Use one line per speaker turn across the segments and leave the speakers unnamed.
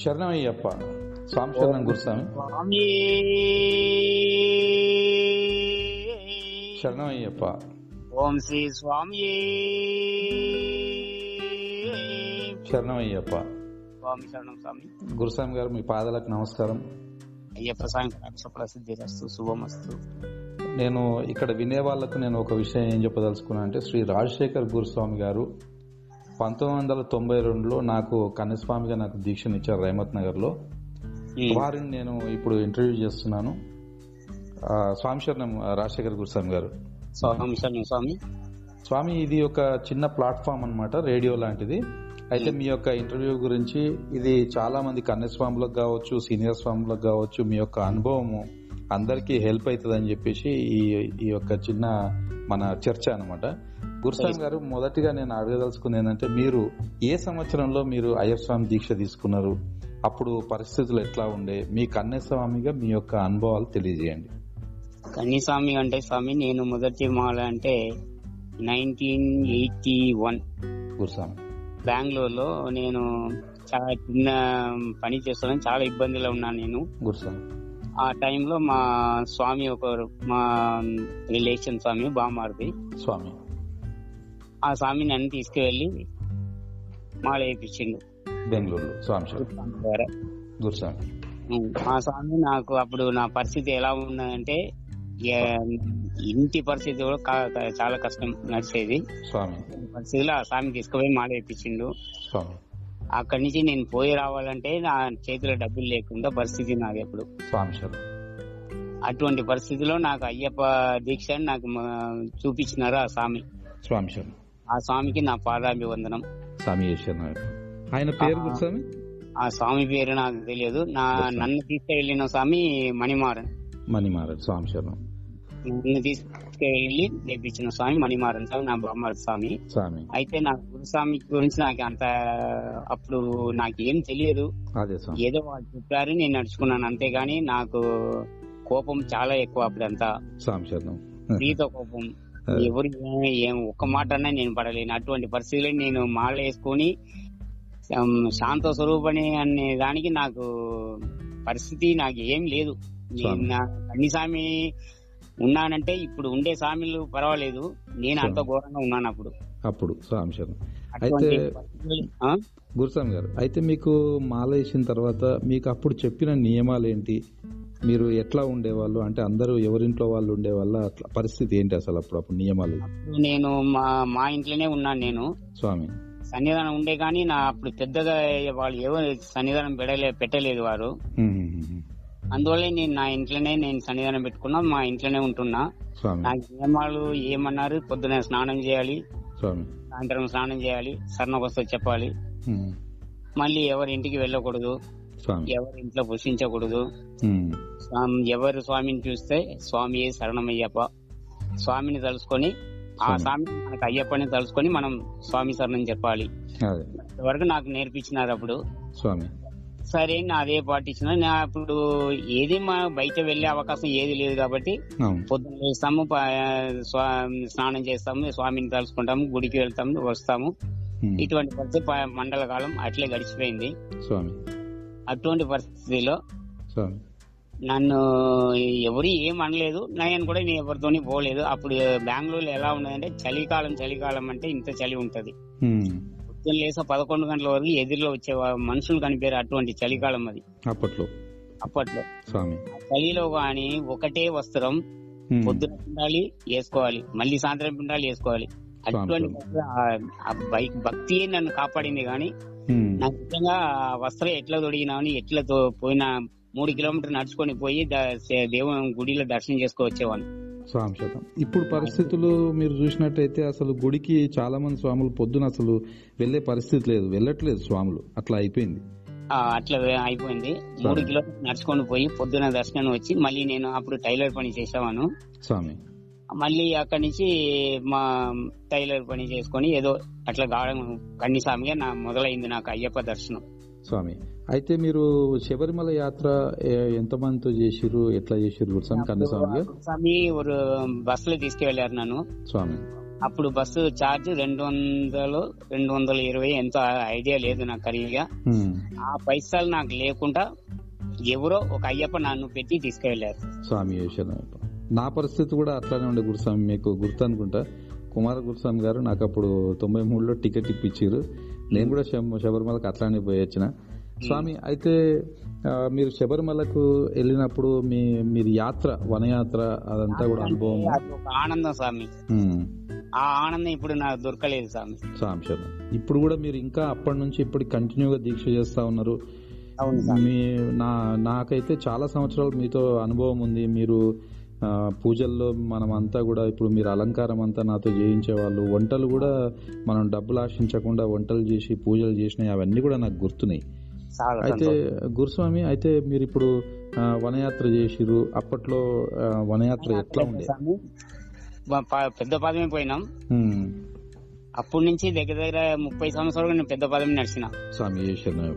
శరణమయ్యప్ప స్వామి శరణం గురుస్వామి
స్వామి
శరణమయ్యప్ప
ఓం శ్రీ స్వామి
శరణమయ్యప్ప
స్వామి శరణం స్వామి
గురుస్వామి గారు మీ పాదాలకు నమస్కారం
అయ్యప్ప స్వామి కక్ష ప్రసిద్ధిరస్తు శుభమస్తు
నేను ఇక్కడ వినే వాళ్ళకు నేను ఒక విషయం ఏం చెప్పదలుచుకున్నా అంటే శ్రీ రాజశేఖర్ గురుస్వామి గారు పంతొమ్మిది వందల తొంభై రెండులో నాకు కన్యస్వామిగా నాకు దీక్షనిచ్చారు రైమత్ నగర్లో వారిని నేను ఇప్పుడు ఇంటర్వ్యూ చేస్తున్నాను ఆ, స్వామి శరణం ఆ, రాజశేఖర్ గురుస్వామి గారు
స్వామి శరణం స్వామి
స్వామి ఇది ఒక చిన్న ప్లాట్ఫామ్ అన్నమాట రేడియో లాంటిది అయితే మీ యొక్క ఇంటర్వ్యూ గురించి ఇది చాలా మంది కన్యస్వాములకు కావచ్చు సీనియర్ స్వాములకు కావచ్చు మీ యొక్క అనుభవము అందరికీ హెల్ప్ అవుతుందని చెప్పేసి ఈ ఈ యొక్క చిన్న మన చర్చ అనమాట గురుస్వామి గారు మొదటిగా నేను అడగదలుచుకుంది ఏంటంటే మీరు ఏ సంవత్సరంలో మీరు అయ్యప్ప స్వామి దీక్ష తీసుకున్నారు అప్పుడు పరిస్థితులు ఎట్లా ఉండే మీ కన్యస్వామిగా మీ యొక్క అనుభవాలు తెలియజేయండి
కన్నీ స్వామి అంటే స్వామి నేను మొదటి మాల అంటే నైన్టీన్ ఎయిటీ వన్
గురుస్వామి
బెంగళూరులో నేను చాలా చిన్న పని చేస్తున్నాను చాలా ఇబ్బందిలో ఉన్నాను నేను
గురుస్వామి
ఆ టైంలో మా స్వామి ఒకరు మా రిలేషన్ స్వామి బామారిది
స్వామి
ఆ స్వామి నన్ను తీసుకువెళ్ళి మాల వేయించిండు
బెంగళూరులో స్వామి శరణం.
ద్వారా
గురుస్వామి
ఉమ్, ఆ స్వామి నాకు అప్పుడు నా పరిస్థితి ఎలా ఉన్నదంటే ఏ, ఇంటి పరిస్థితి కూడా కా- కా- చాలా కష్టం నడిచేది
స్వామి
ఈ పరిస్థితిలో ఆ స్వామి తీసుకుపోయి మాల వేయించిండు
స్వామి
అక్కడి నుంచి నేను పోయి రావాలంటే నా చేతిలో డబ్బులు లేకుండా పరిస్థితి నాది అప్పుడు
స్వామి శరణం
అటువంటి పరిస్థితిలో నాకు అయ్యప్ప దీక్ష అని నాకు మా- చూపించినారు ఆ స్వామి
స్వామి శరణం
ఆ స్వామికి నా పాదాభివందనం
స్వామి ఏ శరణం అయ్యప్ప. ఆయన పేరు గురు స్వామి
ఆ స్వామి పేరు నాకు తెలియదు నా నన్ను తీసుకెళ్లిన స్వామి మణిమారన్
మణిమారాజ్ స్వామి శరణం
నన్ను తీసుకెళ్లి లేపించిన స్వామి మణిమారన్ స్వామి నా బ్రహ్మర స్వామి
స్వామి
అయితే నా గురుస్వామి గురించి నాకు అంత అప్పుడు నాకు ఏం తెలియదు
అదే స్వామి
ఏదో వాళ్ళు చెప్పారు నేను నడుచుకున్నాను అంతేగాని నాకు కోపం చాలా ఎక్కువ అప్పుడంతా
స్వామి శరణం
స్త్రీతో కోపం ఎవరు ఏ- ఏం ఒక్క మాట అన్నా నేను పడలేను అటువంటి పరిస్థితిలో నేను మాల వేసుకొని ఉమ్, శాంత స్వరూపణి అనే దానికి నాకు పరిస్థితి నాకు ఏం లేదు నేను
స్వామి.
నా- అన్ని స్వామి ఉన్నానంటే ఇప్పుడు ఉండే స్వామిలు పర్వాలేదు నేను అంత ఘోరంగా ఉన్నాను అప్పుడు
అప్పుడు స్వామి శరణం
అటువంటి
అయితే-
పరిస్థితులు- ఆ?
గురుస్వామి గారు అయితే మీకు మాల వేసిన తర్వాత మీకు అప్పుడు చెప్పిన నియమాలు ఏంటి మీరు ఎట్లా ఉండేవాళ్ళు అంటే అందరూ ఎవరింట్లో వాళ్ళు ఉండేవాళ్ళ అట్లా పరిస్థితి ఏంటి అసలు అప్పుడు అప్పుడు నియమాలు
అప్పుడు నేను మా మా ఇంట్లోనే ఉన్నాను నేను
స్వామి
సన్నిధానం ఉండే కానీ నా అప్పుడు పెద్దగా వాళ్ళు ఎవరు సన్నిధానం పెడలే పెట్టలేదు వారు
హ్మ్, హ్మ్, హ్మ్.
అందువల్ల నేను నా ఇంట్లోనే నేను సన్నిధానం పెట్టుకున్నా మా ఇంట్లోనే ఉంటున్నా
స్వామి
నాకు నియమాలు ఏమన్నారు పొద్దున స్నానం చేయాలి
స్వామి
సాయంత్రం స్నానం చేయాలి సన్నకొస్తూ చెప్పాలి
హ్మ్.
మళ్ళీ ఎవరి ఇంటికి వెళ్ళకూడదు
స్వామి
ఎవరి ఇంట్లో పుషించకూడదు
హ్మ్.
స్వామి- ఎవరు స్వామిని చూస్తే స్వామియే శరణమయ్యప్ప స్వామిని తలుసుకొని ఆ
స్వామి.
స్వామి మనకు అయ్యప్పని తలుసుకొని మనం స్వామి శరణం చెప్పాలి
అదే
ఇంతవరకు నాకు నేర్పించినారు అప్పుడు
స్వామి
సరే అని నా అదే పాటించిన నా అప్పుడు ఏది మా బయట వెళ్ళే అవకాశం ఏది లేదు కాబట్టి
అవును
పొద్దున లేస్తాము ప- స్వా- స్నానం చేస్తాము స్వామిని తలుసుకుంటాము గుడికి వెళ్తాము వస్తాము
హ్మ్.
ఇటువంటి పరిస్థితి ప- మండల కాలం అట్లే గడిచిపోయింది
స్వామి
అటువంటి పరిస్థితిలో
స్వామి
నన్ను ఎవరు ఏం అనలేదు నేను కూడా నేను ఎవరితోని పోలేదు అప్పుడు బెంగళూరులో ఎలా ఉన్నదంటే చలికాలం చలికాలం అంటే ఇంత చలి ఉంటది
హ్మ్.
పొద్దున్న లేసా పదకొండు గంటల వరకు ఎదురులో వచ్చే వా- మనుషులు కనిపారు అటువంటి చలికాలం అది
అప్పట్లో
అప్పట్లో
స్వామి
ఆ చలిలో కానీ ఒకటే వస్త్రం
హ్మ్.
పొద్దున పిండాలి వేసుకోవాలి మళ్ళీ సాయంత్రం పిండాలి వేసుకోవాలి అటువంటి ఆ- ఆ భై- భక్తియే నన్ను కాపాడింది కానీ
హ్మ్.
నాకు నిజంగా ఆ వస్త్రం ఎట్లా తొడిగినామని ఎట్లా తో- పోయినా మూడు కిలోమీటర్లు నడుచుకొని పోయి ద- సే- దేవుని గుడిలో దర్శనం చేసుకొచ్చేవాడిని
స్వామి శాతం ఇప్పుడు పరిస్థితులు మీరు చూసినట్టయితే అసలు గుడికి చాలా మంది స్వాములు పొద్దున అసలు వెళ్ళే పరిస్థితి లేదు వెళ్ళట్లేదు స్వాములు అట్లా అయిపోయింది
ఆ, అట్లా వే- అయిపోయింది మూడు కిలోమీటర్లు నడుచుకొని పోయి పొద్దున దర్శనం వచ్చి మళ్ళీ నేను అప్పుడు టైలర్ పని చేసేవాను
స్వామి
మళ్ళీ అక్కడి నుంచి మా టైలర్ పని చేసుకొని ఏదో అట్లా గాఢం కన్నీసామిగా నా మొదలైంది నాకు అయ్యప్ప దర్శనం
స్వామి అయితే మీరు శబరిమల యాత్ర ఏ- ఎంతమందితో చేసిరు ఎట్లా చేసిరు గురుస్వామి కన్నస్వామిగా
స్వామి ఒక బస్ లో తీసుకువెళ్ళారు నన్ను
స్వామి
అప్పుడు బస్సు ఛార్జ్ రెండు వందలు రెండు వందల ఇరవై ఎంతో ఐడియా లేదు నాకు కరీగా
ఉమ్,
ఆ పైసలు నాకు లేకుండా ఎవరో ఒక అయ్యప్ప నన్ను పెట్టి తీసుకెళ్లారు
స్వామి యేషనయ్యప్ప నా పరిస్థితి కూడా అట్లానే ఉండే గురుస్వామి మీకు గుర్తు అనుకుంటా కుమార గురుస్వామి గారు నాకు అప్పుడు తొంభై మూడులో టికెట్ ఇప్పించారు నేను కూడా శబ- శబరిమలకు అట్లానే పోయి వచ్చిన స్వామి అయితే ఆ, మీరు శబరిమలకు వెళ్ళినప్పుడు మీ మీరు యాత్ర వనయాత్ర అదంతా కూడా అనుభవం
అది ఒక ఆనందం స్వామి
ఉమ్,
ఆ ఆనందం ఇప్పుడు నాకు దొరకలేదు స్వామి
స్వామి శరణం ఇప్పుడు కూడా మీరు ఇంకా అప్పటి నుంచి ఇప్పుడు కంటిన్యూగా దీక్ష చేస్తా ఉన్నారు
అవును స్వామి
మీ నా నాకైతే చాలా సంవత్సరాలు మీతో అనుభవం ఉంది మీరు ఆ, పూజల్లో మనం అంతా కూడా ఇప్పుడు మీరు అలంకారం అంతా నాతో చేయించేవాళ్ళు వంటలు కూడా మనం డబ్బులు ఆశించకుండా వంటలు చేసి పూజలు చేసినాయి అవన్నీ కూడా నాకు గుర్తున్నాయి
చాలా
అయితే
సంతోషం.
గురుస్వామి అయితే మీరు ఇప్పుడు ఆ, వనయాత్ర చేసిరు అప్పట్లో ఆ, వనయాత్ర ఎట్లా ఉండే
స్వామి, మా ప- పెద్ద పాదమే పోయినాం
ఉమ్,
అప్పటి నుంచి దగ్గర దగ్గర ముప్పై సంవత్సరాలు నేను పెద్ద పదవి నడిచిన
స్వామి చేశారు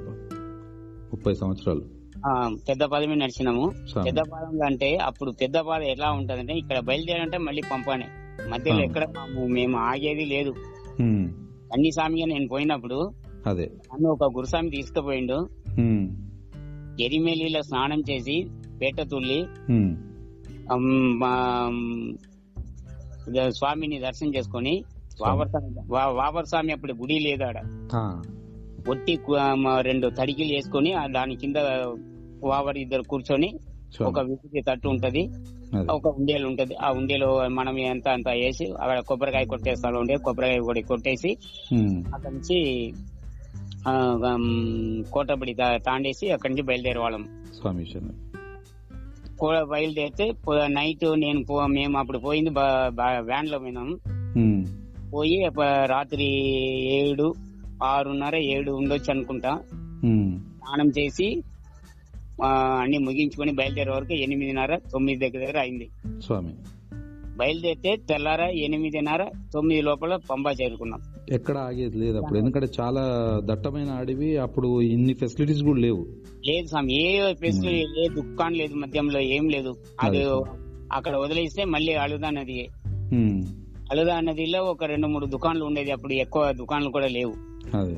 ముప్పై సంవత్సరాలు
ఆ, పెద్ద పదవి నడిచినాము
స్వామి
పెద్ద పాదంలో అంటే అప్పుడు పెద్ద పాదం ఎలా ఉంటదంటే ఇక్కడ బయలుదేరంటే మళ్ళీ పంపనే మధ్యలో
ఆ.
ఎక్కడ మాము- మేము ఆగేది లేదు
ఉమ్,
అన్ని స్వామిగా నేను పోయినప్పుడు
అదే
నన్ను ఒక గురుస్వామి తీసుకుపోయిండు
ఉమ్,
ఎరిమేలిలో స్నానం చేసి పేట తుల్లి
ఉమ్,
అమ్, మా, అమ్, ఇద స్వామిని దర్శనం చేసుకొని వావర్ స్వామి- వా- వావర్ స్వామి అప్పుడు గుడి లేదు ఆడ
ఆ,
ఒట్టి కు- ఆ, మా రెండు తడికిలు వేసుకొని ఆ దాని కింద వావర్ ఇద్దరు కూర్చొని
స్వామి,
ఒక విసిరి తట్టు ఉంటది
అదే
ఒక ఉండేలు ఉంటది ఆ ఉండేలో మనం ఎంత అంత వేసి అక్కడ కొబ్బరికాయ కొట్టేస్తాలో ఉండే కొబ్బరికాయ కూడా కొట్టేసి
ఉమ్.
అక్కడి నుంచి ఆ, ఉమ్, కోటబడి దా- తాండేసి అక్కడి నుంచి బయలుదేరే వాళ్ళం
స్వామి శరణం.
కూడా బయలుదేరితే పో- నైట్ నేను పో- మేము అప్పుడు పోయింది బ- బ- వ్యాన్ లో పోయినాం
ఉమ్,
పోయి అప్ప రాత్రి ఏడు ఆరున్నర ఏడు ఉండొచ్చు అనుకుంటా
ఉమ్,
స్నానం చేసి ఆ, అన్ని ముగించుకొని బయలుదేరే వరకు ఎనిమిదిన్నర తొమ్మిది దగ్గర దగ్గర అయింది
స్వామి
బయలుదేరితే తెల్లార ఎనిమిదిన్నర తొమ్మిది లోపల పంబా చేరుకున్నాం
ఎక్కడ ఆగేది లేదు అప్పుడు ఎందుకంటే చాలా దట్టమైన అడవి అప్పుడు ఇన్ని ఫెసిలిటీస్ కూడా లేవు
లేదు స్వామి ఏ ప్లేస్ లో ఏ దుకాణం లేదు మధ్యంలో ఏం లేదు అది అక్కడ వదిలేస్తే మళ్ళీ అలుదా నది
ఉమ్,
అలుదా నదిలో ఒక రెండు మూడు దుకాణాలు ఉండేది అప్పుడు ఎక్కువ దుకాణాలు కూడా లేవు
అదే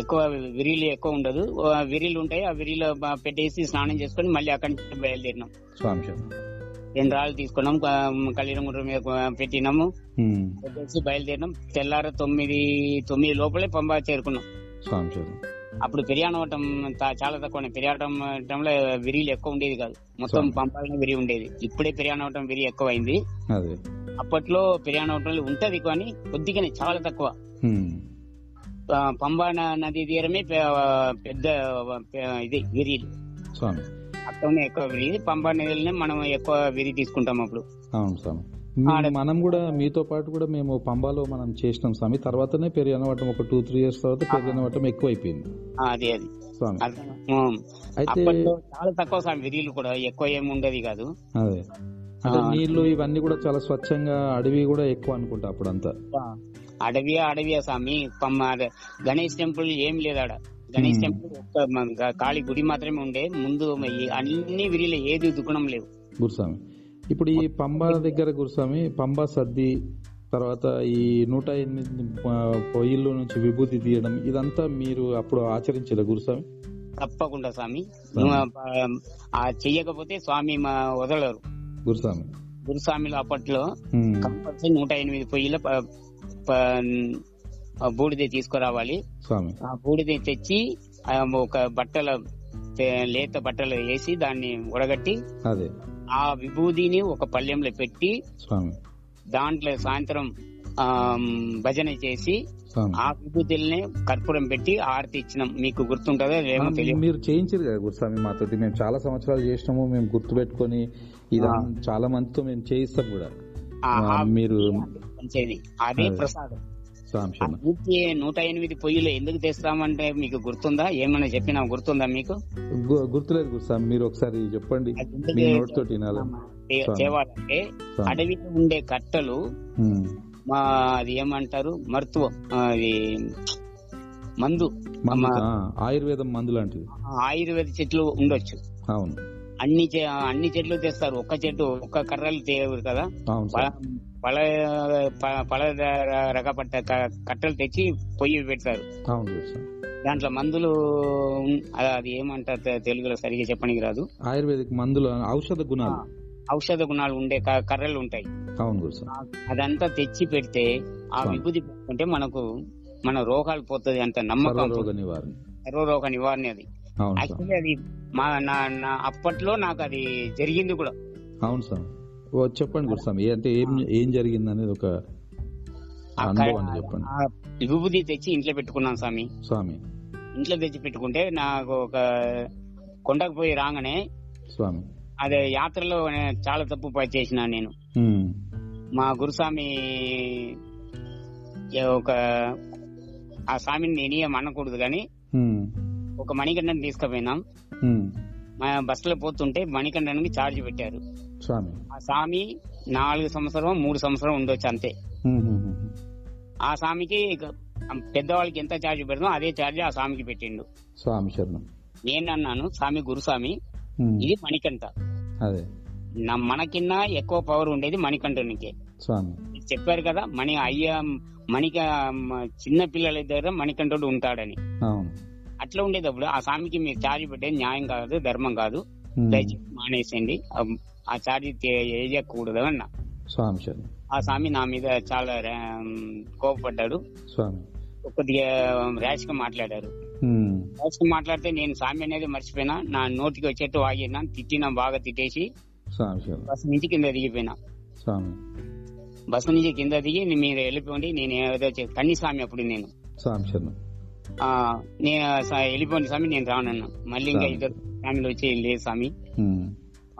ఎక్కువ విరీలు ఎక్కువ ఉండదు ఓ విరీలు ఉంటాయి ఆ విరీలో బ- పెట్టేసి స్నానం చేసుకొని మళ్ళీ అక్కడి నుంచి బయలుదేరినాం
స్వామి శరణం.
రెండు రాళ్ళు తీసుకున్నాం క- కళ్యాణగుండ్రం మీద కొ- పెట్టినాము
ఉమ్,
పెట్టేసి బయలుదేరినాం తెల్లార తొమ్మిది తొమ్మిది లోపలే పంబా చేరుకున్నాం
స్వామి శరణం.
అప్పుడు పెరియాడవటం చాలా తక్కువ పెరియాడటంలో విరీలు ఎక్కువ ఉండేది కాదు మొత్తం
Sure.
పంపాలనే విరి ఉండేది ఇప్పుడే పెరియాడవటం విరి ఎక్కువైంది
అదే
అప్పట్లో పెరియాడవటంలో ఉంటది కానీ కొద్దిగానే చాలా తక్కువ
ఉమ్,
ఆ, పంబా న- నది తీరమే పె- పెద్ద పె- ఇది విరీలు
స్వామి
అక్కడనే ఎక్కువ విరిగి పంపా నదిలోనే మనం ఎక్కువ విరిగి తీసుకుంటాం అప్పుడు
అవును స్వామి మీ-
ఆడ-
మనం కూడా మీతో పాటు కూడా మేము పంబాలో మనం చేసినాం స్వామి తర్వాతనే పెరిగి అనవటం ఒక టూ త్రీ ఇయర్స్ తర్వాత పెరిగి అనవటం ఎక్కువ అయిపోయింది
ఆ, అదే అది
స్వామి
అర్థం. ఉమ్.
అయితే
అప్పట్లో చాలా తక్కువ స్వామి విరిగిలు కూడా ఎక్కువ ఏమి ఉండేది కాదు
అదే అంటే
ఆ.
నీళ్లు ఇవన్నీ కూడా చాలా స్వచ్ఛంగా అడవి కూడా ఎక్కువ అనుకుంటా అప్పుడంతా
అడవి అడవి స్వామి పమ్మ అదే. గణేష్ టెంపుల్ ఏం లేదు ఆడ గణేష్
ఉమ్.
టెంపుల్ ఒక్క మ- గ- ఖాళీ గుడి మాత్రమే ఉండే ముందు ఈ అన్ని విరిలే ఏది దుకుణం లేవు
గురుస్వామి ఇప్పుడు ఈ పంబా దగ్గర గురుస్వామి పంబా సద్ది తర్వాత ఈ నూట ఎనిమిది ఆ, పొయ్యిల్లో నుంచి విభూతి తీయడం ఇదంతా మీరు అప్పుడు ఆచరించలే గురుస్వామి
తప్పకుండా స్వామి నువ్వు ఆ ప- ఆ చెయ్యకపోతే స్వామి మా వదలరు
గురుస్వామి
గురుస్వామిలు అప్పట్లో
ఉమ్,
కంపల్సరీ నూట ఎనిమిది పొయ్యిల ప- ప- ఆ బూడిద తీసుకురావాలి
స్వామి
ఆ బూడిద తెచ్చి ఆ ఒక బట్టల తే- లేత బట్టలు వేసి దాన్ని ఉడగట్టి
అదే
ఆ విభూదిని ఒక పళ్ళెంలో పెట్టి
స్వామి
దాంట్లో సాయంత్రం ఆ, భజన చేసి
స్వామి
ఆ విభూతుల్ని కర్పూరం పెట్టి ఆరతి ఇచ్చినాం మీకు గుర్తుంటదో ఏమో
మనం-
తెలియదు
మీరు చేయించారు కదా గురుస్వామి మాతోటి మేము చాలా సంవత్సరాలు చేసినాము మేము గుర్తుపెట్టుకొని ఇది
ఆ.
చాలా మందితో మేము చేయిస్తాం కూడా
ఆ-
ఆ,
ఆ
మీరు
పంచేది అదే
అదే.
ప్రసాదం
స్వామి
ఆ
శరణ.
నూటి నూట ఎనిమిది పొయ్యిలు ఎందుకు తెస్తామంటే మీకు గుర్తుందా ఏమైనా చెప్పినా గుర్తుందా మీకు
గు- గుర్తులేదు గురుస్వామి మీరు ఒకసారి చెప్పండి
అది ఎందుకు
మీ నోటితో వినాలి
చే-
స్వామి.
చేయాలంటే
స్వామి
అడవిలో ఉండే కట్టలు
ఉమ్.
మా అది ఏమంటారు మరుత్వం ఆ, అది మందు
మందు
మా-
ఆ, ఆయుర్వేదం మందు లాంటిది
ఆయుర్వేద చెట్లు ఉండొచ్చు
అవును
అన్ని చె- అన్ని చెట్లు తెస్తారు ఒక్క చెట్టు ఒక్క కర్రలు తేయరు కదా
అవును
బా-
స్వామి
పల ప- పల ర- రకపట్ట క- కట్టలు తెచ్చి పొయ్యి పెడతారు
అవును గురుస్వామి
దాంట్లో మందులు ఉన్- అ- అది ఏమంటారు తె- తెలుగులో సరిగా చెప్పనికి రాదు
ఆయుర్వేదిక్ మందులు ఔషధ గుణాలు
ఔషధ గుణాలు ఉండే క- కర్రలు ఉంటాయి
అవును గురుస్వామి
అదంతా తెచ్చి పెడితే ఆ
అవును.
విభూతి పెట్టుకుంటే మనకు మన రోగాలు పోతుంది అంత నమ్మకం
సర్వరోగ నివారణ
సర్వరోగ నివారణ అది
అవును స్వామి
యాక్చువల్లీ అది మా నా నా అప్పట్లో నాకు అది జరిగింది కూడా
అవును స్వామి ఓ, చెప్పండి గురుస్వామి ఏ- అంటే ఏం ఏం జరిగింది అనేది ఒక
ఆ
అనుభవాన్ని చెప్పండి
ఆ విభూతి తెచ్చి ఇంట్లో పెట్టుకున్నాను స్వామి
స్వామి
ఇంట్లో తెచ్చి పెట్టుకుంటే నాకు ఒక కొండకు పోయి రాగానే
స్వామి
అదే యాత్రలో నే- చాలా తప్పు ప- చేసిన నేను
ఉమ్,
మా గురుస్వామి ఏ ఒక ఆ స్వామిని నేను ఏం అనకూడదు కానీ
ఉమ్,
ఒక మణికంఠని తీసుకుపోయినాం
ఉమ్,
మా బస్సులో పోతుంటే మణికంఠనికి ఛార్జ్ పెట్టారు
స్వామి
ఆ స్వామి నాలుగు సంవత్సరం మూడు సంవత్సరం ఉండొచ్చు అంతే
ఉమ్, ఉమ్, ఉమ్.
ఆ స్వామికి ఇక పెద్దవాళ్ళకి ఎంత ఛార్జ్ పెడతామో అదే ఛార్జ్ ఆ స్వామికి పెట్టిండు
స్వామి శరణం
నేను అన్నాను స్వామి గురుస్వామి
ఉమ్,
ఇది మణికంఠ
అదే
నా మనకిన్నా ఎక్కువ పవర్ ఉండేది మణికంఠునికే
స్వామి
మీరు చెప్పారు కదా మణి అయ్య మణిక మ- చిన్న పిల్లల దగ్గర మణికంఠుడు ఉంటాడని
అవును
అట్లా ఉండేటప్పుడు ఆ స్వామికి మీరు ఛార్జ్ పెట్టేది న్యాయం కాదు ధర్మం కాదు
ఉమ్,
దయచేసి మానేసేయండి ఆ- ఆ ఛార్జ్ వేయకూడదు అన్న
స్వామి శరణం
ఆ స్వామి నా మీద చాలా రా- కోపపడ్డాడు
స్వామి
కొద్దిగా ర్యాష్ గా మాట్లాడారు
ఉమ్,
ర్యాష్ గా మాట్లాడితే నేను స్వామి అనేది మర్చిపోయినా నా నోటికి వచ్చేట్టు వాగినా తిట్టినా బాగా తిట్టేసి
స్వామి శరణం
బస్సు నుంచి కింద దిగిపోయినా
స్వామి
బస్సు నుంచి కింద దిగి ని- మీరు వెళ్ళిపోండి నేను ఏదో చే- కన్నీస్వామి అప్పుడు నేను
స్వామి శరణం
ఆ, నేను స- వెళ్ళిపోండి స్వామి నేను రానన్నా మళ్ళీ ఇంకా ఇద్దరు ఫ్యామిలీ వచ్చి లేదు స్వామి
ఉమ్,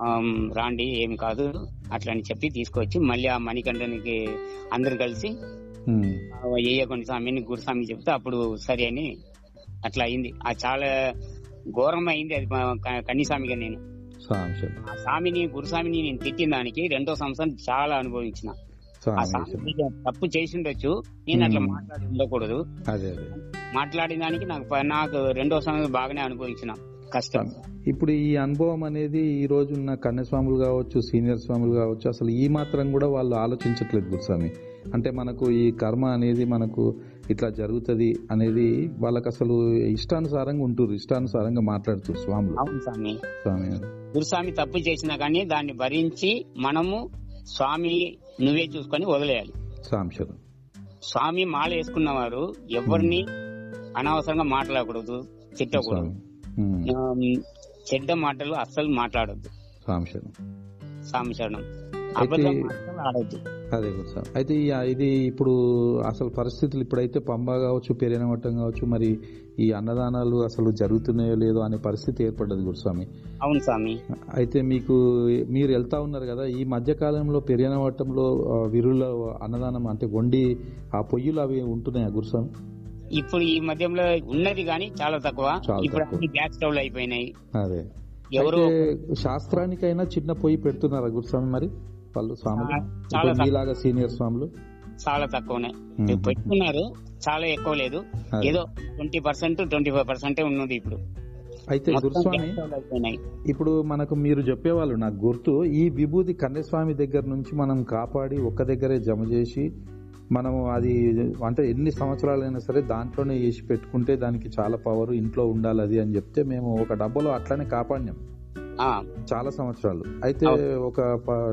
ఆమ్, రాండి ఏం కాదు అట్లా అని చెప్పి తీసుకొచ్చి మళ్ళీ ఆ మణికంఠనికి అందరు కలిసి
ఉమ్,
ఆ, ఏయకొండ స్వామిని గురుస్వామి చెప్తే అప్పుడు సరే అని అట్లా అయింది ఆ చాలా ఘోరమైంది అయింది అది మా క- కన్నీస్వామిగా నేను
స్వామి శరణం
ఆ స్వామిని గురుస్వామిని నేను తిట్టిన దానికి రెండో సంవత్సరం చాలా అనుభవించిన ఆ
స్వామి శరణం
స్వామి తప్పు చేసి ఉండొచ్చు నేను అట్లా
మ్మ్.
మాట్లాడి ఉండకూడదు
అదే అదే
మాట్లాడిన దానికి నాకు ప- నాకు రెండో సంవత్సరం బాగానే అనుభవించిన కష్టం
స్వామి, ఇప్పుడు ఈ అనుభవం అనేది ఈ రోజు ఉన్న కన్యస్వాములు కావచ్చు సీనియర్ స్వాములు కావచ్చు అసలు ఈ మాత్రం కూడా వాళ్ళు ఆలోచించట్లేదు గురుస్వామి అంటే మనకు ఈ కర్మ అనేది మనకు ఇట్లా జరుగుతుంది అనేది వాళ్ళకి అసలు ఇష్టానుసారంగా ఉంటారు ఇష్టానుసారంగా మాట్లాడుతారు స్వాములు
అవును స్వామి
స్వామి గారు.
గురుస్వామి తప్పు చేసినా కానీ దాన్ని భరించి మనము స్వామి నువ్వే చూసుకొని వదిలేయాలి
స్వామి శరణం
స్వామి మాల వేసుకున్న వారు ఎవరిని అనవసరంగా మాట్లాడకూడదు తిట్టకూడదు
స్వామి ఉమ్,
ఆమ్, చెడ్డ మాటలు అస్సలు మాట్లాడొద్దు
స్వామి శరణం
స్వామి శరణం
అయితే-
అబద్ధం మాటలు ఆడొద్దు
అదే గురుస్వామి అయితే ఈ- ఇది ఇప్పుడు అసలు పరిస్థితులు ఇప్పుడైతే పంబ కావచ్చు పెరిగినవటం కావచ్చు మరి ఈ అన్నదానాలు అసలు జరుగుతున్నాయో లేదో అనే పరిస్థితి ఏర్పడ్డది గురుస్వామి
అవును స్వామి
అయితే మీకు మీరు వెళ్తా ఉన్నారు కదా ఈ మధ్య కాలంలో పెరియనవటంలో ఆ, విరుల అన్నదానం అంటే వండి ఆ పొయ్యిలు అవి ఉంటున్నాయా గురుస్వామి
ఇప్పుడు ఈ మధ్యంలో ఉన్నది కానీ చాలా తక్కువ
చాలా
ఇప్పుడు
తక్కువ.
అన్ని గ్యాస్ స్టవ్ అయిపోయినాయి
అదే
ఎవరో
అయితే శాస్త్రానికైనా చిన్న పొయ్యి పెడుతున్నారా గురుస్వామి మరి వాళ్ళు స్వాములు
చాలా-
ఇప్పుడు
చాలా తక్కువ.
మీలాగా సీనియర్ స్వాములు
చాలా తక్కువనే
మ్మ్.
ఇప్పుడు పెట్టుకున్నారు చాలా ఎక్కువ లేదు
అదే.
ఏదో twenty percent twenty five percent ఉన్నది ఇప్పుడు
అయితే
మొత్తం
గురుస్వామి
గ్యాస్ స్టవ్లు అయిపోయినాయి
ఇప్పుడు మనకు మీరు చెప్పేవాళ్ళు నాకు గుర్తు ఈ విభూతి కన్యస్వామి దగ్గర నుంచి మనం కాపాడి ఒక్క దగ్గరే జమ చేసి మనం అది అంటే ఎన్ని సంవత్సరాలైనా సరే దాంట్లోనే వేసి పెట్టుకుంటే దానికి చాలా పవర్ ఇంట్లో ఉండాలి అది అని చెప్తే మేము ఒక డబ్బాలో అట్లానే కాపాడినాం
ఆ,
చాలా సంవత్సరాలు అయితే ఒక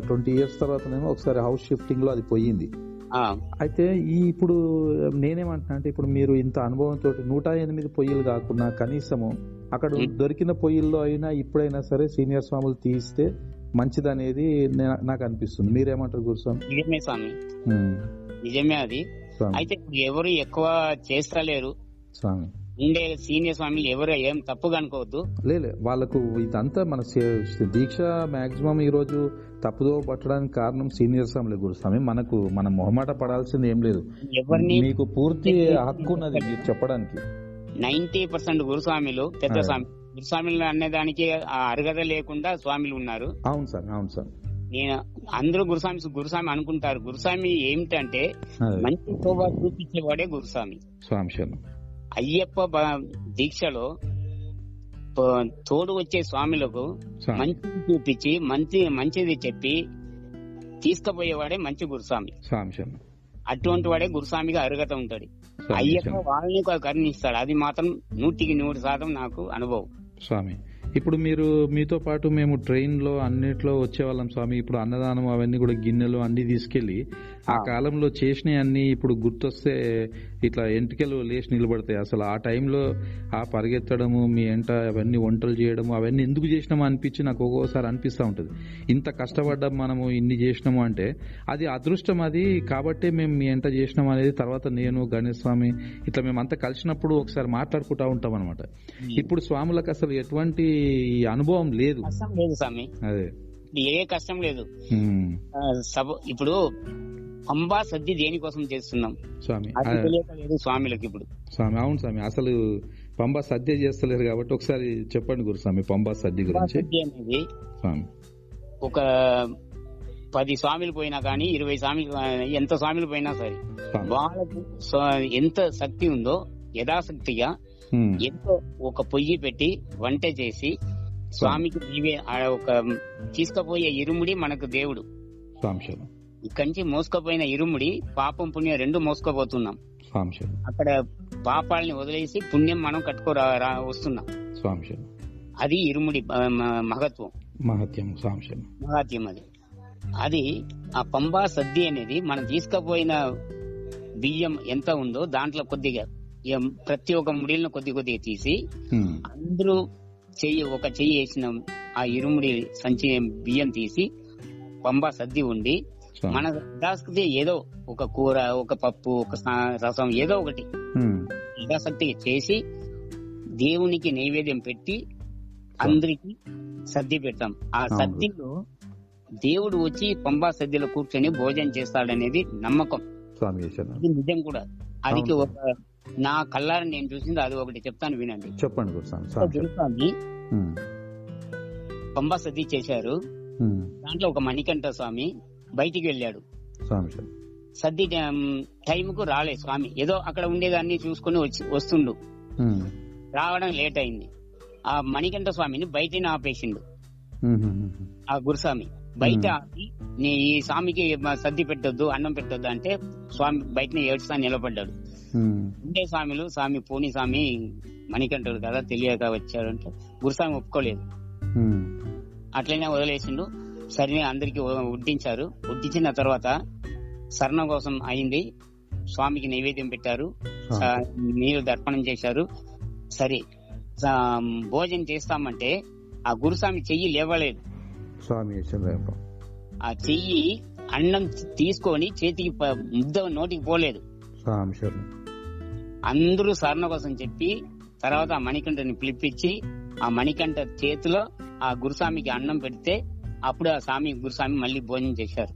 ట్వంటీ ఇయర్స్ తర్వాతనేమో ఒకసారి హౌస్ షిఫ్టింగ్ లో అది పోయింది
ఆ,
అయితే ఈ ఇప్పుడు నేనేమంటున్నా అంటే ఇప్పుడు మీరు ఇంత అనుభవంతో నూట ఎనిమిది పొయ్యిలు కాకుండా కనీసము అక్కడ
మ్మ్.
దొరికిన పొయ్యిల్లో అయినా ఇప్పుడైనా సరే సీనియర్ స్వాములు తీస్తే మంచిదనేది నే- నాకు అనిపిస్తుంది మీరేమంటారు గురుస్వామి
నిజమే స్వామి
మ్మ్.
నిజమే అది
స్వామి
అయితే ఇప్పుడు ఎవరు ఎక్కువ చేస్తలేరు
స్వామి
ఉండే సీనియర్ స్వామిలు ఎవరు ఏం తప్పుగా అనుకోవద్దు
లేలే వాళ్ళకు ఇదంతా మన సే- దీక్ష మాక్సిమం ఈ రోజు తప్పుదో పట్టడానికి కారణం సీనియర్ స్వాములే గురుస్వామి మనకు మనం మొహమాట పడాల్సింది ఏం లేదు
ఎవరిని
మీకు పూర్తి హక్కు ఉన్నది మీరు చెప్పడానికి
నైన్టీ పర్సెంట్ గురుస్వామిలు పెద్ద
అదే.
స్వామి గురుస్వామిలు అనేదానికి ఆ అర్హత లేకుండా స్వామిలు ఉన్నారు
అవును సార్ అవును సార్
నేను అందరూ గురుస్వామి గురుస్వామి అనుకుంటారు గురుస్వామి ఏమిటంటే
అదే.
మంచి శోభ చూపించేవాడే గురుస్వామి
స్వామి శరణం
అయ్యప్ప బ- దీక్షలో ప- తోడు వచ్చే స్వామిలకు
స్వామి
మంచిది చూపించి మంచి మంచిది చెప్పి తీసుకుపోయేవాడే మంచి గురుస్వామి
స్వామి శరణం
అటువంటి వాడే గురుస్వామిగా అరుగత ఉంటాడు
స్వామి
అయ్యప్ప
శరణం.
వాళ్ళని కూడా కరుణిస్తాడు అది మాత్రం నూటికి నూరు శాతం నాకు అనుభవం
స్వామి ఇప్పుడు మీరు మీతో పాటు మేము ట్రైన్లో అన్నిట్లో వచ్చేవాళ్ళం స్వామి ఇప్పుడు అన్నదానం అవన్నీ కూడా గిన్నెలు అన్ని తీసుకెళ్లి ఆ
ఆ.
కాలంలో చేసినవి అన్ని ఇప్పుడు గుర్తొస్తే ఇట్లా ఎంటికలు లేచి నిలబడతాయి అసలు ఆ టైంలో ఆ పరిగెత్తడము మీ ఎంట అవన్నీ వంటలు చేయడము అవన్నీ ఎందుకు చేసినాము అనిపించి నాకు ఒక్కొక్కసారి అనిపిస్తూ ఉంటుంది ఇంత కష్టపడ్డాం మనము ఇన్ని చేసినాము అంటే అది అదృష్టం అది కాబట్టే మేము మీ ఎంట చేసినాం అనేది తర్వాత నేను గణేష్ స్వామి ఇట్లా మేము అంతా కలిసినప్పుడు ఒకసారి మాట్లాడుకుంటా ఉంటాం అనమాట ఇప్పుడు స్వాములకు అసలు ఎటువంటి ఈ అనుభవం లేదు
కష్టం లేదు స్వామి
అదే
ఏ కష్టం లేదు
ఉమ్,
ఆ, సభ ఇప్పుడు పంబా సద్ది దేనికోసం చేస్తున్నాం
స్వామి ఆ,
అది తెలియక లేదు స్వామిలకు ఇప్పుడు
స్వామి అవును స్వామి అసలు పంబా సద్య చేస్తలేరు కాబట్టి ఒకసారి చెప్పండి గురు స్వామి పంబా సద్య
పంబా
గురించి
సద్ది అనేది
స్వామి
ఒక పది స్వామిలు పోయినా కానీ ఇరవై స్వామిలు ఆ, ఎంత స్వామిలు పోయినా సరే
స్వామి
వాళ్ళకు స్వ- ఎంత శక్తి ఉందో యథాశక్తిగా
ఉమ్,
ఎంతో ఒక పొయ్యి పెట్టి వంట చేసి స్వామికి నీవే ఆ ఒక తీసుకుపోయే ఇరుముడి మనకు దేవుడు
స్వామి శరణం
ఇక్కడి నుంచి మోసుకుపోయిన ఇరుముడి పాపం పుణ్యం రెండు మోసుకుపోతున్నాం
స్వామి శరణం
అక్కడ పాపాలని వదిలేసి పుణ్యం మనం కట్టుకోరా రా- వస్తున్నాం
స్వామి శరణం
అది ఇరుముడి ఆ, మ- మహత్వం
మహత్యం స్వామి శరణం
మహాత్యం అది అది ఆ పంబా సద్ది అనేది మనం తీసుకుపోయిన బియ్యం ఎంత ఉందో దాంట్లో కొద్దిగా ఏం, ప్రతి ఒక్క ముడిలను కొద్ది కొద్దిగా తీసి
ఉమ్,
అందరూ చెయ్యి ఒక చెయ్యి వేసిన ఆ ఇరుముడి సంచి బియ్యం తీసి పంబా సద్ది ఉండి
స్వామి
మన దాసుకి ఏదో ఒక కూర ఒక పప్పు ఒక సా- రసం ఏదో ఒకటి
ఉమ్,
యథాశక్తి చేసి దేవునికి నైవేద్యం పెట్టి అందరికి సద్ది పెడతాం ఆ
అవును.
సద్దిలో దేవుడు వచ్చి పంబా సద్దిలో కూర్చొని భోజనం చేస్తాడనేది నమ్మకం
స్వామి శరణం
అది నిజం కూడా అదికి
అవును.
ఒక నా కల్లారా నేను చూసింది అది ఒకటి చెప్తాను వినండి
చెప్పండి గురు స్వామి స్వామి శరణం
గురుస్వామి
ఉమ్,
పంబా సద్ది చేశారు
ఉమ్,
దాంట్లో ఒక మణికంఠ స్వామి బయటికి వెళ్ళాడు
స్వామి శరణం
సద్ది టైం కు రాలే స్వామి ఏదో అక్కడ ఉండేదాన్ని చూసుకుని వచ్చి వస్తుండు
ఉమ్,
రావడం లేట్ అయింది ఆ మణికంఠ స్వామిని బయటనే ఆపేసిండు
ఉమ్, ఉమ్, ఉమ్,
ఆ గురుస్వామి బయట
మ్మ్.
ఆపి, నీ ఈ స్వామికి మా సద్ది పెట్టొద్దు అన్నం పెట్టొద్దు అంటే స్వామి బయటనే ఏడుస్తా నిలబడ్డాడు
ఉమ్,
ఉండే స్వామిలు స్వామి పూని స్వామి మణికంఠుడు కదా తెలియక వచ్చాడు అంటే గురుస్వామి ఒప్పుకోలేదు
ఉమ్,
అట్లనే వదిలేసిండు సరే అందరికి ఉడ్డించారు ఉడ్డించిన తర్వాత శరణం కోసం అయింది స్వామికి నైవేద్యం పెట్టారు
స్వామి
స- నీరు దర్పణం చేశారు సరే స- భోజనం చేస్తామంటే ఆ గురుస్వామి చెయ్యి లేవలేదు
స్వామి శరణం
ఆ చెయ్యి అన్నం తీసుకొని చేతికి ప- ముద్ద నోటికి పోలేదు
స్వామి శరణం
అందరూ సరణ కోసం చెప్పి తర్వాత ఆ మణికంఠని పిలిపించి ఆ మణికంఠ చేతిలో ఆ గురుస్వామికి అన్నం పెడితే అప్పుడు ఆ స్వామి గురుస్వామి మళ్ళీ భోజనం చేశారు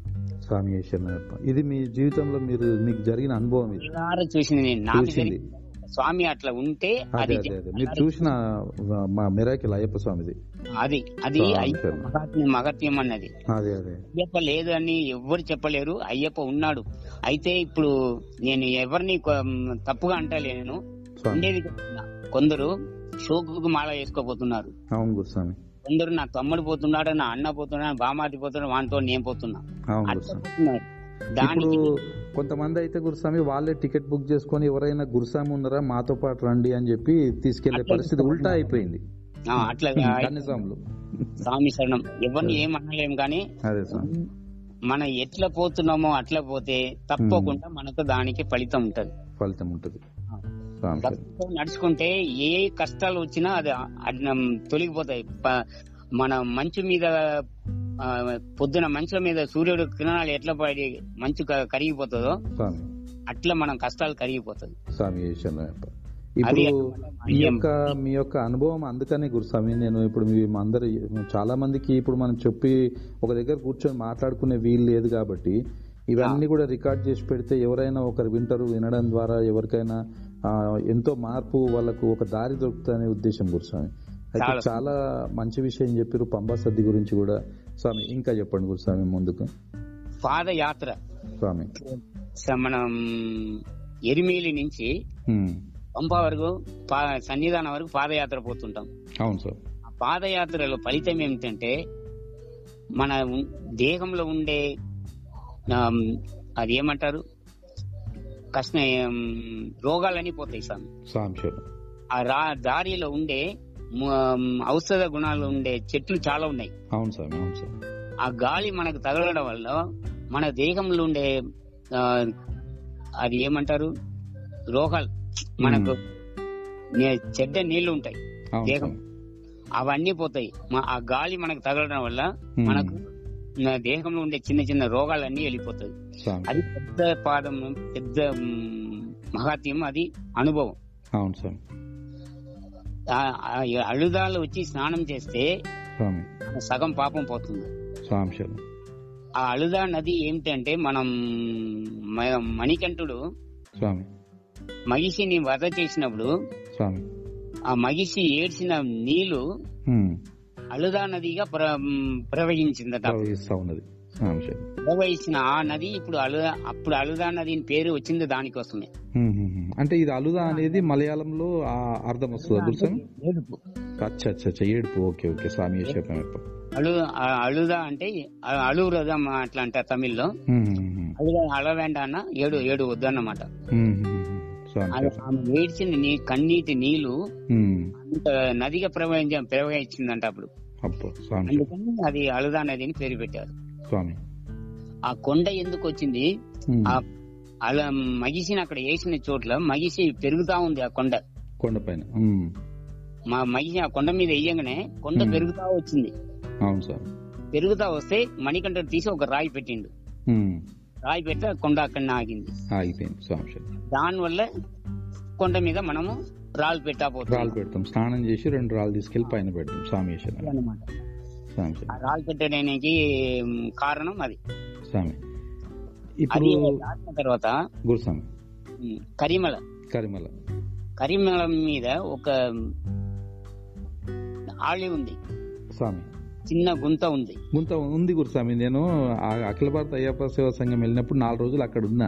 స్వామి శరణయ్యప్ప ఇది మీ జీవితంలో మీరు మీకు జరిగిన అనుభవం ఇది
కళ్ళారా చూసింది నేను నాకు
చూసింది
జరిగింది. స్వామి అట్లా ఉంటే
అదే
అది
అదే అదే మీరు చూసిన వ- మా మిరాకిల్ అయ్యప్ప స్వామిది
అది అది
స్వామి
అయ్యప్ప
శరణం.
మహాత్మ్యం మహత్యం అన్నది
అదే అదే
అయ్యప్ప లేదు అని ఎవ్వరు చెప్పలేరు అయ్యప్ప ఉన్నాడు అయితే ఇప్పుడు నేను ఎవరిని కొ- తప్పుగా అంటలేను
స్వామి
ఉండేది చెప్తున్నా. కొందరు షోకుకు మాల వేసుకోపోతున్నారు
అవును గురుస్వామి
కొందరు నా తమ్ముడు పోతున్నాడు నా అన్న పోతున్నాడు బామాటి పోతున్నాడు వానితో నేను పోతున్నా
అవును
అట్లా
గురుస్వామి
పోతున్నారు
ఇప్పుడు
దానికి
కొంతమంది అయితే గురుస్వామి వాళ్ళే టికెట్ బుక్ చేసుకొని ఎవరైనా గురుస్వామి ఉన్నారా మాతో పాటు రండి అని చెప్పి తీసుకెళ్లే
అట్లా
పరిస్థితి ఉల్టా అయిపోయింది
ఆ, అట్లా
కన్యస్వాములు
స్వామి శరణం ఎవరిని ఏం అనలేము కానీ
అదే స్వామి
మనం ఎట్లా పోతున్నామో అట్లా పోతే తప్పకుండా మనకు దానికి ఫలితం ఉంటది
ఫలితం ఉంటుంది స్వామి శరణం.
భక్తితో నడుచుకుంటే ఏ కష్టాలు వచ్చినా అది ఆ- అది నమ్ తొలగిపోతాయి ప- మన మంచు మీద ఆ, పొద్దున మంచుల మీద సూర్యుడు కిరణాలు ఎట్లా పడి మంచు క- కరిగిపోతుందో
స్వామి
అట్లా మనం కష్టాలు కరిగిపోతుంది
స్వామి శరణయ్యప్ప
అది
ఇప్పుడు
అన్నమాట
మీ
అయ్యం.
యొక్క మీ యొక్క అనుభవం అందుకనే గురుస్వామి నేను ఇప్పుడు మీ అందరి చాలా మందికి ఇప్పుడు మనం చెప్పి ఒక దగ్గర కూర్చొని మాట్లాడుకునే వీలు లేదు కాబట్టి ఇవన్నీ కూడా రికార్డ్ చేసి పెడితే ఎవరైనా ఒకరు వింటారు వినడం ద్వారా ఎవరికైనా ఆ, ఎంతో మార్పు వాళ్ళకు ఒక దారి దొరుకుతుందనే ఉద్దేశం గురుస్వామి అయితే
చాలా.
చాలా మంచి విషయం చెప్పారు పంబా సద్ది గురించి కూడా స్వామి ఇంకా చెప్పండి గురుస్వామి ముందుకు
పాదయాత్ర
స్వామి
స- మనం ఎరిమేలి నుంచి
ఉమ్.
పంప వరకు పా- సన్నిధానం వరకు పాదయాత్ర పోతుంటాం
అవును సార్
ఆ పాదయాత్రలో ఫలితం ఏమిటంటే మన ఉన్- దేహంలో ఉండే ఆమ్, అది ఏమంటారు కష్ట ఏం, రోగాలన్నీ పోతాయి స్వామి
స్వామి శరణం
ఆ రా దారిలో ఉండే మ- ఔషధ గుణాలు ఉండే చెట్లు చాలా ఉన్నాయి
అవును స్వామి అవును స్వామి
ఆ గాలి మనకు తగలడం వల్ల మన దేహంలో ఉండే ఆ, అది ఏమంటారు రోగాలు మనకు నే- చెడ్డ నీళ్లు ఉంటాయి
అవును
దేహం.
స్వామి
అవన్నీ పోతాయి మ- ఆ గాలి మనకు తగలడం వల్ల
ఉమ్.
మనకు నా దేహంలో ఉండే చిన్న చిన్న రోగాలన్నీ వెళ్ళిపోతాయి
స్వామి
అది పెద్ద పాదం పెద్ద మ్, మహాత్యం అది అనుభవం
అవును స్వామి
ఆ- ఆ అழுదాలు వచ్చి స్నానం చేస్తే
స్వామి
సగం పాపం పోతుంది
స్వామి శరణం
ఆ అழுదా నది ఏమిటంటే మనం మ- మణికంఠుడు
స్వామి
మహిషిని వధ చేసినప్పుడు
స్వామి
ఆ మహిషి ఏడ్చిన నీళ్లు
ఉమ్.
అழுదా నదిగా ప్ర ప్రవహించిందట
ప్రవహిస్తా ఉన్నది స్వామి శరణం
ప్రవహించిన ఆ నది ఇప్పుడు అలుదా అప్పుడు అలుదా నది అని పేరు వచ్చింది దానికోసమే
ఉమ్, ఉమ్, ఉమ్. Hmm, అంటే ఇది అలుదా అనేది మలయాళంలో ఆ అర్థం వస్తుంది అబ్దుల్ స్వామి
ఏడుపు.
అచ్చా అచ్చా అచ్చా ఏడుపు ఓకే ఓకే స్వామి ఏ చెప్పాం ఇప్పుడు
అలు ఆ అలుదా అంటే అ- అలురదం అట్లా అంటారు తమిళ్లో
ఉమ్, ఉమ్, ఉమ్.
అలుదా అలవేండ అన్న ఏడు ఏడు వద్దు అన్నమాట
ఉమ్, ఉమ్, ఉమ్. స్వామి
అది
చెప్పాం.
ఆమె ఏడ్చిన నీ కన్నీటి నీళ్లు
ఉమ్.
అంత నదిగా ప్రవహించ ప్రవహించిందంట అప్పుడు
అబ్బో స్వామి చెప్పాం.
అందుకని అది అలుదా నది అని పేరు పెట్టారు
స్వామి
ఆ కొండ ఎందుకు వచ్చింది
ఉమ్.
ఆ అలా మగిసిని అక్కడ వేసిన చోట్ల మగిసి పెరుగుతా ఉంది ఆ కొండ
కొండపైన ఉమ్.
మా మగిసి ఆ కొండ మీద వేయంగానే కొండ
మ్మ్.
పెరుగుతా వచ్చింది
అవును స్వామి
పెరుగుతా వస్తే మణికంఠ తీసి ఒక రాయి పెట్టిండు
ఉమ్.
రాయి పెట్టి ఆ కొండ అక్కడ ఆగింది
Hmm. ఆగిపోయింది స్వామి శరణం.
దానివల్ల కొండ మీద మనము రాళ్ళు పెట్టాపోతాం
రాళ్ళు పెడతాం స్నానం చేసి రెండు రాళ్ళు తీసుకెళ్లి పైన పెడతాం స్వామి శరణం.
అన్నమాట
స్వామి శరణం.
ఆ రాళ్ళు పెట్టడానికి ఉమ్, కారణం అది
స్వామి
అది
ఇప్పుడు
దాటిన తర్వాత
గురుస్వామి
ఉమ్, కరిమల
కరిమల
కరిమల మీద ఒక ఉమ్, ఆలి ఉంది
స్వామి
చిన్న గుంత ఉంది
ముంత ఉంది గురుస్వామి నేను ఆ అఖిల భారత అయ్యప్ప సేవా సంఘం వెళ్ళినప్పుడు నాలుగు రోజులు అక్కడ ఉన్నా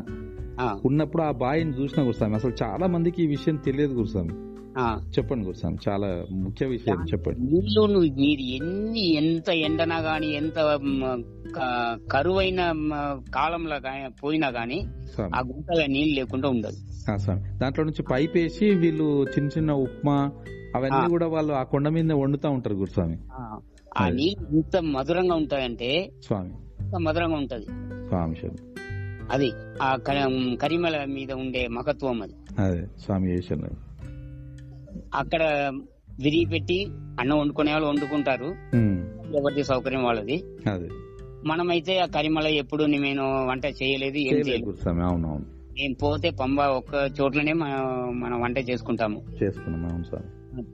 ఆ
ఉన్నప్పుడు ఆ బాయిని చూసిన గురుస్వామి అసలు చాలా మందికి ఈ విషయం తెలియదు గురుస్వామి
ఆ
చెప్పండి గురుస్వామి చాలా ముఖ్య విషయం చెప్పండి
నీళ్ళు నువ్వు మీరు ఎన్ని ఎంత ఎండనా గాని ఎంత మ, క- కరువైన మ, కాలంలో గాని పోయినా గాని
స్వామి
ఆ గుంటలో నీళ్ళు లేకుండా ఉండదు
ఆ స్వామి దాంట్లో నుంచి పైప్ వేసి వీళ్ళు చిన్న చిన్న ఉప్మా అవన్నీ
ఆ.
కూడా వాళ్ళు ఆ కొండ మీద వండుతా ఉంటారు గురుస్వామి
ఆ, ఆ నీళ్ళు ఇంత మధురంగా ఉంటాయంటే
స్వామి
ఇంత మధురంగా ఉంటది
స్వామి శరణం.
అది ఆ క- కరిమల మీద ఉండే మహత్వం అది
అదే స్వామి శరణం.
అక్కడ విరిగి పెట్టి అన్నం వండుకునే వాళ్ళు వండుకుంటారు
ఉమ్,
ఎవరిది సౌకర్యం వాళ్ళది
అదే
మనమైతే ఆ కరిమల ఎప్పుడు నేను వంట చేయలేదు ఏం
చేయలేదు
చేయలేదు
గురుస్వామి అవునవును
నేను పోతే పంబ ఒక్క చోట్లనే మనం మనం వంట చేసుకుంటాము
చేసుకున్నాం అవును స్వామి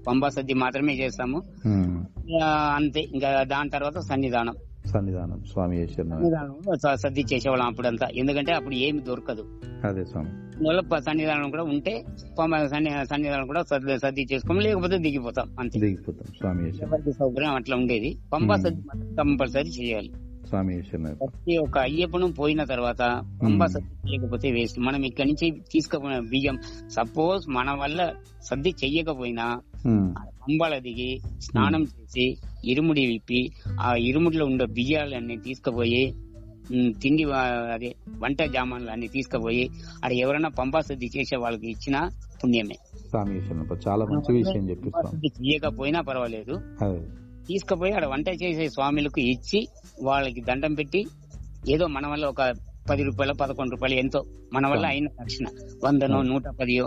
పంబా సద్ది మాత్రమే చేస్తాము
ఉమ్,
ఆ, అంతే ఇంకా దాని తర్వాత సన్నిధానం
సన్నిధానం స్వామి శరణం.
సన్నిధానంలో స- సద్ది చేసేవాళ్ళం అప్పుడంతా ఎందుకంటే అప్పుడు ఏమి దొరకదు
అదే స్వామి
అందువల్ల ప- సన్నిధానం కూడా ఉంటే పంబ సన్ని- సన్నిధానం కూడా సద్ది సద్ది చేసుకోము లేకపోతే దిగిపోతాం అంతే
దిగిపోతాం స్వామి శరణం.
ఎవరికి సౌకర్యం అట్లా ఉండేది పంబా
మ్మ్.
సద్ది మాత్రం కంపల్సరీ చేయాలి
స్వామి శరణం.
ప్రతి ఒక్క అయ్యప్పను పోయిన తర్వాత పంబా సద్ది చేయకపోతే వేస్ట్ మనం ఇక్కడి నుంచి తీసుకుపోయిన బియ్యం సపోజ్ మన వల్ల సద్ది చెయ్యకపోయినా
ఉమ్,
అంబాల దిగి స్నానం చేసి ఇరుముడి విప్పి ఆ ఇరుముడిలో ఉండే బియ్యాలన్నీ తీసుకుపోయి ఉమ్, తిండి వా- అదే వంట జామాన్లు అన్ని తీసుకుపోయి అక్కడ ఎవరైనా పంపాశుద్ధి చేసే వాళ్ళకి ఇచ్చినా పుణ్యమే
స్వామి శరణం. చాలా మంచి విషయం చెప్పి స్వామి
పంపాశుద్ధి చేయకపోయినా పర్వాలేదు
అదే
తీసుకుపోయి అక్కడ వంట చేసే స్వామిలకు ఇచ్చి వాళ్ళకి దండం పెట్టి ఏదో మన వల్ల ఒక పది రూపాయలు పదకొండు రూపాయలు ఎంతో మన వల్ల అయిన దక్షిణ వందనో నూట పదియో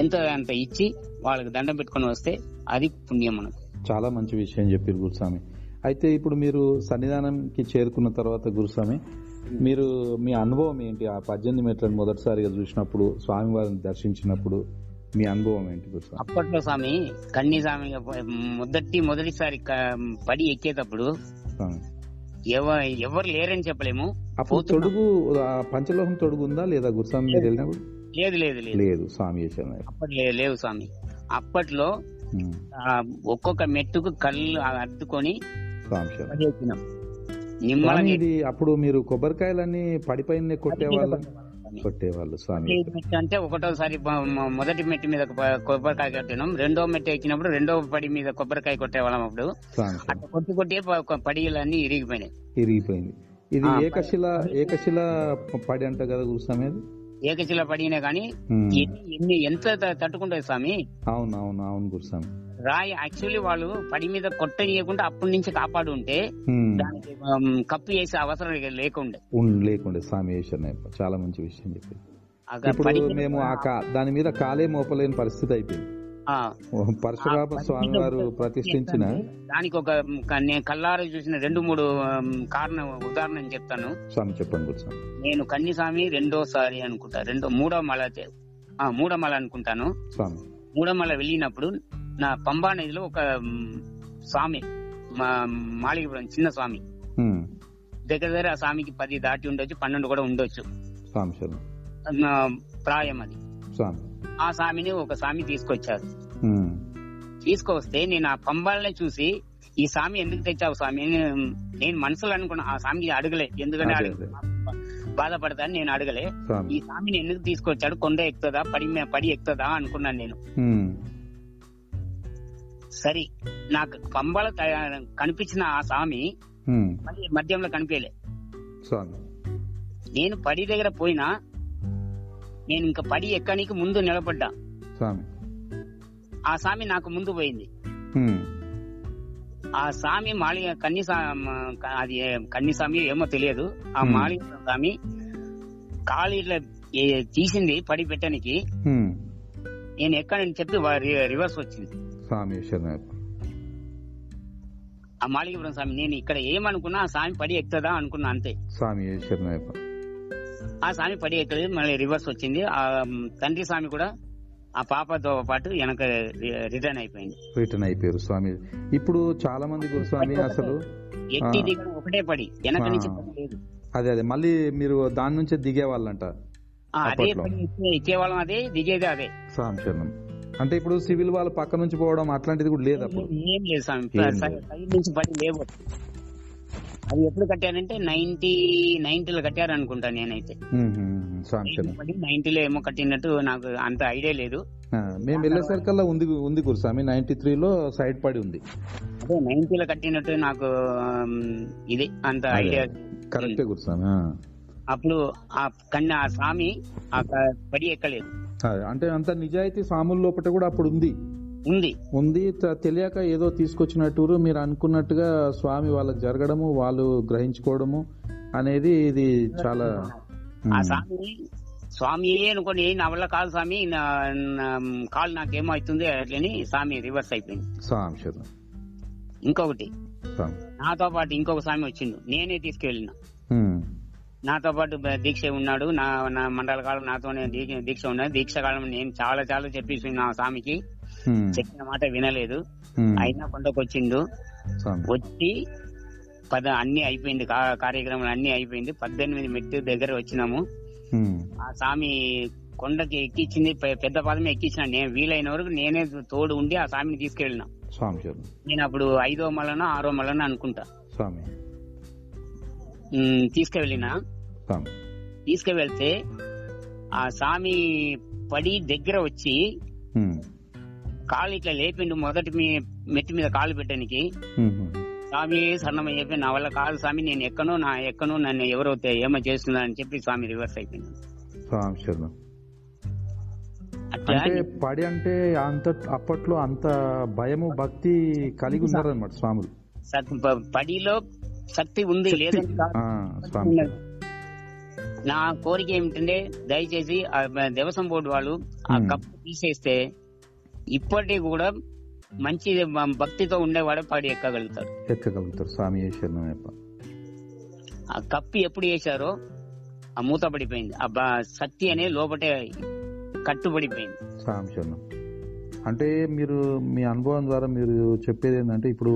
ఎంతో అంత ఇచ్చి వాళ్ళకి దండం పెట్టుకొని వస్తే అది పుణ్యం మనకు
చాలా మంచి విషయం చెప్పారు గురుస్వామి అయితే ఇప్పుడు మీరు సన్నిధానంకి చేరుకున్న తర్వాత గురుస్వామి మీరు మీ అనుభవం ఏంటి ఆ పద్దెనిమిది మీటర్లను మొదటిసారిగా చూసినప్పుడు స్వామివారిని దర్శించినప్పుడు మీ అనుభవం ఏంటి గురుస్వామి
అప్పట్లో స్వామి కన్నీ స్వామి మొదటి మొదటిసారి క- పడి ఎక్కేటప్పుడు
స్వామి
ఎవ ఎవరు లేరని చెప్పలేము
అప్పుడు
పోతున్నా.
తొడుగు ఆ పంచలోహం తొడుగు ఉందా లేదా గురుస్వామి మీరు వెళ్ళినప్పుడు
లేదు లేదు లేదు
లేదు స్వామి చేశాను
అప్పటి లే- లేవు స్వామి అప్పట్లో
ఉమ్,
ఆ, ఒక్కొక్క మెట్టుకు కళ్ళు అద్దుకొని
స్వామి శరణం.
పడి ఎక్కినాం
స్వామి
నిమ్మలని
ఇది అప్పుడు మీరు కొబ్బరికాయలన్నీ పడిపైన కొట్టేవాళ్ళు
స్వామి.
కొట్టేవాళ్ళు స్వామి
ఈ మెట్టు అంటే ఒకటోసారి ప- మ- మొదటి మెట్టు మీద కొబ్బ- కొబ్బరికాయ కొట్టినాం రెండో మెట్టు ఎక్కినప్పుడు రెండో పడి మీద కొబ్బరికాయ కొట్టేవాళ్ళం అప్పుడు
స్వామి శరణం.
అట్లా కొట్టి కొట్టి ప- పడిలన్నీ ఇరిగిపోయినాయి
ఇరిగిపోయింది ఇది
ఆ,
ఏకశిల ఏకశిల పడి అంట కదా గురుస్వామి అది
ఏకశిల పడినా గాని
ఉమ్.
ఎన్ని ఎన్ని ఎంత త- తట్టుకుంటాయి స్వామి
అవును అవును అవును గురుస్వామి
రాయి యాక్చువల్లీ వాళ్ళు పడి మీద కొట్టనీయకుండా అప్పటి నుంచి కాపాడు ఉంటే
ఉమ్.
దానికి ఉమ్, కప్పు వేసే అవసరం ఇక లేకుండే
ఉన్- లేకుండే స్వామి ఈశ్వరనే చాలా మంచి విషయం చెప్పింది
ఆ గ- పడి
ఇప్పుడు
మీద-
మేము ఆ కా- దాని మీద కాలే మోపలేని పరిస్థితి అయిపోయింది
ఆ,
ఓ, పరశురామ స్వామి వారు ప్రతిష్ఠించిన
దానికి ఒక ఉమ్, క- నేను కల్లారు చూసిన రెండు మూడు ఉమ్, కారణం ఉదాహరణ చెప్తాను
స్వామి చెప్పండి గురుస్వామి
నేను కన్నిస్వామి రెండోసారి అనుకుంటా రెండో మూడో మల చే- ఆ, మూడో మల అనుకుంటాను
స్వామి
మూడో మల వెళ్ళినప్పుడు నా పంబా నదిలో ఒక ఉమ్, స్వామి మా మాలికపురం చిన్న స్వామి
ఉమ్.
దగ్గర దగ్గర ఆ స్వామికి పది దాటి ఉండొచ్చు పన్నెండు కూడా ఉండొచ్చు
స్వామి శరణం
నా ప్రాయం అది
స్వామి
ఆ స్వామిని ఒక స్వామి తీసుకొచ్చారు
ఉమ్.
తీసుకొస్తే నేను ఆ పంబాలనే చూసి ఈ స్వామి ఎందుకు తెచ్చావు స్వామి అని నేను మనసులో అనుకున్నా ఆ స్వామికి అడగలే ఎందుకంటే
అదే,
అడగ- బాధపడతా అని నేను అడగలే ఈ
స్వామి
స్వామిని ఎందుకు తీసుకొచ్చాడు కొండ ఎక్కుతుందా పడి మీ- పడి ఎక్కుతుందా అనుకున్నాను నేను
ఉమ్.
సరే నాకు పంబల త- కనిపించిన ఆ స్వామి
ఉమ్.
మళ్ళీ మధ్యంలో కనిపించలే
స్వామి
నేను పడి దగ్గర పోయినా నేను ఇంకా పడి ఎక్కడానికి ముందు నిలబడ్డా
స్వామి
ఆ స్వామి నాకు ముందు పోయింది
ఉమ్.
ఆ స్వామి మాళి కన్ని సా- మ- క- అది ఏ- కన్ని స్వామి ఏమో తెలియదు ఆ
Hmm.
మాళి స్వామి కాలు ఇట్లా ఏ- తీసింది పడి పెట్టడానికి
ఉమ్.
నేను ఎక్కడని చెప్పి వా- రి- రివర్స్ వచ్చింది
స్వామి శరణం
ఆ మాళికపురం స్వామి నేను ఇక్కడ ఏమనుకున్నా ఆ స్వామి పడి ఎక్కుతుందా అనుకున్నా అంతే
స్వామి శరణం
ఆ స్వామి పడి ఎక్కలేదు మళ్ళీ రివర్స్ వచ్చింది ఆ మ్, తండ్రి స్వామి కూడా ఆ పాపతో పాటు వెనక రి- రిటర్న్ అయిపోయింది
రిటర్న్ అయిపోయారు స్వామి ఇప్పుడు చాలా మంది గురుస్వామి అసలు
ఎత్తి
Ah.
దిగిన ఒకటే పడి వెనక నుంచి
Ah.
పడి లేదు
అదే అదే మళ్ళీ మీరు దాని నుంచే దిగే వాళ్ళంట
ఆ, అదే
అప్పట్లో.
పడి ఎక్కే- ఎక్కేవాళ్ళం అదే దిగేది అదే
స్వామి శరణం అంటే ఇప్పుడు సివిల్ వాళ్ళ పక్క నుంచి పోవడం అట్లాంటిది కూడా లేదు అప్పుడు
ఏం లేదు స్వామి
ఏం
సై-
లేదు.
సైడ్ నుంచి పడి లేవు అది ఎప్పుడు కట్టారంటే నైన్టీ నైన్టీలో కట్టారు అనుకుంటా నేనైతే
ఉమ్, ఉమ్, ఉమ్, స్వామి శరణం
నైన్టీలో ఏమో కట్టినట్టు నాకు అంత ఐడియా లేదు
ఆ, మేము వెళ్ళేసరికల్లా ఉంది ఉంది గురుస్వామి నైన్టీ త్రీలో సైడ్ పడి ఉంది
అదే నైన్టీలో కట్టినట్టు నాకు ఆమ్, ఇది అంత ఐడియా
కరెక్టే గురుస్వామి ఆ.
అప్పుడు ఆ కన్నా ఆ స్వామి ఆ క- పడి ఎక్కలేదు
ఆ, అంటే అంత నిజాయితీ స్వాముల లోపల కూడా అప్పుడు ఉంది
ఉంది
ఉంది త- తెలియక ఏదో తీసుకొచ్చినట్టు మీరు అనుకున్నట్టుగా స్వామి వాళ్ళకి జరగడము వాళ్ళు గ్రహించుకోవడము అనేది ఇది చాలా
ఆ
ఉమ్,
స్వామి స్వామి అనుకోండి "ఏ, నా వల్ల కాదు స్వామి నా నా- కాలు నాకేమో అవుతుంది అట్లని స్వామి రివర్స్ అయిపోయింది
స్వామి శరణం,
ఇంకొకటి
స్వామి
నాతో పాటు ఇంకొక స్వామి వచ్చిండు నేనే తీసుకెళ్ళిన
ఉమ్,
నాతో పాటు బ- దీక్ష ఉన్నాడు నా నా మండల కాలం నాతోనే దీ- దీక్ష ఉన్నాడు దీక్ష కాలం నేను చాలా చాలా చెప్పేసి నా స్వామికి
ఉమ్,
చెప్పిన మాట వినలేదు
ఉమ్,
అయినా కొండకు వచ్చిండు
స్వామి
వచ్చి పద అన్ని అయిపోయింది కా- కార్యక్రమాలు అన్ని అయిపోయింది పద్దెనిమిది మెట్టు దగ్గర వచ్చినాము
ఉమ్,
ఆ స్వామి కొండకి ఎక్కించింది పె- పెద్ద పాదమే ఎక్కించిన నేను వీలైన వరకు నేనే తోడు ఉండి ఆ స్వామిని తీసుకెళ్ళిన
స్వామి శరణం,
నేను అప్పుడు ఐదో మలనో ఆరో మలనో అనుకుంటా
స్వామి
ఉమ్, తీసుకెళ్ళినా
స్వామి
తీసుకువెళ్తే ఆ స్వామి పడి దగ్గర వచ్చి
ఉమ్,
కాలు ఇట్లా లేపిండు మొదటి మీ మెట్టి మీద కాలు పెట్టడానికి
ఉమ్, ఉమ్,
స్వామి సన్నమని చెప్పి నా వల్ల కాదు స్వామి నేను ఎక్కను నా ఎక్కను నన్ను ఎవరో తె- ఏమో చేస్తున్నా అని చెప్పి స్వామి రివర్స్ అయిపోయింది
స్వామి శరణం
అట్లా
అంటే పడి అంటే అంత అప్పట్లో అంత భయము భక్తి కలిగి ఉన్నారనమాట స్వాములు
సత్- ప- పడిలో శక్తి ఉంది లేదని కాదు.
ఆ, స్వామి శరణం,
నా కోరిక ఏమిటంటే దయచేసి ఆ దేవసం బోర్డు వాళ్ళు ఆ
Hmm.
కప్పు తీసేస్తే ఇప్పటికీ కూడా మంచి భక్తితో ఉండేవాడు పడి ఎక్కగలుగుతాడు
ఎక్కగలుగుతారు స్వామి శరణం అయ్యప్ప.
ఆ కప్పి ఎప్పుడు వేశారో ఆ మూత పడిపోయింది ఆ బ- శక్తి అనే లోపటే కట్టుబడిపోయింది
స్వామి శరణం అంటే మీరు మీ అనుభవం ద్వారా మీరు చెప్పేది ఏంటంటే ఇప్పుడు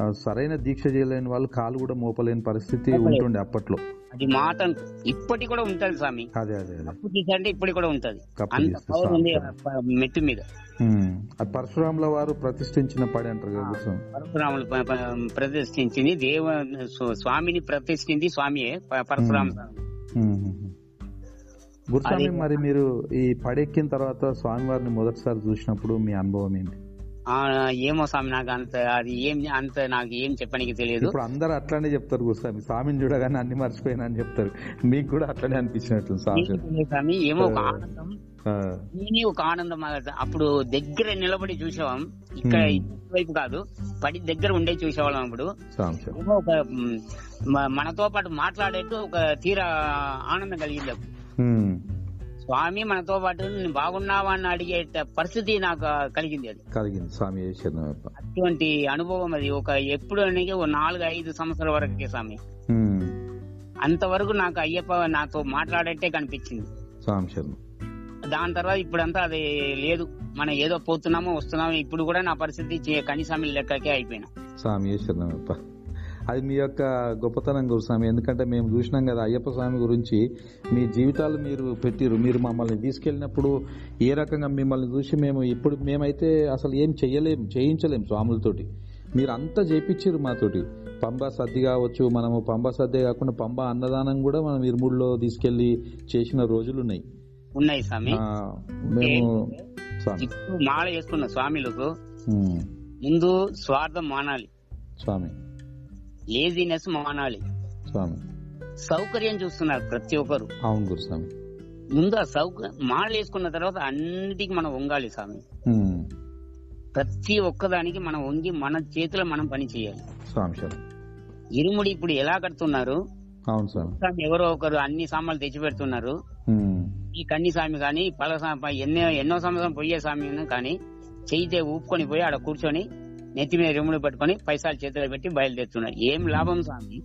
ఆ, సరైన దీక్ష చేయలేని వాళ్ళు కాలు కూడా మోపలేని పరిస్థితి
మోపలేరు.
ఉంటుండే అప్పట్లో
అది మాట అను- ఇప్పటికి కూడా ఉంటుంది స్వామి
అదే అదే అదే
కప్పు తీసారంటే ఇప్పటికి కూడా ఉంటది
కప్పు
అంత
తీస్తే
పవర్
స్వామి
ఉంది ఆ
శరణం.
ప- మెట్టు మీద
ఉమ్. అది పరశురాముల వారు ప్రతిష్ఠించిన పడి అంటారు కదా గురుస్వామి.
పరశురాములు ప- ప- ప్రతిష్ఠించింది దేవ స్వ- స్వామిని ప్రతిష్ఠించింది స్వామియే ప- పరశురామ
Hmm.
స్వామి.
ఉమ్, ఉమ్, ఉమ్. గురుస్వామి
అది-
మరి మీరు ఈ పడెక్కిన తర్వాత స్వామివారిని మొదటిసారి చూసినప్పుడు మీ అనుభవం ఏంటి
ఆ, ఏమో స్వామి నాకు అంత అది ఏం అంత నాకు ఏం చెప్పడానికి తెలియదు
ఇప్పుడు అందరు అట్లానే చెప్తారు గురుస్వామి స్వామిని చూడగానే అన్ని మర్చిపోయినా అని చెప్తారు మీకు కూడా అట్లానే అనిపించినట్లు స్వామి
ఏం తెలియదు స్వామి ఏమో ఒక ఆనందం నేనే ఒక ఆనందం ఆ- అప్పుడు దగ్గర నిలబడి చూసేవాం ఇక్కడ
Hmm.
వైపు కాదు పడి దగ్గర ఉండే చూసేవాళ్ళం అప్పుడు
స్వామి
ఏమో ఒక మ్, మ- మనతో పాటు మాట్లాడేట్టు ఒక తీరా ఆనందం కలిగింది అప్పుడు. స్వామి మనతో పాటు నేను బాగున్నావా అని అడిగే పరిస్థితి నాకు కలిగింది అది
కలిగింది స్వామి శరణమయ్యప్ప
అటువంటి అనుభవం అది ఒక ఎప్పుడు అనేది ఒక నాలుగు ఐదు సంవత్సరాల వరకే స్వామి
ఉమ్,
అంతవరకు నాకు అయ్యప్ప నాతో మాట్లాడేట్టే కనిపించింది
స్వామి శరణం
దాని తర్వాత ఇప్పుడంతా అది లేదు మనం ఏదో పోతున్నామో వస్తున్నామో ఇప్పుడు కూడా నా పరిస్థితి చే- కనీసం లెక్కకే అయిపోయినా
స్వామి శరణమయ్యప్ప అది మీ యొక్క గొప్పతనం గురుస్వామి ఎందుకంటే మేము చూసినాం కదా అయ్యప్ప స్వామి గురించి మీ జీవితాలు మీరు పెట్టిరు మీరు మమ్మల్ని తీసుకెళ్ళినప్పుడు ఏ రకంగా మిమ్మల్ని చూసి మేము ఇప్పుడు మేమైతే అసలు ఏం చేయలేం చేయించలేం స్వాములతోటి మీరు అంతా చేయించారు మాతోటి పంబా సద్ది కావచ్చు మనము పంబా సద్దే కాకుండా పంబా అన్నదానం కూడా మనం ఇరుముడిలో తీసుకెళ్లి చేసిన రోజులు ఉన్నాయి
ఉన్నాయి స్వామి
ఆ, మేము స్వామి
ఇప్పుడు మాల వేసుకున్న స్వామిలకు
ఉమ్,
ముందు స్వార్థం మానాలి
స్వామి
లేజినెస్ మానాలి
స్వామి
సౌకర్యం చూస్తున్నారు ప్రతి ఒక్కరు
అవును గురుస్వామి
ముందు ఆ సౌక మాలలు వేసుకున్న తర్వాత అన్నిటికీ మనం వంగాలి స్వామి
ఉమ్,
ప్రతి ఒక్కదానికి మనం వంగి మన చేతిలో మనం పని చేయాలి
స్వామి శరణం
ఇరుముడి ఇప్పుడు ఎలా కడుతున్నారు
అవును స్వామి
స్వామి ఎవరో ఒకరు అన్ని సామాన్లు తెచ్చి పెడుతున్నారు
ఉమ్,
ఈ కన్ని స్వామి కానీ పల స్వామి ఎన్నో ఎన్నో సంవత్సరం పోయే స్వామి అయినా కానీ చేయితే ఊపుకొని పోయి ఆడ కూర్చొని నెత్తి మీద రిముడు పెట్టుకొని పైసలు చేతిలో పెట్టి బయలుదేరుతున్నారు ఏం లాభం స్వామి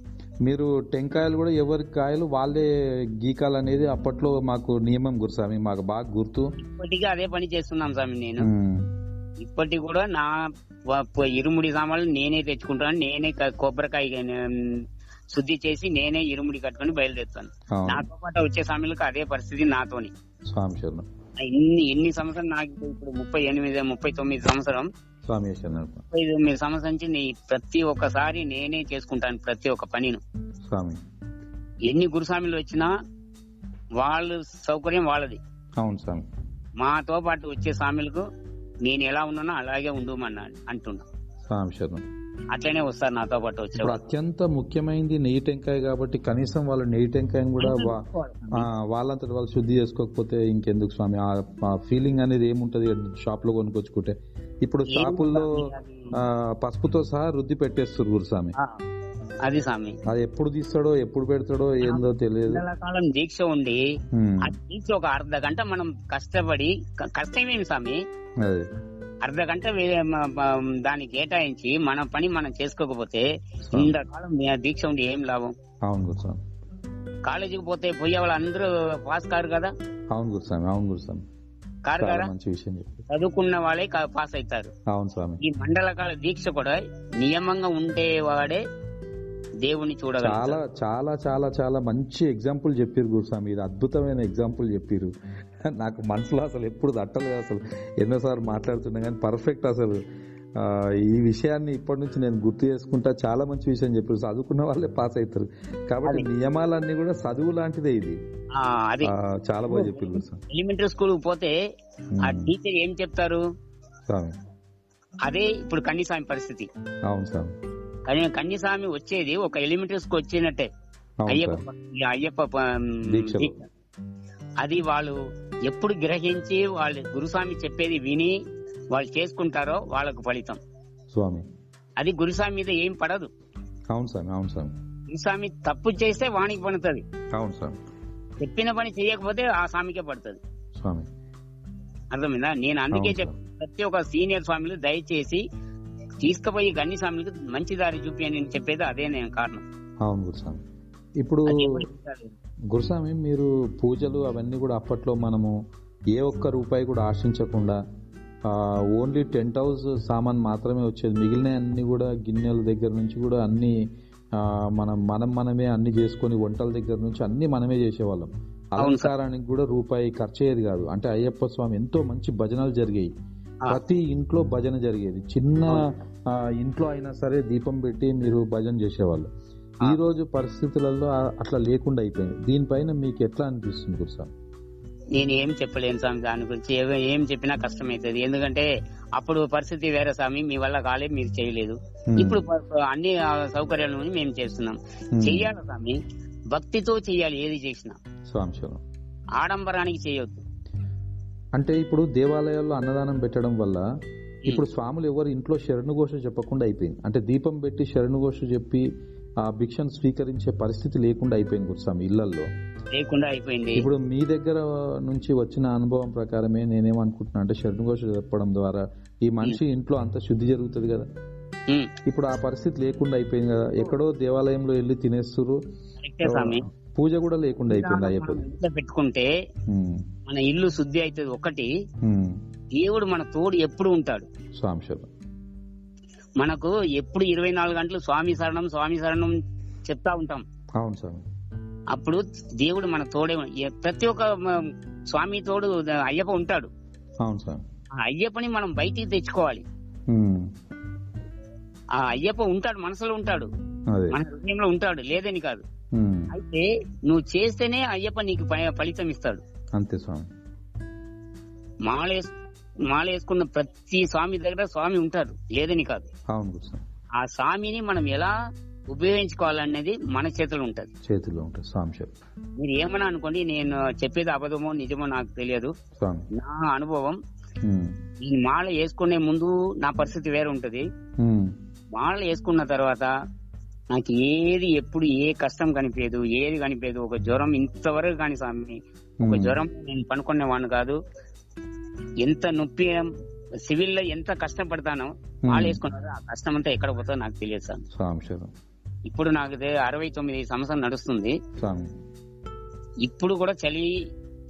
మీరు టెంకాయలు కూడా ఎవరి కాయలు వాళ్ళే గీకాలనేది అప్పట్లో మాకు నియమం గురుస్వామి మాకు బాగా గుర్తు
ఇప్పటికీ అదే పని చేస్తున్నాం స్వామి నేను
ఉమ్,
ఇప్పటికి కూడా నా వ- ప- ఇరుముడి సామాన్లు నేనే తెచ్చుకుంటాను నేనే క- కొబ్బరికాయ గాని, ఉమ్, శుద్ధి చేసి నేనే ఇరుముడి కట్టుకొని బయలుదేరుతాను
అవును
నాతో పాటు వచ్చే స్వామిలకు అదే పరిస్థితి నాతోని
స్వామి శరణం
ఇన్ని ఎన్ని సంవత్సరం నాకు ఇప్పుడు ముప్పై ఎనిమిది ముప్పై తొమ్మిది సంవత్సరం
స్వామి శరణం
ముప్పై తొమ్మిది సంవత్సరం నుంచి నీ ప్రతి ఒక్కసారి నేనే చేసుకుంటాను ప్రతి ఒక్క పనిను
స్వామి
ఎన్ని గురుస్వామిలు వచ్చినా వాళ్ళ సౌకర్యం వాళ్ళది
అవును స్వామి
మాతో పాటు వచ్చే స్వామిలకు నేను ఎలా ఉన్నానో అలాగే ఉండమన్నా అంటున్నా
స్వామి శరణం
అట్లనే వస్తారు నాతో పాటు
ఇప్పుడు
వచ్చేవాళ్ళు
అత్యంత ముఖ్యమైనది నెయ్యి టెంకాయ కాబట్టి కనీసం వాళ్ళు నెయ్యి టెంకాయని కూడా
Mm-hmm.
వా- ఆ, వాళ్ళంతట వాళ్ళు శుద్ధి చేసుకోకపోతే ఇంకెందుకు స్వామి ఆ- ఆ ఫీలింగ్ అనేది ఏముంటది షాప్ లో కొనుక్కొచ్చుకుంటే ఇప్పుడు షాపుల్లో ఆ, పసుపుతో సహా రుద్ది పెట్టేస్తారు గురుస్వామి
ఆ, అది స్వామి
అది ఎప్పుడు తీస్తాడో ఎప్పుడు పెడతాడో ఏందో తెలియదు
నెల కాలం దీక్ష ఉండి
ఉమ్,
ఆ దీక్ష ఒక అర్ధ గంట మనం కష్టపడి క- కష్టమేమి స్వామి
అది
అర్ధ గంట వే- మ- మ- దాన్ని కేటాయించి మన పని మనం చేసుకోకపోతే
స్వామి.
ఇంతకాలం మీ ఆ దీక్ష ఉండి ఏం లాభం
అవును గురుస్వామి
కాలేజీకి పోతే పోయే వాళ్ళందరూ పాస్ కారు కదా
అవును గురుస్వామి అవును గురుస్వామి
కారు
చాలా
కదా
మంచి విషయం చెప్పారు
చదువుకున్న వాళ్ళే కా- పాస్ అవుతారు
అవును స్వామి
ఈ మండల కాల దీక్ష కూడా నియమంగా ఉండేవాడే దేవుణ్ణి
చాలా
చూడగలరు
చాలా చాలా చాలా మంచి ఎగ్జాంపుల్ చెప్పారు గురుస్వామి ఇది అద్భుతమైన ఎగ్జాంపుల్ చెప్పారు నాకు మనసులో అసలు ఎప్పుడు తట్టలేదు అసలు ఎన్నోసార్లు మాట్లాడుతున్నా కానీ పర్ఫెక్ట్ అసలు ఆ, ఈ విషయాన్ని ఇప్పటి నుంచి నేను గుర్తు చేసుకుంటా చాలా మంచి విషయం చెప్పారు చదువుకున్న వాళ్ళే పాస్ అవుతారు కాబట్టి నియమాలన్నీ కూడా చదువు లాంటిదే ఇది
ఆ, అది
ఆ, చాలా బాగా చెప్పారు గురుస్వామి
ఎలిమెంటరీ స్కూల్ పోతే ఆ
ఉమ్,
టీచర్ ఏం చెప్తారు
స్వామి
అదే ఇప్పుడు కన్యస్వామి పరిస్థితి
అవును స్వామి
కానీ కన్యస్వామి వచ్చేది ఒక ఎలిమెంటరీ స్కూల్ వచ్చినట్టే
అవును
అయ్యప్ప
స్వామి
ఈ అయ్యప్ప ప-
దీక్ష.
దీక్ష. అది వాళ్ళు ఎప్పుడు గ్రహించి వాళ్ళు గురుస్వామి చెప్పేది విని వాళ్ళు చేసుకుంటారో వాళ్ళకు ఫలితం
స్వామి
అది గురుస్వామి మీద ఏం పడదు
అవును స్వామి అవును స్వామి
గురుస్వామి తప్పు చేస్తే వానికి పడుతుంది
అవును స్వామి
చెప్పిన పని చేయకపోతే ఆ స్వామికే పడుతుంది
స్వామి
అర్థమైందా నేను అందుకే
అవును సార్.
చెప్తాను ప్రతి ఒక్క సీనియర్ స్వామిలు దయచేసి తీసుకుపోయి గన్ని స్వామికి మంచి దారి చూపి అని నేను చెప్పేది అదే నేను కారణం
అవును గురుస్వామి ఇప్పుడు
అది ఎవరికి కాదు.
గురుస్వామి మీరు పూజలు అవన్నీ కూడా అప్పట్లో మనము ఏ ఒక్క రూపాయి కూడా ఆశించకుండా ఓన్లీ టెంట్ హౌస్ సామాన్ మాత్రమే వచ్చేది మిగిలిన అన్ని కూడా గిన్నెల దగ్గర నుంచి కూడా అన్ని ఆ, మనం మనం మనమే అన్ని చేసుకొని వంటల దగ్గర నుంచి అన్ని మనమే చేసేవాళ్ళం అలంకారానికి కూడా రూపాయి ఖర్చు అయ్యేది కాదు అంటే అయ్యప్ప స్వామి ఎంతో మంచి భజనలు జరిగాయి
ఆ.
ప్రతి ఇంట్లో భజన జరిగేది చిన్న ఆ, ఇంట్లో అయినా సరే దీపం పెట్టి మీరు భజన చేసేవాళ్ళు
ఆ.
ఈ రోజు పరిస్థితులలో ఆ- అట్లా లేకుండా అయిపోయింది దీనిపైన మీకు ఎట్లా అనిపిస్తుంది గురుస్వామి
నేను ఏం చెప్పలేను స్వామి దాని గురించి ఏవ- ఏం చెప్పినా కష్టమవుతుంది ఎందుకంటే అప్పుడు పరిస్థితి వేరే స్వామి మీ వల్ల కాలే మీరు చేయలేదు
ఉమ్,
ఇప్పుడు ప- అన్ని ఆ, సౌకర్యాలు ఉన్నాయి, మేము చేస్తున్నాం
ఉమ్.
చెయ్యాలి స్వామి భక్తితో చెయ్యాలి ఏది చేసినా
స్వామి శరణం.
ఆడంబరానికి చేయొద్దు
అంటే ఇప్పుడు దేవాలయాల్లో అన్నదానం పెట్టడం వల్ల ఇప్పుడు స్వాములు ఎవరు ఇంట్లో శరణుఘోష చెప్పకుండా అయిపోయింది అంటే దీపం పెట్టి శరణుఘోష చెప్పి ఆ భిక్షను స్వీకరించే పరిస్థితి లేకుండా అయిపోయింది గురుస్వామి ఇళ్లలో
లేకుండా అయిపోయింది
ఇప్పుడు మీ దగ్గర నుంచి వచ్చిన అనుభవం ప్రకారమే నేనేమనుకుంటున్నా అంటే శరణుఘోష చెప్పడం ద్వారా ఈ మనిషి ఇంట్లో అంత శుద్ధి జరుగుతుంది కదా
ఉమ్,
ఇప్పుడు ఆ పరిస్థితి లేకుండా అయిపోయింది కదా ఎక్కడో దేవాలయంలో వెళ్ళి తినేస్తురు
కరెక్టే స్వామి
పూజ కూడా లేకుండా అయిపోయింది అయ్యప్పది
మనం ఇంట్లో పెట్టుకుంటే
ఉమ్,
మన ఇల్లు శుద్ధి అవుతుంది ఒకటి
ఉమ్,
దేవుడు మన తోడు ఎప్పుడు ఉంటాడు
స్వామి శరణం.
మనకు ఎప్పుడు ఇరవై నాలుగు గంటలు స్వామి శరణం స్వామి శరణం చెప్తా ఉంటాం
అవును స్వామి
అప్పుడు దేవుడు మన తోడే ఉం- ఏ- ప్రతి ఒక్క మ- స్వామి తోడు ద- అయ్యప్ప ఉంటాడు
అవును స్వామి
ఆ అయ్యప్పని మనం బయటికి తెచ్చుకోవాలి
ఉమ్,
ఆ అయ్యప్ప ఉంటాడు మనసులో ఉంటాడు
అదే
మన హృదయంలో ఉంటాడు లేదని కాదు
ఉమ్,
అయితే నువ్వు చేస్తేనే అయ్యప్ప నీకు ప- ఫలితం ఇస్తాడు
అంతే స్వామి
మాలేస్ మాలేసుకున్న ప్రతి స్వామి దగ్గర స్వామి ఉంటాడు లేదని కాదు
అవును గురుస్వామి
ఆ స్వామిని మనం ఎలా ఉపయోగించుకోవాలనేది మన చేతిలో ఉంటది
చేతిలో ఉంటుంది స్వామి శరణం.
మీరు ఏమన్నా అనుకోండి నేను చెప్పేది అబద్ధమో నిజమో నాకు తెలియదు
స్వామి
నా అనుభవం
ఉమ్,
నేను మాల వేసుకునే ముందు నా పరిస్థితి వేరే ఉంటది
ఉమ్,
మాల వేసుకున్న తర్వాత నాకు ఏది ఎప్పుడు ఏ కష్టం కనిపించదు ఏది కనిపించదు ఒక జ్వరం ఇంతవరకు కాని స్వామి ఒక
ఉమ్,
జ్వరం నేను పనుకునేవాడిని కాదు ఎంత నొప్పి సివిల్ లో ఎంత కష్టపడతానో మాల వేసుకున్నారో ఆ కష్టం అంతా ఎక్కడ పోతుందో నాకు తెలియదు సార్
స్వామి శరణం.
ఇప్పుడు నాకు ఇదే అరవై తొమ్మిది సంవత్సరం నడుస్తుంది
స్వామి
ఇప్పుడు కూడా చలి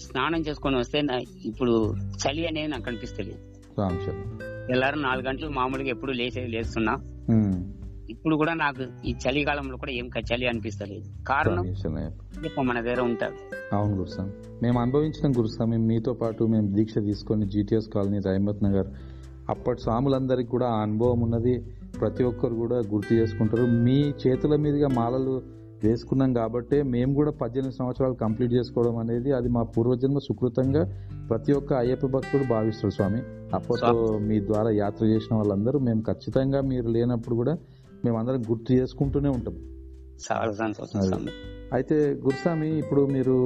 స్నానం చేసుకొని వస్తే నా- ఇప్పుడు చలి అనేది నాకు కనిపిస్తుంది
స్వామి శరణం.
తెల్లారు నాలుగు గంటలు మామూలుగా ఎప్పుడు లేచే లేస్తున్నా
ఉమ్,
ఇప్పుడు కూడా నాకు ఈ చలికాలంలో కూడా ఏం క- చలి అనిపిస్తలేదు కారణం
స్వామి శరణయ్యప్ప.
అయ్యప్ప మన దగ్గర ఉంటాడు
అవును గురుస్వామి మేము అనుభవించిన గురుస్వామి మీతో పాటు మేము దీక్ష తీసుకొని జీటీఎస్ కాలనీ రహమత్ నగర్ అప్పటి స్వాములందరికీ కూడా ఆ అనుభవం ఉన్నది ప్రతి ఒక్కరు కూడా గుర్తు చేసుకుంటారు మీ చేతుల మీదుగా మాలలు వేసుకున్నాం కాబట్టే మేము కూడా పద్దెనిమిది సంవత్సరాలు కంప్లీట్ చేసుకోవడం అనేది అది మా పూర్వజన్మ సుకృతంగా ప్రతి ఒక్క అయ్యప్ప భక్తుడు భావిస్తాడు స్వామి అప్పట్లో మీ ద్వారా యాత్ర చేసిన వాళ్ళందరూ మేము ఖచ్చితంగా మీరు లేనప్పుడు కూడా మేమందరం గుర్తు చేసుకుంటూనే ఉంటాం
చాలా సంతోషం స్వామి.
అయితే గురుస్వామి ఇప్పుడు మీరు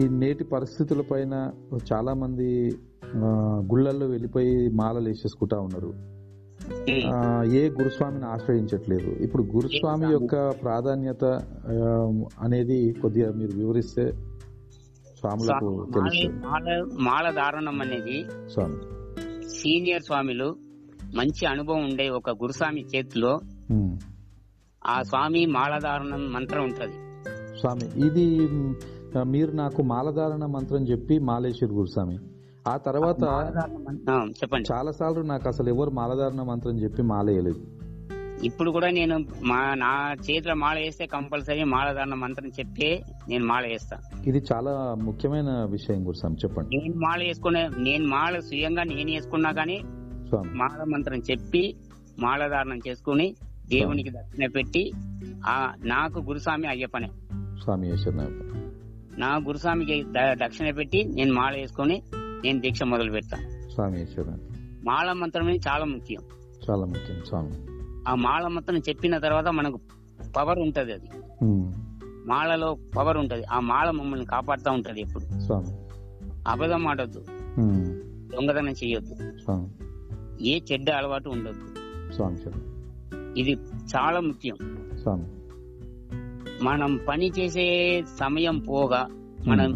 ఈ నేటి పరిస్థితుల పైన చాలా మంది ఆ, గుళ్ళల్లో వెళ్ళిపోయి మాలలు వేసేసుకుంటా ఉన్నారు
ఉమ్.
ఆ, ఏ గురుస్వామిని ఆశ్రయించట్లేదు ఇప్పుడు గురుస్వామి యొక్క ప్రాధాన్యత ఆ, అనేది కొద్దిగా మీరు వివరిస్తే స్వాములకు
స్వామి,
తెలుస్తుంది
మాల- మాల- మాల దారుణం అనేది
స్వామి
సీనియర్ స్వామిలు మంచి అనుభవం ఉండే ఒక గురుస్వామి చేతిలో
ఉమ్.
ఆ స్వామి మాల దారుణం మంత్రం ఉంటది
స్వామి ఇది మ్, మీరు నాకు మాలధారణ మంత్రం చెప్పి మాలేశ్వర్ గురుస్వామి ఆ తర్వాత
ఆ, చెప్పండి
చాలాసార్లు నాకు అసలు ఎవరు మాలధారణ మంత్రం చెప్పి మాలేయలేదు
ఇప్పుడు కూడా నేను మా నా చేతిలో మాల వేస్తే కంపల్సరీ మాల దారుణ మంత్రం చెప్పే నేను మాల వేస్తా
ఇది చాలా ముఖ్యమైన విషయం గురుస్వామి చెప్పండి
నేను మాల వేసుకునే నేను మాల స్వయంగా నేను వేసుకున్నా కానీ
స్వామి
మాల మంత్రం చెప్పి మాలధారణం చేసుకుని దేవునికి దక్షిణ పెట్టి ఆ నాకు గురుస్వామి అయ్యప్పనే
స్వామి ఈశ్వరన
నా గురుస్వామికి ద- దక్షిణ పెట్టి నేను మాల వేసుకొని నేను దీక్ష మొదలు పెడతా
స్వామి ఈశ్వరన
మాల మంత్రం అనేది చాలా ముఖ్యం
చాలా ముఖ్యం స్వామి
ఆ మాల మంత్రం చెప్పిన తర్వాత మనకు పవర్ ఉంటది అది
ఉమ్,
మాలలో పవర్ ఉంటది ఆ మాల మమ్మల్ని కాపాడుతూ ఉంటది ఎప్పుడు
స్వామి
అబద్ధం ఆడొద్దు
ఉమ్,
దొంగతనం చేయొద్దు
స్వామి
ఏ చెడ్డ అలవాటు ఉండొద్దు
స్వామి శరణ
ఇది చాలా ముఖ్యం
స్వామి
మనం పని చేసే సమయం పోగా మనం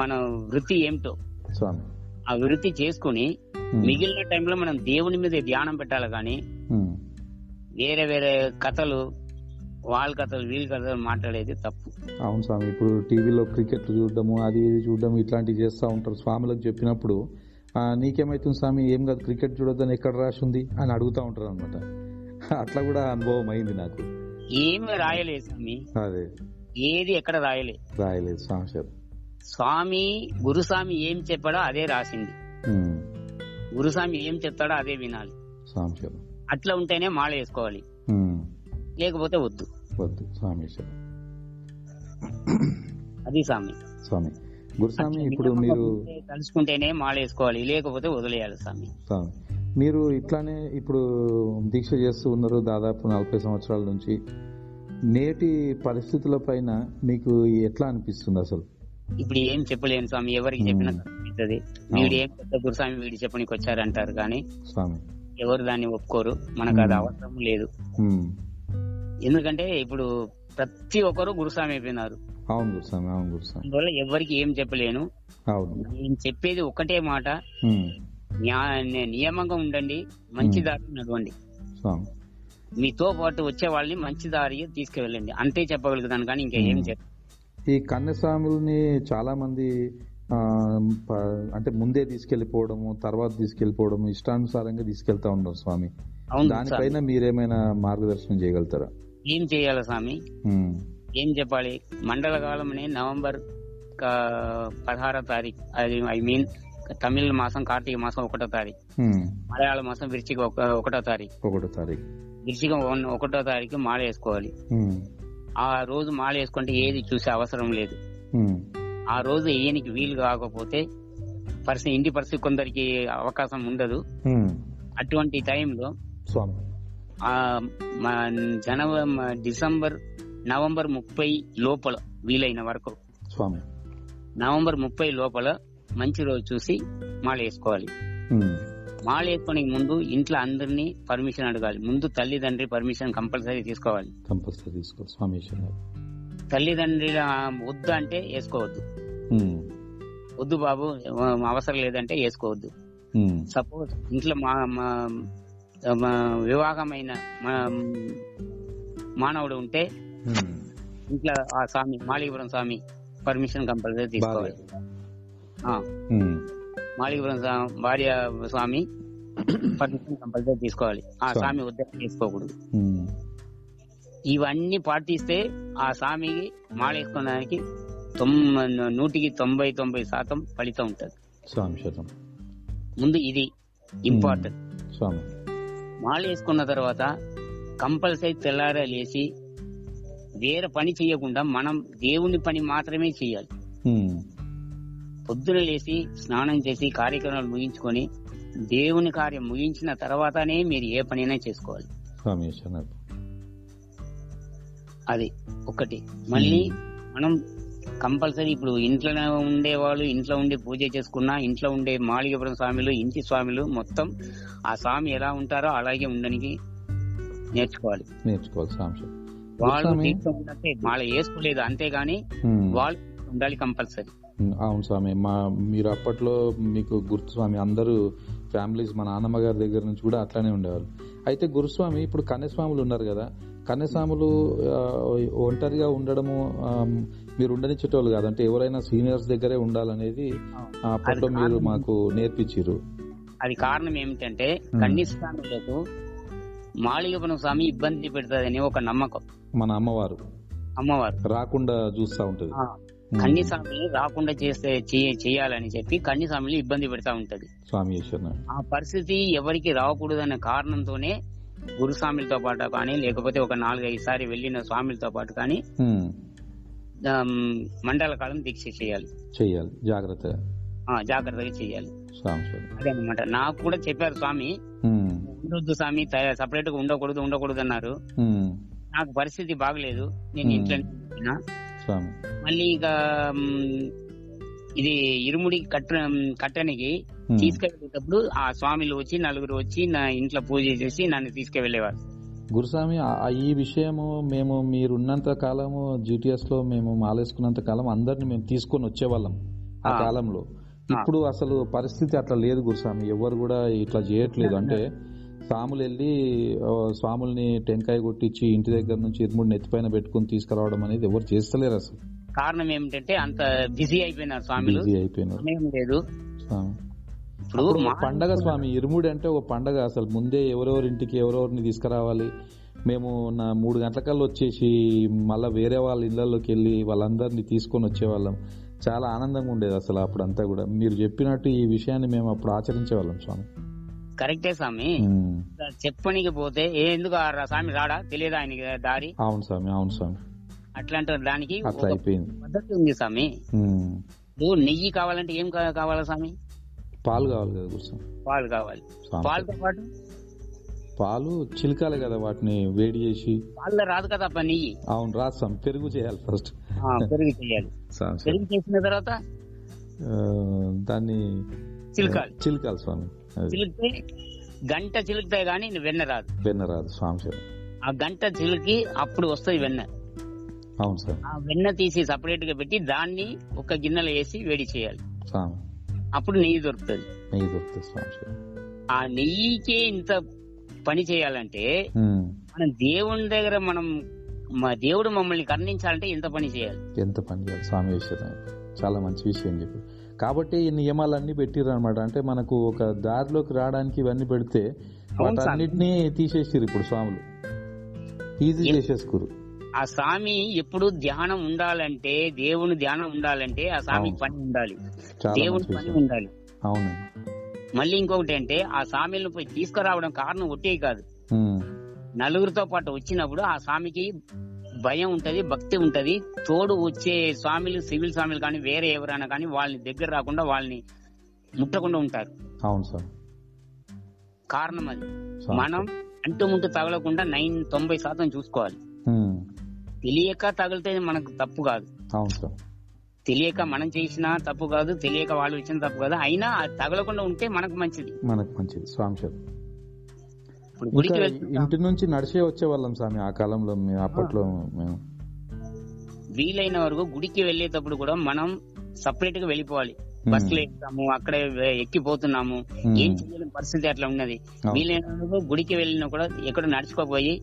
మన వృత్తి ఏమిటో
స్వామి
ఆ వృత్తి చేసుకుని
ఉమ్,
మిగిలిన టైంలో మనం దేవుని మీద ధ్యానం పెట్టాలి కానీ
ఉమ్,
వేరే వేరే కథలు వాళ్ళ కథలు వీళ్ళ కథలు మాట్లాడేది తప్పు
అవును స్వామి ఇప్పుడు టీవీలో క్రికెట్ చూడడము అది ఇది చూడడం ఇట్లాంటివి చేస్తూ ఉంటారు స్వాములకు చెప్పినప్పుడు "ఆ, నీకేమైతుంది స్వామి ఏం కాదు క్రికెట్ చూడొద్దని ఎక్కడ రాసి ఉంది అని అడుగుతా ఉంటారు అనమాట అట్లా కూడా అనుభవం అయింది నాకు
ఏమి రాయలేదు స్వామి
అదే
ఏది ఎక్కడ రాయలేదు
రాయలేదు స్వామి శరణ
స్వామి గురుస్వామి ఏం చెప్పాడో అదే రాసింది
ఉమ్,
గురుస్వామి ఏం చెప్తాడో అదే వినాలి
స్వామి శరణ
అట్లా ఉంటేనే మాల వేసుకోవాలి
ఉమ్.
లేకపోతే వద్దు
వద్దు స్వామీశ్వర
అది స్వామి
స్వామి గురుస్వామి ఇప్పుడు మీరు
తలుచుకుంటేనే మాల వేసుకోవాలి లేకపోతే వదిలేయాలి స్వామి
స్వామి మీరు ఇట్లానే ఇప్పుడు దీక్ష చేస్తూ ఉన్నారు దాదాపు నలభై సంవత్సరాల నుంచి నేటి పరిస్థితుల పైన మీకు ఎట్లా అనిపిస్తుంది అసలు
ఇప్పుడు ఏం చెప్పలేను స్వామి ఎవరికి చెప్పినా అనిపిస్తుంది వీడు ఏం పెద్ద గురుస్వామి వీడు చెప్పనికి వచ్చారంటారు కానీ
స్వామి
ఎవరు దాన్ని ఒప్పుకోరు మనకు అది అవసరం లేదు
ఉమ్.
ఎందుకంటే ఇప్పుడు ప్రతి ఒక్కరు గురుస్వామి అయిపోయినారు
అవును గురుస్వామి అవును గురుస్వామి
అందువల్ల ఎవరికి ఏం చెప్పలేను
అవును
నేను చెప్పేది ఒకటే మాట
ఉమ్.
న్యా- నియమంగా ఉండండి మంచి దారి నడవండి
స్వామి
మీతో పాటు వచ్చే వాళ్ళని మంచి దారి తీసుకువెళ్ళండి అంతే చెప్పగలుగుతాను కానీ ఇంకా ఏం చెప్ప
ఈ కన్యస్వాములని చాలా మంది ఆ, ప- అంటే ముందే తీసుకెళ్లిపోవడము తర్వాత తీసుకెళ్లిపోవడము ఇష్టానుసారంగా తీసుకెళ్తా ఉన్నారు స్వామి
అవును సార్
దానిపైన మీరేమైనా మార్గదర్శనం చేయగలుగుతారా
ఏం చేయాలి స్వామి
ఉమ్.
ఏం చెప్పాలి మండల కాలం అనే నవంబర్ క- పదహారో తారీఖు అది ఐ మీన్ తమిళ మాసం కార్తీక మాసం ఒకటో తారీఖు
ఉమ్.
మలయాళ మాసం విరుచిక ఒక- ఒకటో తారీఖు
ఒకటో తారీఖు
విరుచిక ఒన్- ఒకటో తారీఖు మాల వేసుకోవాలి
ఉమ్.
ఆ రోజు మాల వేసుకుంటే ఏది చూసే అవసరం లేదు
ఉమ్.
ఆ రోజు ఏనికి వీలు కాకపోతే పరిస్థితి ఇంటి పరిస్థితి కొందరికి అవకాశం ఉండదు
ఉమ్.
అటువంటి టైంలో
స్వామి
ఆ మ- జనవ మ- డిసెంబర్ నవంబర్ ముప్పై లోపల వీలైన వరకు
స్వామి
నవంబర్ ముప్పై లోపల మంచి రోజు చూసి మాల వేసుకోవాలి
ఉమ్.
మాల వేసుకునే ముందు ఇంట్లో అందరినీ పర్మిషన్ అడగాలి ముందు తల్లిదండ్రి పర్మిషన్ కంపల్సరీ తీసుకోవాలి
కంపల్సరీ తీసుకో స్వామీశ్వర
తల్లిదండ్రుల వద్దు అంటే వేసుకోవద్దు వద్దు బాబు ఆ, అవసరం లేదంటే వేసుకోవద్దు సపోజ్ ఇంట్లో మా మా మా వివాహమైన మా మానవుడు ఉంటే ఇంట్లో ఆ స్వామి మాళీపురం స్వామి పర్మిషన్ కంపల్సరీ తీసుకోవాలి ఆ, మాళీపురం స్వా- భార్య స్వామి పర్మిషన్ కంపల్సరీ తీసుకోవాలి ఆ
స్వామి.
స్వామి ఉద్యోగం తీసుకోకూడదు ఇవన్నీ పాటిస్తే ఆ స్వామికి మాలేసుకోవడానికి తొమ్మ నూటికి తొంభై తొంభై శాతం ఫలితం ఉంటది
స్వామి శరణం
ముందు ఇది ఇంపార్టెంట్
స్వామి
మాలేసుకున్న తర్వాత కంపల్సరీ తెల్లార లేచి వేరే పని చేయకుండా మనం దేవుని పని మాత్రమే చేయాలి
ఉమ్.
పొద్దున లేచి స్నానం చేసి కార్యక్రమాలు ముగించుకొని దేవుని కార్యం ముగించిన తర్వాతనే మీరు ఏ పనైనా చేసుకోవాలి
స్వామి శరణం
అది ఒకటి మళ్ళీ మనం కంపల్సరీ ఇప్పుడు ఇంట్లోనే ఉండే వాళ్ళు ఇంట్లో ఉండి పూజ చేసుకున్నా ఇంట్లో ఉండే మాళిగపురం స్వామిలు ఇంటి స్వామిలు మొత్తం ఆ స్వామి ఎలా ఉంటారో అలాగే ఉండడానికి నేర్చుకోవాలి
నేర్చుకోవాలి స్వామి శరణం
వాళ్ళు
స్వామి.
దీంట్లో ఉన్నట్టే మాల వేసుకోలేదు అంతేగాని
ఉమ్.
వాళ్ళు ఉండాలి కంపల్సరీ
ఉమ్, అవును స్వామి మా మీరు అప్పట్లో మీకు గుర్తు స్వామి అందరూ ఫ్యామిలీస్ మా నాన్నమ్మ గారి దగ్గర నుంచి కూడా అట్లానే ఉండేవారు అయితే గురుస్వామి ఇప్పుడు కన్యస్వాములు ఉన్నారు కదా కన్యస్వాములు ఆ, ఒంటరిగా ఉండడము ఆ, మీరు ఉండనిచ్చేటోళ్ళు కాదు అంటే ఎవరైనా సీనియర్స్ దగ్గరే ఉండాలనేది ఆ, అప్పట్లో
అది
మీరు
కాదు.
మాకు నేర్పించారు
అది కారణం ఏమిటంటే
మ్మ్.
కన్యస్వాములకు మాళిగపురం స్వామి ఇబ్బంది పెడతాదని ఒక నమ్మకం
మన అమ్మవారు
అమ్మవారు
రాకుండా చూస్తూ ఉంటుంది
ఆ, కన్యస్వామిని రాకుండా చేస్తే చేయ- చేయాలని చెప్పి కన్యస్వామిని ఇబ్బంది పెడతా ఉంటది
స్వామి ఈశ్వరన
ఆ పరిస్థితి ఎవరికి రాకూడదనే కారణంతోనే గురుస్వామిలతో పాటు కానీ లేకపోతే ఒక నాలుగైదు సారి వెళ్ళిన స్వామిలతో పాటు కానీ
ఉమ్,
ఆమ్, మండల కాలం దీక్ష చేయాలి
చెయ్యాలి జాగ్రత్త
ఆ జాగ్రత్తగా చేయాలి
స్వామి ఈశ్వరన
అదే అనమాట నాకు కూడా చెప్పారు స్వామి
ఉమ్,
ఉండొద్దు స్వామి సపరేట్ గా ఉండకూడదు ఉండకూడదు అన్నారు
ఉమ్,
నాకు పరిస్థితి బాగలేదు నేను
మ్మ్.
ఇంట్లోనే ఉంటున్నా.
స్వామి
మళ్ళీ ఇక ఆమ్, ఇది ఇరుముడి కట్ట కట్టనికి
ఉమ్,
తీసుకెళ్ళేటప్పుడు ఆ స్వామిలు వచ్చి నలుగురు వచ్చి నా ఇంట్లో పూజ చేసి నన్ను తీసుకెళ్లేవారు
గురుస్వామి ఆ- ఆ ఈ విషయము మేము మీరున్నంత కాలము జీటీఎస్ లో మేము మాలేసుకున్నంత కాలం అందరిని మేము తీసుకొని వచ్చేవాళ్ళం ఆ
ఆ.
కాలంలో ఇప్పుడు అసలు పరిస్థితి అట్లా లేదు గురుస్వామి ఎవరు కూడా ఇట్లా చేయట్లేదు అంటే స్వాములు వెళ్ళి ఆ, స్వాముల్ని టెంకాయ కొట్టించి ఇంటి దగ్గర నుంచి ఇరుముడు నెత్తిపైన పెట్టుకుని తీసుకురావడం అనేది ఎవరు చేస్తలేరు అసలు
కారణం ఏమిటంటే అంత బిజీ అయిపోయినారు స్వామిలు
బిజీ అయిపోయినారు
సమయం లేదు
స్వామి
ఇప్పుడు
అప్పుడు
మా-
పండగ స్వామి ఇరుముడి అంటే ఒక పండగ అసలు ముందే ఎవరెవరి ఇంటికి ఎవరెవరిని తీసుకురావాలి మేము నా మూడు గంటలకల్లా వచ్చేసి మళ్ళా వేరే వాళ్ళ ఇళ్ళల్లోకి వెళ్ళి వాళ్ళందరినీ తీసుకొని వచ్చేవాళ్ళం చాలా ఆనందంగా ఉండేది అసలు అప్పుడు అంతా కూడా మీరు చెప్పినట్టు ఈ విషయాన్ని మేము అప్పుడు ఆచరించేవాళ్ళం స్వామి
కరెక్టే స్వామి
ఉమ్.
చెప్పనికి పోతే ఏ ఎందుకు ఆ రా- స్వామి రాడా తెలియదు ఆయనకి దారి
అవును స్వామి అవును స్వామి
అట్లాంటి దానికి ఒక
అట్లా అయిపోయింది
పద్ధతి ఉంది స్వామి
ఉమ్.
ఇప్పుడు నెయ్యి కావాలంటే ఏం కా- కావాలా స్వామి
పాలు కావాలి కదా గురుస్వామి
పాలు కావాలి
స్వామి
పాలతో పాటు
పాలు చిలకాలి కదా వాటిని వేడి చేసి
పాలలో రాదు కదా అప్ప నెయ్యి
అవును రాదు స్వామి పెరుగు చేయాలి ఫస్ట్
ఆ, పెరుగు చేయాలి
స్వామి స్వామి.
పెరుగు చేసిన తర్వాత
ఆ, దాన్ని
చిలకాలి
చిలకాలి స్వామి అది
చిలికితే గంట చిలుకుతాయి కానీ వెన్న రాదు
వెన్న రాదు స్వామి స్వామి.
ఆ గంట చిలికి అప్పుడు వస్తాయి వెన్న
అవును స్వామి
ఆ వెన్న తీసి సపరేట్ గా పెట్టి దాన్ని ఒక గిన్నెలో వేసి వేడి చేయాలి
స్వామి
అప్పుడు నెయ్యి దొరుకుతుంది
నెయ్యి దొరుకుతుంది స్వామి స్వామి
ఆ నెయ్యికే ఇంత పని చేయాలంటే
ఉమ్.
మనం దేవుని దగ్గర మనం మా దేవుడు మమ్మల్ని కరుణించాలంటే ఇంత పని చేయాలి
ఎంత పని చేయాలి స్వామి విషయం చాలా మంచి విషయం చెప్పి కాబట్టి ఈ నియమాలన్నీ పెట్టిర్రు అనమాట అంటే మనకు ఒక దారిలోకి రావడానికి ఇవన్నీ పెడితే
అవును స్వామి.
వాటన్నిటినీ తీసేసిరు ఇప్పుడు స్వాములు ఈజీ
ఏం-
చేసేసుకురు
ఆ స్వామి ఎప్పుడు ధ్యానం ఉండాలంటే దేవుని ధ్యానం ఉండాలంటే ఆ స్వామి
అవును.
పని ఉండాలి
చాలా
దేవుని
మంచి
పని
విషయం
ఉండాలి
అవును
మళ్ళీ ఇంకొకటి అంటే ఆ స్వామిని పోయి తీసుకురావడం కారణం ఒట్టే కాదు
ఉమ్.
నలుగురితో పాటు వచ్చినప్పుడు ఆ స్వామికి భయం ఉంటది భక్తి ఉంటది తోడు వచ్చే స్వామిలు సివిల్ స్వామిలు కానీ వేరే ఎవరైనా కానీ వాళ్ళని దగ్గర రాకుండా వాళ్ళని ముట్టకుండా ఉంటారు
అవును స్వామి
కారణం అది
స్వామి.
మనం అంటుముట్టు తగలకుండా నైన్ తొంభై శాతం చూసుకోవాలి
ఉమ్.
తెలియక తగిలితే మనకు తప్పు కాదు
అవును స్వామి
తెలియక మనం చేసినా తప్పు కాదు తెలియక వాళ్ళు ఇచ్చిన తప్పు కాదు అయినా అది తగలకుండా ఉంటే మనకు మంచిది
మనకు మంచిది స్వామి సార్
ఇప్పుడు
ఇంకా
గుడికి వెళ్తున్నాం
ఇంటి నుంచి నడిచే వచ్చేవాళ్ళం స్వామి ఆ కాలంలో మేము అప్పట్లో మేము
వీలైన వరకు గుడికి వెళ్ళేటప్పుడు కూడా మనం సపరేట్ గా వెళ్ళిపోవాలి
ఉమ్.
బస్సులో ఎక్కుతాము అక్కడే ఎక్కిపోతున్నాము
ఉమ్.
ఏం చేయలేని పరిస్థితి అట్లా ఉన్నది
అవును.
వీలైన వరకు గుడికి వెళ్ళినా కూడా ఎక్కడ నడుచుకోపోయి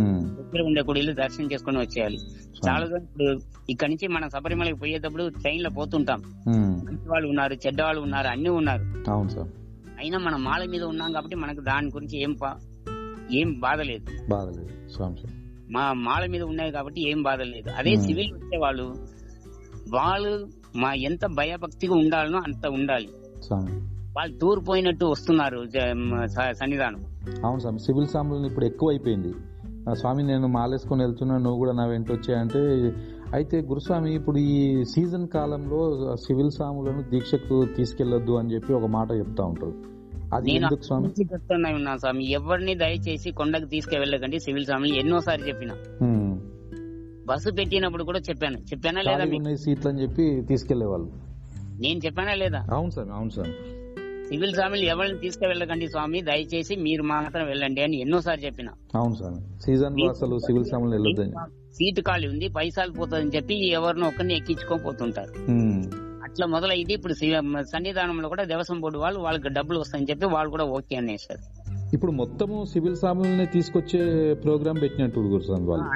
ఉమ్.
దగ్గర ఉండే గుడిలు దర్శనం చేసుకుని వచ్చేయాలి చాలా రోజులు ఇప్పుడు ఇక్కడ నుంచి మనం శబరిమలకి పోయేటప్పుడు ట్రైన్ లో పోతుంటాం
ఉమ్.
మంచి వాళ్ళు ఉన్నారు చెడ్డ వాళ్ళు ఉన్నారు అన్ని ఉన్నారు
అవును సార్
అయినా మనం మాల మీద ఉన్నాం కాబట్టి మనకు దాని గురించి ఏం పా- ఏం బాధ లేదు
బాధలేదు స్వామి సార్
మా మాల మీద ఉన్నాయి కాబట్టి ఏం బాధ లేదు అదే
Hmm.
సివిల్ వచ్చేవాళ్ళు వాళ్ళు మా ఎంత భయభక్తిగా ఉండాలనో అంత ఉండాలి
స్వామి
వాళ్ళు టూర్ పోయినట్టు వస్తున్నారు జ- మ- స- సన్నిధానం
అవును స్వామి సివిల్ సాంబులను ఇప్పుడు ఎక్కువ అయిపోయింది ఆ స్వామి నేను మాలేసుకొని వెళ్తున్నా నువ్వు కూడా నా వెంట వచ్చాయంటే అయితే గురుస్వామి ఇప్పుడు ఈ సీజన్ కాలంలో సివిల్ సాములను దీక్షకు తీసుకెళ్లొద్దు అని చెప్పి ఒక మాట చెప్తా ఉంటారు అది
నేను
ఎందుకు స్వామి
అప్పటి నుంచి చెప్తూనే ఉన్నాను స్వామి ఎవరిని దయచేసి కొండకు తీసుకువెళ్ళకండి సివిల్ స్వామిని ఎన్నోసారి చెప్పిన
ఉమ్.
బస్సు పెట్టినప్పుడు కూడా చెప్పాను చెప్పానా లేదా
ఖాళీగా
మీకు
ఉన్నాయి సీట్లు అని చెప్పి తీసుకెళ్లేవాళ్ళు
నేను చెప్పానా లేదా
అవును స్వామి అవును స్వామి
సివిల్ స్వామిని ఎవరిని తీసుకువెళ్ళకండి స్వామి దయచేసి మీరు మాత్రం వెళ్ళండి అని ఎన్నోసారి చెప్పిన
అవును స్వామి సీజన్ లో అసలు సివిల్ సాములను వెళ్ళొద్దని
సీటు ఖాళీ ఉంది పైసలు పోతుందని చెప్పి ఎవరినో ఒకరిని ఎక్కించుకొని పోతుంటారు
ఉమ్.
అట్లా మొదలైంది ఇప్పుడు శివ- సన్నిధానంలో కూడా దేవస్వం బోర్డు వాళ్ళు వాళ్ళకి డబ్బులు వస్తాయని చెప్పి వాళ్ళు కూడా ఓకే అనేసారు
ఇప్పుడు మొత్తము సివిల్ సాములని తీసుకొచ్చే ప్రోగ్రామ్ పెట్టినట్టు గురుస్వామి వాళ్ళు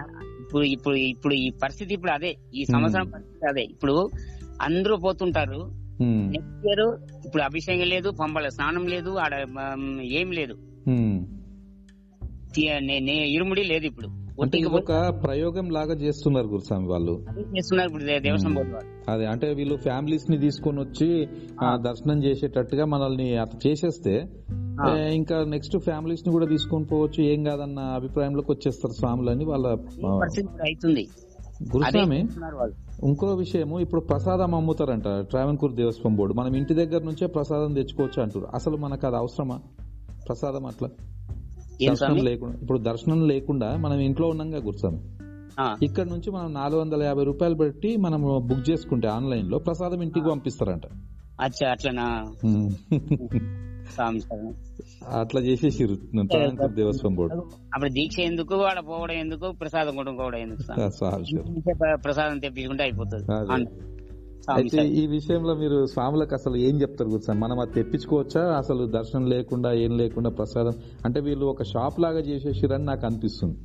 ఇప్పుడు ఇప్పుడు ఇప్పుడు ఈ పరిస్థితి ఇప్పుడు అదే ఈ సంవత్సరం పరిస్థితి అదే ఇప్పుడు అందరూ పోతుంటారు
ఉమ్.
నెక్స్ట్ ఇయర్ ఇప్పుడు అభిషేకం లేదు పంపల స్నానం లేదు ఆడ మ్, ఏం లేదు
ఉమ్.
తి- నే- నే- ఇరుముడి లేదు ఇప్పుడు
అంటే
ఒట్టికి
ఇది ఒక ప్రయోగం లాగా చేస్తున్నారు గురుస్వామి వాళ్ళు
పోయి అదే చేస్తున్నారు ఇప్పుడు దే- దేవస్వం బోర్డు వాళ్ళు
అదే అంటే వీళ్ళు ఫ్యామిలీస్ ని తీసుకొని వచ్చి ఆ, దర్శనం చేసేటట్టుగా మనల్ని అట్లా చేసేస్తే
ఆ.
ఏ, ఇంకా నెక్స్ట్ ఫ్యామిలీస్ ని కూడా తీసుకొని పోవచ్చు ఏం కాదన్న అభిప్రాయంలోకి వచ్చేస్తారు స్వాములని వాళ్ళ
ఈ పరిస్థితి ఇప్పుడు అవుతుంది అదే
గురుస్వామి
చేస్తున్నారు వాళ్ళు
ఇంకో విషయము ఇప్పుడు ప్రసాదం అమ్ముతారంట ట్రావెన్కూర్ దేవస్వం బోర్డు మనం ఇంటి దగ్గర నుంచే ప్రసాదం తెచ్చుకోవచ్చు అంటారు అసలు మనకు అది అవసరమా ప్రసాదం అట్లా
ఏం
దర్శనం
స్వామి
లేకుండా ఇప్పుడు దర్శనం లేకుండా మనం ఇంట్లో ఉన్నాంగా గురుస్వామి
ఆ,
ఇక్కడ నుంచి మనం నాలుగు వందల యాభై రూపాయలు పెట్టి మనం బుక్ చేసుకుంటే ఆన్లైన్ లో ప్రసాదం ఇంటికి పంపిస్తారంట
అచ్చా అట్లనా
ఉమ్.
స్వామి శరణం.
అట్లా చేసేసిరు ట్రావెన్కూర్ దేవస్వం బోర్డు
అప్పుడు దీక్ష ఎందుకు వాడ పోవడం ఎందుకు ప్రసాదం కొనుక్కోవడం ఎందుకు స్వామి?
ఆ, సార్ సార్.
ఇంటి నుంచే ప్ర- ప్రసాదం తెప్పించుకుంటే అయిపోతుంది
అదే.
అవును. స్వామి
అయితే ఈ విషయంలో మీరు స్వాములకు అసలు ఏం చెప్తారు గురుసాం మనం అది తెప్పించుకోవచ్చా అసలు దర్శనం లేకుండా ఏం లేకుండా ప్రసాదం అంటే వీళ్ళు ఒక షాప్ లాగా చేసేసిరని నాకు అనిపిస్తుంది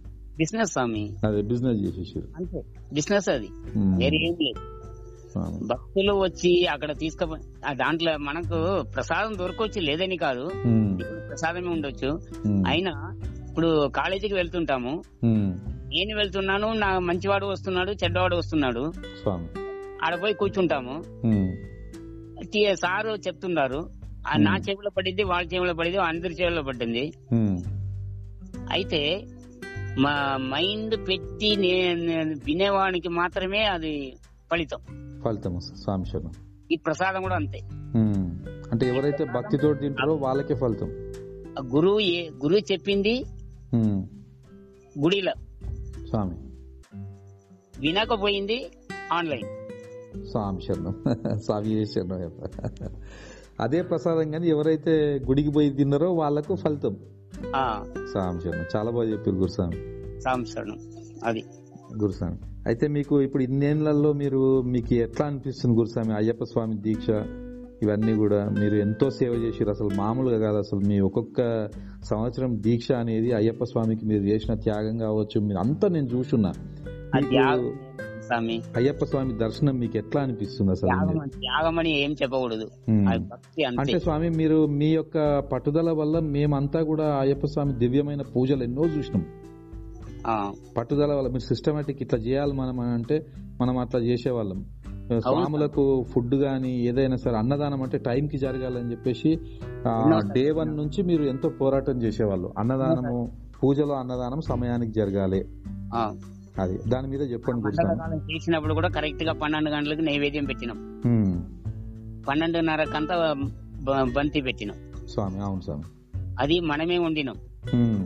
బిజినెస్ స్వామి
అదే బిజినెస్ చేసేసిరు
అంతే బిజినెస్ అది
ఉమ్.
వేరే ఏం లేదు
స్వామి.
భక్తులు వచ్చి అక్కడ తీసుక దాంట్లో మనకు ప్రసాదం దొరకవచ్చు లేదని కాదు
ఉమ్.
ఇప్పుడు ప్రసాదమే ఉండొచ్చు
ఉమ్.
అయినా ఇప్పుడు కాలేజీకి వెళ్తుంటాము
ఉమ్.
నేను వెళ్తున్నాను నా మంచివాడు వస్తున్నాడు చెడ్డవాడు వస్తున్నాడు
స్వామి
ఆడ పోయి కూర్చుంటాము
ఉమ్.
టీ- సారు చెప్తున్నారు ఆ నా చెవిలో పడింది వాళ్ళ చెవిలో పడింది అందరి చెవిలో పడింది
ఉమ్.
అయితే మా మైండ్ పెట్టి నే- నేను వినేవానికి మాత్రమే అది ఫలితం
ఫలితం వస్తుంది స్వామి శరణం
ఈ ప్రసాదం కూడా అంతే
ఉమ్. అంటే ఎవరైతే భక్తితో తింటారో వాళ్ళకే ఫలితం
ఆ గురువు ఏ- గురువు చెప్పింది
ఉమ్,
గుడిలో
స్వామి
వినకపోయింది ఆన్లైన్
స్వామి శరణం స్వామి శరణం అయ్యప్ప. అదే ప్రసాదం కానీ ఎవరైతే గుడికి పోయి తిన్నారో వాళ్ళకు ఫలితం
ఆ
స్వామి శరణం చాలా బాగా చెప్పారు గురుస్వామి
సంవత్సరం అది
గురుస్వామి అయితే మీకు ఇప్పుడు ఇన్నేళ్లలో మీరు మీకు ఎట్లా అనిపిస్తుంది గురుస్వామి అయ్యప్ప స్వామి దీక్ష ఇవన్నీ కూడా మీరు ఎంతో సేవ చేసిరు అసలు మామూలుగా కాదు అసలు మీ ఒక్కొక్క సంవత్సరం దీక్ష అనేది అయ్యప్ప స్వామికి మీరు చేసిన త్యాగం కావచ్చు మీరు అంతా నేను చూసున్నా
ఆ త్యాగం స్వామి
అయ్యప్ప స్వామి దర్శనం మీకు ఎట్లా అనిపిస్తుంది అసలు
త్యాగం త్యాగం అని ఏం చెప్పకూడదు
ఉమ్.
అది భక్తి అంతే
అంటే స్వామి మీరు మీ యొక్క పట్టుదల వల్ల మేమంతా కూడా అయ్యప్ప స్వామి దివ్యమైన పూజలు ఎన్నో చూసినాం
ఆ,
పట్టుదల వల్ల మీరు సిస్టమేటిక్ ఇట్లా చేయాలి మనం అని అంటే మనం అట్లా చేసేవాళ్ళం స్వాములకు ఫుడ్ కానీ ఏదైనా సరే అన్నదానం అంటే టైంకి జరగాలని చెప్పేసి డే వన్ నుంచి మీరు ఎంతో పోరాటం చేసేవాళ్ళు అన్నదానము పూజలో అన్నదానం సమయానికి జరగాలి
ఆ.
అది దాని మీద చెప్పండి
మండల
గురుస్వామి
కాలం చేసినప్పుడు కూడా కరెక్ట్ గా పన్నెండు గంటలకు నైవేద్యం పెట్టినాం
ఉమ్,
పన్నెండున్నరకంతా బ- బంతి పెట్టినాం
స్వామి అవును స్వామి
అది మనమే వండినాం
ఉమ్,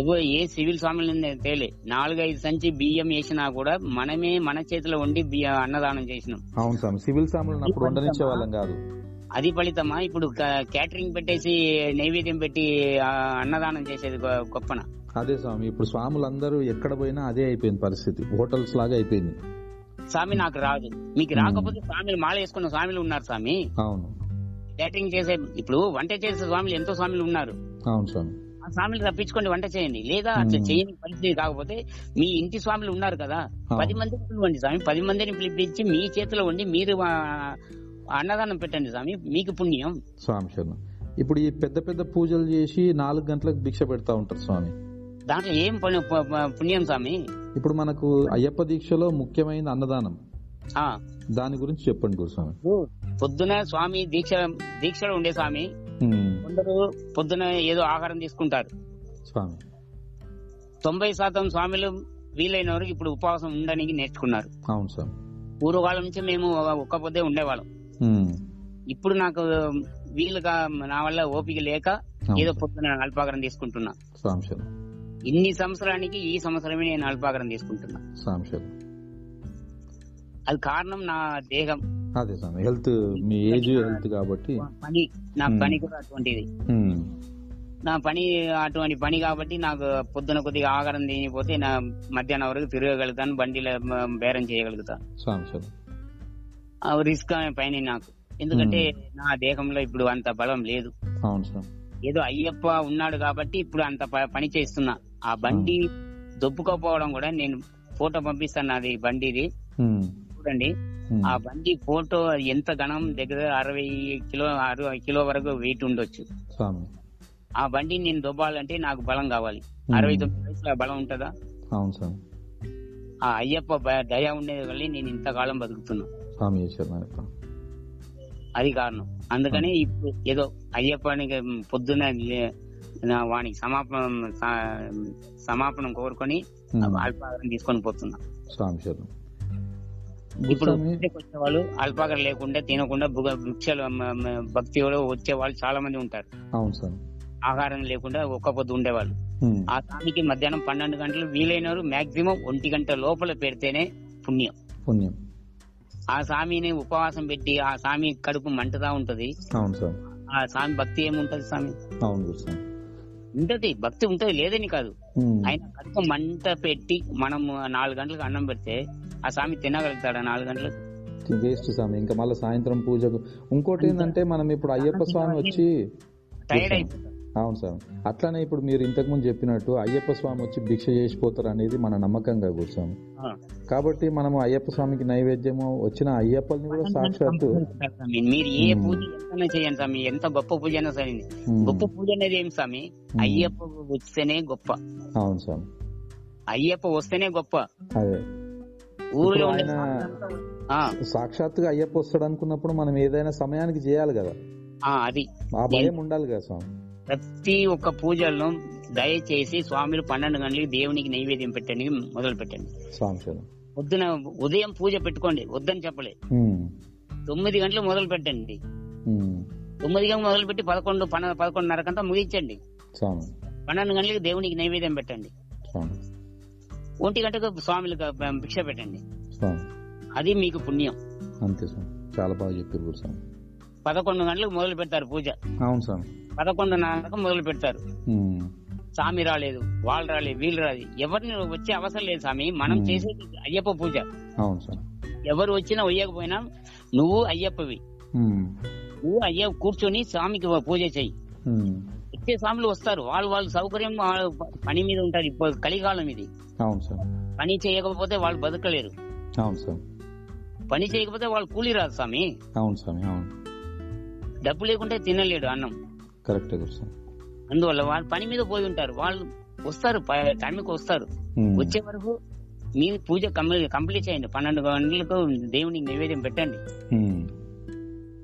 ఎవరు ఏ సివిల్ స్వామిని తేలే నాలుగైదు సంచి బియ్యం వేసినా కూడా మనమే మన చేతిలో వండి బియ్యం అన్నదానం చేసినాం
అవును స్వామి సివిల్ సాములను అప్పుడు వండనిచ్చే వాళ్ళం కాదు
అది ఫలితమా ఇప్పుడు క్యాటరింగ్ పెట్టేసి నైవేద్యం పెట్టి ఆ, అన్నదానం చేసేది గొ- గొప్పన
అదే స్వామి ఇప్పుడు స్వాములందరూ ఎక్కడ పోయినా అదే అయిపోయింది పరిస్థితి హోటల్స్ లాగా అయిపోయింది
స్వామి నాకు రాదు మీకు రాకపోతే స్వామిలు మాల వేసుకున్న స్వామిలు ఉన్నారు స్వామి
అవును
క్యాటరింగ్ చేసే ఇప్పుడు వంట చేసే స్వామిలు ఎంతో స్వామిలు ఉన్నారు
అవును స్వామి
ఆ స్వామిని రప్పించుకోండి వంట చేయండి లేదా అట్లా
మ్మ్.
చేయని పరిస్థితి కాకపోతే మీ ఇంటి స్వామిలు ఉన్నారు కదా
అవును.
పది మందిని పిలవండి స్వామి పది మందిని పిలిపించి మీ చేతిలో ఉండి మీరు ఆ, అన్నదానం పెట్టండి స్వామి మీకు పుణ్యం
స్వామి శరణం ఇప్పుడు ఈ పెద్ద పెద్ద పూజలు చేసి నాలుగు గంటలకు భిక్ష పెడతా ఉంటారు స్వామి
దాంట్లో ఏం పుణ్యం పు- పు- పుణ్యం స్వామి
ఇప్పుడు మనకు అయ్యప్ప దీక్షలో ముఖ్యమైన అన్నదానం
ఆ
దాని గురించి చెప్పండి గురుస్వామి
పొద్దున స్వామి దీక్ష దీక్షలో ఉండే స్వామి
ఉమ్,
కొందరు పొద్దున ఏదో ఆహారం తీసుకుంటారు
స్వామి
తొంభై శాతం స్వామిలు వీలైన వరకు ఇప్పుడు ఉపవాసం ఉండడానికి నేర్చుకున్నారు
అవును స్వామి
పూర్వకాలం నుంచి మేము ఒక్కపోతే ఉండేవాళ్ళం
ఉమ్,
ఇప్పుడు నాకు వీలుగా నా వల్ల ఓపిక లేక
అవును
ఏదో
స్వామి.
పొద్దున అల్పాగ్రం తీసుకుంటున్నా
స్వామి శరణం
ఇన్ని సంవత్సరానికి ఈ సంవత్సరమే నేను అల్పాగ్రం తీసుకుంటున్నా
స్వామి శరణం
అది కారణం నా దేహం
అదే స్వామి హెల్త్ మీ ఏజ్ హెల్త్ కాబట్టి
పని నా
మ్మ్.
పని కూడా అటువంటిది
ఉమ్,
నా పని అటువంటి పని కాబట్టి నాకు పొద్దున కొద్దిగా ఆహారం తినిపోతే నా మధ్యాహ్నం వరకు తిరగగలుగుతాను బండిలో మ- బేరం చేయగలుగుతాను
స్వామి శరణం
ఆ రిస్క్ అనే పైన నాకు ఎందుకంటే నా దేహంలో ఇప్పుడు అంత బలం లేదు
అవును స్వామి
ఏదో అయ్యప్ప ఉన్నాడు కాబట్టి ఇప్పుడు అంత ప- పని చేస్తున్నా ఆ బండి దొబ్బుకోపోవడం కూడా నేను ఫోటో పంపిస్తాను నాది బండిది
ఉమ్,
చూడండి
ఉమ్,
ఆ బండి ఫోటో ఎంత ఘనం దగ్గర అరవై కిలో అరవై కిలో వరకు వెయిట్ ఉండొచ్చు
స్వామి
ఆ బండిని నేను దొబ్బాలంటే నాకు బలం కావాలి
ఉమ్,
అరవై తొమ్మిది వయసులో ఆ బలం ఉంటుందా
అవును స్వామి
ఆ అయ్యప్ప భ- దయ ఉండేది వల్ల నేను ఇంతకాలం బతుకుతున్నా
స్వామి శరణం అయ్యప్ప.
అది కారణం అందుకనే ఇప్పుడు ఏదో అయ్యప్పనికి పొద్దున లే- నా వానికి సమాపనం స- సమాపనం కోరుకొని
ఉమ్,
అల్పాహారం తీసుకొని పోతున్నా
స్వామి శరణం
ఇప్పుడు
గురుస్వామి
ఇంటికి వచ్చేవాళ్ళు అల్పాహారం లేకుండా తినకుండా భుగ- వృక్షాలు మ- మ- భక్తిలో వచ్చే వాళ్ళు చాలా మంది ఉంటారు
అవును స్వామి
ఆహారం లేకుండా ఒక్క పొద్దు ఉండేవాళ్ళు
ఉమ్,
ఆ స్వామికి మధ్యాహ్నం పన్నెండు గంటలు వీలైనవారు మాక్సిమం ఒంటి గంట లోపల పెడితేనే పుణ్యం
పుణ్యం
ఆ స్వామిని ఉపవాసం పెట్టి ఆ స్వామి కడుపు మంటదా ఉంటది
అవును స్వామి
ఆ స్వామి భక్తి ఏముంటది స్వామి
అవును గురుస్వామి
ఉంటది భక్తి ఉంటది లేదని కాదు
ఉమ్,
ఆయన కనుక మంట పెట్టి మనం నాలుగు గంటలకు అన్నం పెడితే ఆ స్వామి తినగలుగుతాడు నాలుగు గంటలకు
వేస్ట్ స్వామి ఇంకా మళ్ళీ సాయంత్రం పూజకు ఇంకోటి ఏంటంటే మనం ఇప్పుడు అయ్యప్ప స్వామి వచ్చి
టైర్డ్ అయిపోతాడు
అవును స్వామి అట్లానే ఇప్పుడు మీరు ఇంతకు ముందు చెప్పినట్టు అయ్యప్ప స్వామి వచ్చి భిక్ష చేసిపోతారు అనేది మన నమ్మకంగా గురుస్వామి
ఆ.
కాబట్టి మనము అయ్యప్ప స్వామికి నైవేద్యము వచ్చిన అయ్యప్పల్ని కూడా సాక్షాత్తు
స్వామి, మీరు ఏ పూజ ఎంతైనా చేయండి స్వామి ఎంత గొప్ప పూజ అయినా సరే
ఉమ్,
గొప్ప పూజ అనేది ఏం స్వామి అయ్యప్ప వస్తేనే గొప్ప
అవును స్వామి
అయ్యప్ప వస్తేనే గొప్ప
అదే
ఊరిలో
ఇప్పుడు
ఉండే
ఆయన
ఆ,
సాక్షాత్తుగా అయ్యప్ప వస్తాడు అనుకున్నప్పుడు మనం ఏదైనా సమయానికి చేయాలి కదా
ఆ, అది
ఆ భయం ఉండాలి కదా స్వామి
ప్రతి ఒక్క పూజలను దయచేసి స్వామిలు పన్నెండు గంటలకి దేవునికి నైవేద్యం పెట్టండి మొదలు పెట్టండి
స్వామి శరణం.
పొద్దున ఉదయం పూజ పెట్టుకోండి వద్దని చెప్పలే
ఉమ్,
తొమ్మిది గంటలు మొదలు పెట్టండి
ఉమ్,
తొమ్మిదిగా మొదలుపెట్టి పదకొండు పన్నెండు పదకొండున్నరకంతా ముగించండి
స్వామి
పన్నెండు గంటలకు దేవునికి నైవేద్యం పెట్టండి
స్వామి
ఒంటి గంటకు స్వామిలకు ఆ, భిక్ష పెట్టండి
స్వామి
అది మీకు పుణ్యం
అంతే స్వామి చాలా బాగా చెప్పారు గురు స్వామి
పదకొండు గంటలకు మొదలు పెడతారు పూజ
అవును స్వామి
పదకొండున్నరకు మొదలు పెడతారు
ఉమ్.
స్వామి రాలేదు వాళ్ళు రాలేదు వీళ్ళు రాదు ఎవరిని వచ్చే అవసరం లేదు స్వామి మనం
Hmm.
చేసేది అయ్యప్ప పూజ
అవును స్వామి
ఎవరు వచ్చినా వయ్యకపోయినా నువ్వు అయ్యప్పవి
ఉమ్.
నువ్వు అయ్య కూర్చొని స్వామికి పూజ చేయి
ఉమ్.
వచ్చే స్వాములు వస్తారు వాళ్ళు వాళ్ళ సౌకర్యం వాళ్ళ పని మీద ఉంటారు ఇప్పుడు కలికాలం ఇది
అవును స్వామి
పని చేయకపోతే వాళ్ళు బతకలేరు
అవును స్వామి
పని చేయకపోతే వాళ్ళు కూలి రాదు స్వామి
అవును స్వామి అవును
డబ్బు లేకుంటే తినలేడు అన్నం
కరెక్టే గురు స్వామి
అందువల్ల వాళ్ళు పని మీద పోయి ఉంటారు వాళ్ళు వస్తారు ప- టైంకి వస్తారు
ఉమ్.
వచ్చే వరకు మీ పూజ కంప్లీట్ కంప్లీట్ చేయండి పన్నెండు గంటలకు దేవునికి నైవేద్యం పెట్టండి
ఉమ్.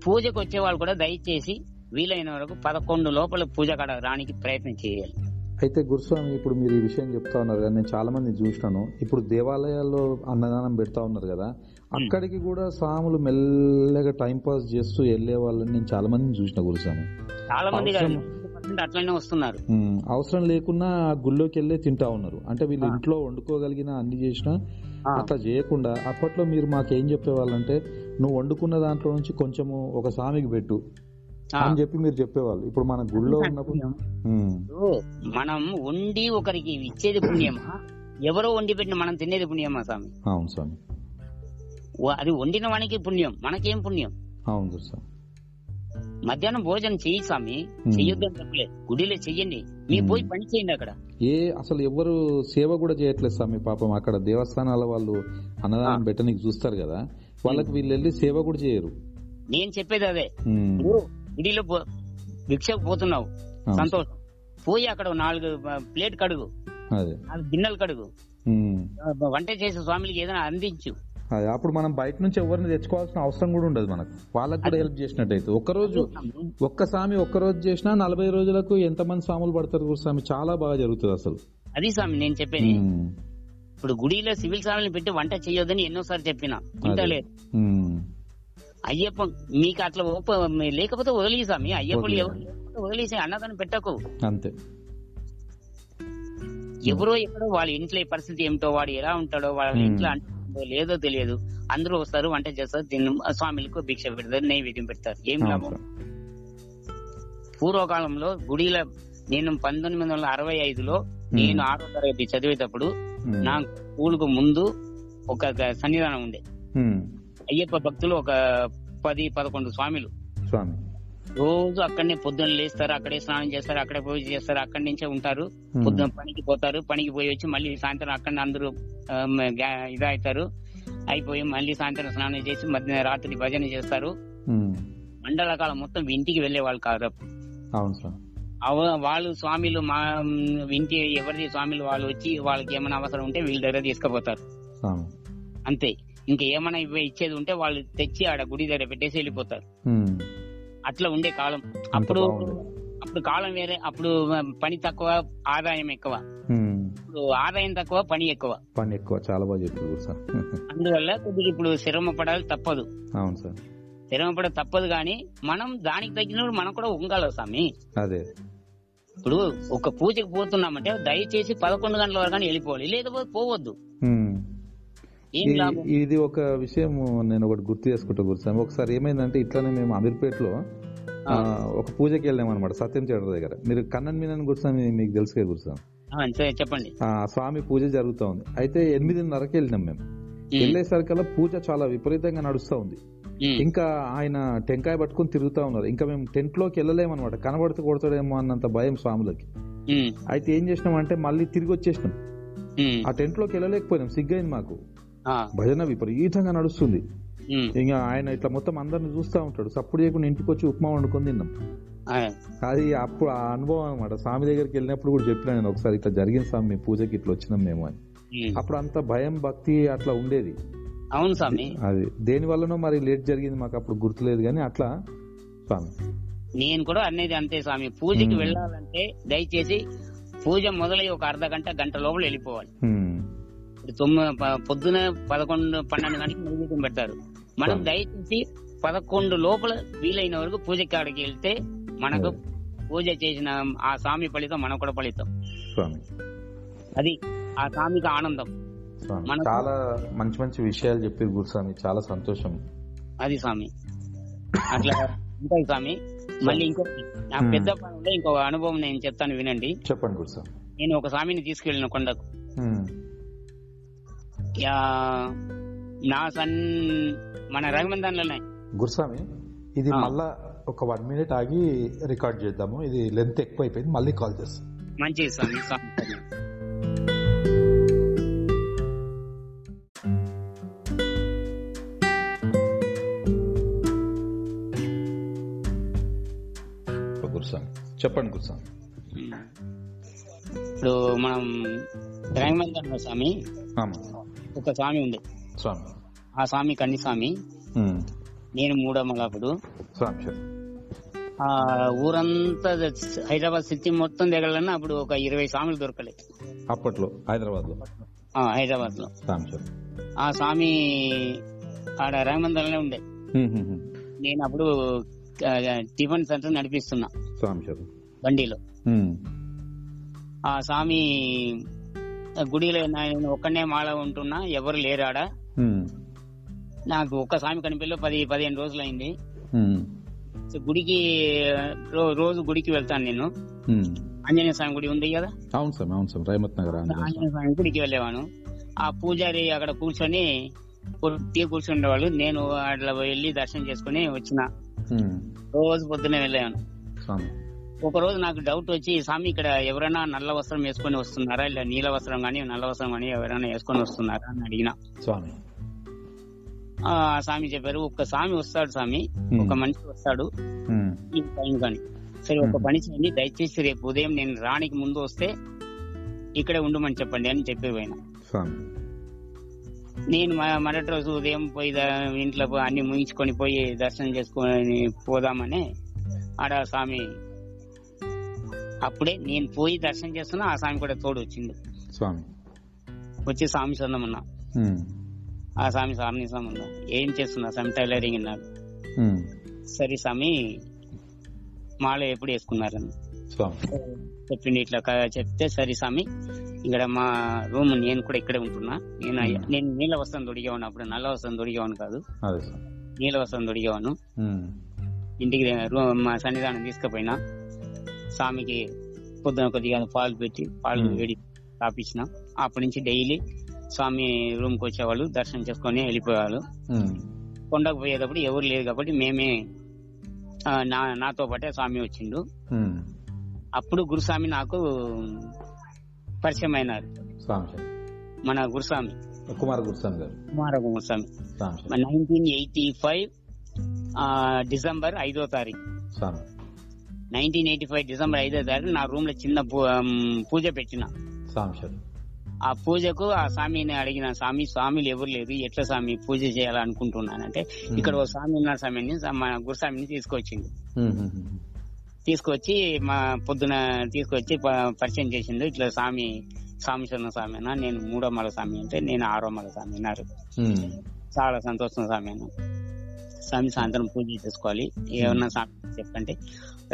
పూజకు వచ్చే వాళ్ళు కూడా దయచేసి వీలైన వరకు పదకొండు లోపల పూజ కాడ రానికి ప్రయత్నం చేయాలి
అయితే గురుస్వామి ఇప్పుడు మీరు ఈ విషయం చెప్తా ఉన్నారు కదా నేను చాలా మంది చూసినాను ఇప్పుడు దేవాలయాల్లో అన్నదానం పెడతా ఉన్నారు కదా అక్కడికి కూడా స్వాములు మెల్లగా టైం పాస్ చేస్తూ వెళ్ళే వాళ్ళని నేను చాలా మందిని చూసిన గురుస్వామి
చాలా మంది కాదు,
అవసరం.
50% అట్లనే వస్తున్నారు
ఉమ్, అవసరం లేకున్నా ఆ గుళ్ళోకి వెళ్ళే తింటా ఉన్నారు అంటే వీళ్ళు
ఆ.
ఇంట్లో వండుకోగలిగిన అన్ని చేసినా
ఆ.
అట్లా చేయకుండా అప్పట్లో మీరు మాకేం చెప్పేవాళ్ళంటే నువ్వు వండుకున్న దాంట్లో నుంచి కొంచెము ఒక స్వామికి పెట్టు
ఆ.
అని చెప్పి మీరు చెప్పేవాళ్ళు ఇప్పుడు మన గుళ్ళో ఉన్నప్పుడు ఉమ్,
ఓ, మనం వండి ఒకరికి ఇచ్చేది పుణ్యమా ఎవరో వండి పెట్టిన మనం తినేది పుణ్యమా స్వామి
అవును స్వామి
ఓ, అది వండిన వానికి పుణ్యం మనకేం పుణ్యం
అవును గురుస్వామి
మధ్యాహ్నం భోజనం చెయ్యి స్వామి చెయ్యొద్దు అని చెప్పలేదు గుడిలో చెయ్యండి మీరు
మ్మ్.
పోయి పని చేయండి అక్కడ
ఏ అసలు ఎవరు సేవ కూడా చేయట్లేదు స్వామి పాపం అక్కడ దేవస్థానాల వాళ్ళు అన్నదానం
ఆ.
పెట్టనీకి చూస్తారు కదా వాళ్ళకి వీళ్ళు వెళ్ళి సేవ కూడా చేయరు
నేను చెప్పేది అదే
ఉమ్,
నువ్వు గుడిలో పో- భిక్షకు పోతున్నావు
అవును.
సంతోషం పోయి అక్కడ ఓ నాలుగు ఆ, ప్లేట్ కడుగు
అదే
నాలుగు గిన్నెలు కడుగు
ఉమ్,
ఆ, వంట చేసే స్వామికి ఏదైనా అందించు
అదే అప్పుడు మనం బయట నుంచి ఎవరిని తెచ్చుకోవాల్సిన అవసరం కూడా ఉండదు మనకు వాళ్ళకి కూడా హెల్ప్ చేసినట్టయితే ఒక్కరోజు ఒక్క స్వామి ఒక్క రోజు చేసినా నలభై రోజులకు ఎంతమంది స్వాములు పడతారు గురు స్వామి చాలా బాగా జరుగుతుంది అసలు
అది స్వామి నేను చెప్పేది
ఉమ్,
ఇప్పుడు గుడిలో సివిల్ స్వామిని పెట్టి వంట చేయొద్దని ఎన్నోసార్లు చెప్పినా
అదే.
వింటలేదు
ఉమ్,
అయ్యప్ప మీకు అట్లా ఒప్ప మీ- లేకపోతే వదిలేయి స్వామి అయ్యప్పలు
వదిలేయి.
ఎవరు లేకపోతే వదిలేసి అన్నదానం పెట్టకు
అంతే
ఎవరో ఎక్కడో వాళ్ళ ఇంట్లో పరిస్థితి ఏమిటో వాడు ఎలా ఉంటాడో వాళ్ళ
మ్మ్.
ఇంట్లో అంటుందో లేదో తెలియదు అందరూ వస్తారు వంట చేస్తారు దీన్ని స్వామిలకు భిక్ష పెడతారు నైవేద్యం పెడతారు ఏం
అవును
లాభం
స్వామి.
పూర్వకాలంలో గుడిల నేను పంతొమ్మిది వందల అరవై ఐదులో నేను ఆరో తరగతి చదివేటప్పుడు
ఉమ్,
నా స్కూల్కు ముందు ఒక గ- సన్నిధానం ఉండే
ఉమ్,
అయ్యప్ప భక్తులు ఒక పది పదకొండు స్వామిలు
స్వామి
రోజు అక్కడనే పొద్దున్న లేస్తారు అక్కడే స్నానం చేస్తారు అక్కడే పూజ చేస్తారు అక్కడి నుంచే ఉంటారు
ఉమ్,
పొద్దున పనికి పోతారు పనికి పోయి వచ్చి మళ్ళీ సాయంత్రం అక్కడ అందరూ ఆమ్, గా- ఇదవుతారు అయిపోయి మళ్ళీ సాయంత్రం స్నానం చేసి మధ్య రాత్రి భజన చేస్తారు
ఉమ్,
మండలకాలం మొత్తం ఇంటికి వెళ్లే వాళ్ళు కాదు అప్పుడు.
అవును స్వామి
అవ- వాళ్ళు స్వామిలు మా ఇంటి ఎవరిది స్వామిలు వాళ్ళు వచ్చి వాళ్ళకి ఏమైనా అవసరం ఉంటే వీళ్ళ దగ్గర తీసుకుపోతారు
స్వామి
అంతే ఇంకా ఏమైనా ఇవ్వ- ఇచ్చేది ఉంటే వాళ్ళు తెచ్చి ఆడ గుడి దగ్గర పెట్టేసి వెళ్ళిపోతారు
ఉమ్,
అట్లా ఉండే కాలం
అంత
అప్పుడు
బాగుండేది.
అప్పుడు కాలం వేరే అప్పుడు పని తక్కువ ఆదాయం ఎక్కువ
ఉమ్.
ఇప్పుడు ఆదాయం తక్కువ పని ఎక్కువ
పని ఎక్కువ చాలా బాగా చెప్పారు గురు సార్
అందువల్ల కొద్దిగా ఇప్పుడు శ్రమ పడాలి తప్పదు
అవును సార్
శ్రమ పడ తప్పదు కానీ మనం దానికి తగినప్పుడు మనం కూడా ఉండాలి స్వామి
అదే
ఇప్పుడు ఒక పూజకు పోతున్నామంటే దయచేసి పదకొండు గంటల వరకు కానీ వెళ్ళిపోవాలి లేకపోతే పోవద్దు
ఉమ్.
ఏం
ఈ-
లాభం
ఇది ఒక విషయం నేను ఒకటి గుర్తు చేసుకుంటా గురుసామి ఒకసారి ఏమైందంటే ఇట్లానే మేము అమీర్పేటలో ఆ, ఒక పూజకి వెళ్ళాం అనమాట సత్యం చేయడం దగ్గర మీరు కన్నన్ మీనన్ గురుస్వామి మీకు తెలుసు కదా గురుస్వామి
ఆ, సరే చెప్పండి
ఆ స్వామి పూజ జరుగుతా ఉంది అయితే ఎనిమిదిన్నరకి వెళ్ళినాం మేము
ఉమ్,
వెళ్ళేసరికల్లా పూజ చాలా విపరీతంగా నడుస్తా ఉంది
ఉమ్,
ఇంకా ఆయన టెంకాయ పట్టుకుని తిరుగుతా ఉన్నారు ఇంకా మేము టెంట్ లోకి వెళ్ళలేమన్నమాట కనబడితే కొడతాడేమో అన్నంత భయం స్వాములకి
ఉమ్,
అయితే ఏం చేసినాం అంటే మళ్ళీ తిరిగి వచ్చేసినాం
ఉమ్,
ఆ టెంట్ లోకి వెళ్ళలేకపోయినాం సిగ్గైంది మాకు
ఆ,
భజన విపరీతంగా నడుస్తుంది
ఉమ్,
ఇంకా ఆయన ఇట్లా మొత్తం అందరిని చూస్తా ఉంటాడు సప్పుడు చేయకుండా ఇంటికి వచ్చి ఉప్మా వండుకొని తిన్నాం
ఆ,
అది అప్పుడు ఆ అనుభవం అనమాట స్వామి దగ్గరికి వెళ్ళినప్పుడు కూడా చెప్పిన నేను ఒకసారి ఇట్లా జరిగింది స్వామి మీ పూజకి ఇట్లా వచ్చినాం మేము అని
ఉమ్.
అప్పుడు అంత భయం భక్తి అట్లా ఉండేది
అవును స్వామి
అది దేని వల్లనో మరి లేట్ జరిగింది మాకు అప్పుడు గుర్తులేదు కానీ అట్లా స్వామి
నేను కూడా అనేది అంతే స్వామి పూజకి
ఉమ్.
వెళ్ళాలంటే దయచేసి పూజ మొదలై ఒక అర్ధ గంట గంట లోపల వెళ్ళిపోవాలి
హ్మ్.
ఇప్పుడు తొమ్మిది పొద్దున పదకొండు పన్నెండు గంటలకు నైవేద్యం పెడతారు మనం
అవును.
దయచేసి పదకొండు లోపల వీలైన వరకు పూజ కాడికి వెళ్తే మనకు పూజ చేసిన ఆ స్వామి ఫలితం మనకు కూడా ఫలితం
స్వామి
అది ఆ స్వామికి ఆనందం
స్వామి
మనకు-
చాలా మంచి మంచి విషయాలు చెప్పారు గురుస్వామి చాలా సంతోషం
అది స్వామి అట్లా ఉంటాయి స్వామి మళ్ళీ ఇంకో నా
Hmm.
పెద్ద పనుల్లో ఇంకో అనుభవం నేను చెప్తాను వినండి
చెప్పండి గురుస్వామి
నేను ఒక స్వామిని తీసుకెళ్ళిన కొండకు
ఉమ్,
యా, నా సన్ మన రఘుమందన్లోనే
గురుస్వామి ఇది
ఆ.
మళ్ళా ఒక వన్ మినిట్ ఆగి రికార్డ్ చేద్దాము ఇది లెంత్ ఎక్కువ అయిపోయింది మళ్ళీ కాల్ చేస్తాం
మంచిది స్వామి స్వామి
గురుస్వామి చెప్పండి గురుస్వామి
ఇప్పుడు మనం రంగమందన స్వామి
ఆమా
ఒక స్వామి ఉంది
స్వామి
ఆ స్వామి కన్ని స్వామి
ఉమ్,
నేను మూడో మగాపుడు
స్వామి చెప్పు.
ఆ ఊరంతా ద- హైదరాబాద్ సిటీ మొత్తం దిగలన్నా అప్పుడు ఒక ఇరవై స్వాములు దొరకలేదు
అప్పట్లో హైదరాబాద్ లో
ఆ హైదరాబాద్ లో
స్వామి చెప్పు.
ఆ స్వామి ఆడ రంగమందలనే ఉండే
ఉమ్, ఉమ్, ఉమ్.
నేను అప్పుడు ఆ, టిఫిన్ సెంటర్ నడిపిస్తున్నా
స్వామి చెప్పు.
బండిలో
ఉమ్,
ఆ స్వామి గుడిలో నేను ఒక్కనే మాల ఉంటున్నా ఎవరు లేరు ఆడ
ఉమ్,
నాకు ఒక్క స్వామి కనిపిల్ల పది పదిహేను రోజులు అయింది
ఉమ్,
సో గుడికి రో- రోజు గుడికి వెళ్తాను నేను
ఉమ్.
ఆంజనేయ స్వామి గుడి ఉంది కదా
అవును స్వామి అవును స్వామి రైమత్ నగర్ ఆంధ్ర
ఆంజనేయ స్వామి గుడికి వెళ్ళేవాను ఆ పూజారి అక్కడ కూర్చొని పూర్తిగా కూర్చుండేవాళ్ళు నేను అట్లా వెళ్ళి దర్శనం చేసుకుని వచ్చిన
ఉమ్,
రోజు పొద్దునే వెళ్ళాను
స్వామి
ఒక రోజు నాకు డౌట్ వచ్చి స్వామి ఇక్కడ ఎవరైనా నల్ల వస్త్రం వేసుకొని వస్తున్నారా ఇలా నీల వస్త్రం కానీ నల్ల వస్త్రం కానీ ఎవరైనా వేసుకొని వస్తున్నారా అని అడిగిన
స్వామి
ఆ స్వామి చెప్పారు ఒక్క స్వామి వస్తాడు స్వామి
ఉమ్,
ఒక మనిషి వస్తాడు
ఉమ్,
ఈ టైం కానీ సరే ఒక
మ్మ్.
పని చేయండి దయచేసి రేపు ఉదయం నేను రానికి ముందు వస్తే ఇక్కడే ఉండమని చెప్పండి అని చెప్పి పోయినా
స్వామి
నేను మ- మరొక రోజు ఉదయం పోయి ద- ఇంట్లో పోయి అన్ని ముగించుకొని పోయి దర్శనం చేసుకొని పోదామని ఆడ ఆ స్వామి అప్పుడే నేను పోయి దర్శనం చేస్తున్నా ఆ స్వామి కూడా తోడు వచ్చింది
స్వామి
వచ్చి స్వామి సొందం ఉన్నా
ఉమ్,
ఆ స్వామి స్వామి సంబంధం ఏం చేస్తున్నా స్వామి టైలరింగ్ అన్నారు
ఉమ్,
సరే స్వామి మాల ఎప్పుడు వేసుకున్నారని
స్వామి
చెప్పింది ఇట్లా కా- చెప్తే సరే స్వామి ఇక్కడ మా రూమ్ నేను కూడా ఇక్కడే ఉంటున్నా నేను అయ్య- నేను నీళ్ళ వస్త్రం తొడిగేవాను అప్పుడు నల్ల వస్త్రం తొడిగేవాను కాదు
అదే స్వామి
నీళ్ళ వస్త్రం తొడిగేవాను
ఉమ్,
ఇంటికి దే- రూమ్ మా సన్నిధానం తీసుకుపోయినా స్వామికి పొద్దున కొద్దిగా పాలు పెట్టి పాలు
మ్మ్.
వేడి తాపించిన అప్పటి నుంచి డైలీ స్వామి రూమ్ కి వచ్చేవాళ్ళు దర్శనం చేసుకొని వెళ్ళిపోయేవాళ్ళు
ఉమ్,
కొండకు పోయేటప్పుడు ఎవరు లేరు కాబట్టి మేమే ఆ, నా నాతో పాటే స్వామి వచ్చిండు
ఉమ్,
అప్పుడు గురుస్వామి నాకు పరిచయం అయినారు
స్వామి చెప్పు.
మన గురుస్వామి
కుమార్ గురుస్వామి గారు
కుమార గురుస్వామి
స్వామి చెప్పు.
నైన్టీన్ ఎయిటీ ఫైవ్ డిసెంబర్ ఐదో తారీఖు
స్వామి
నైన్టీన్ ఎయిటీ ఫైవ్ డిసెంబర్ ఐదో తారీఖు నా రూమ్ లో చిన్న పూ- ఆమ్, పూజ పెట్టిన
స్వామి చెప్పు.
ఆ పూజకు ఆ స్వామిని అడిగిన స్వామి స్వామిలు ఎవరు లేరు ఎట్లా స్వామి పూజ చేయాలనుకుంటున్నానంటే
ఉమ్,
ఇక్కడ ఓ స్వామి ఉన్నారు స్వామిని మన గురుస్వామిని తీసుకొచ్చింది
ఉమ్, ఉమ్, ఉమ్,
తీసుకొచ్చి మా పొద్దున తీసుకొచ్చి ప- పరిచయం చేసిండు ఇట్లా స్వామి స్వామి చిన్న స్వామి అన్న నేను మూడో మల స్వామి అంటే నేను ఆరో మల స్వామి అన్నారు
ఉమ్,
చాలా సంతోషం స్వామి అన్న స్వామి సాయంత్రం పూజ చేసుకోవాలి ఏమన్నా స్వామి చెప్పంటే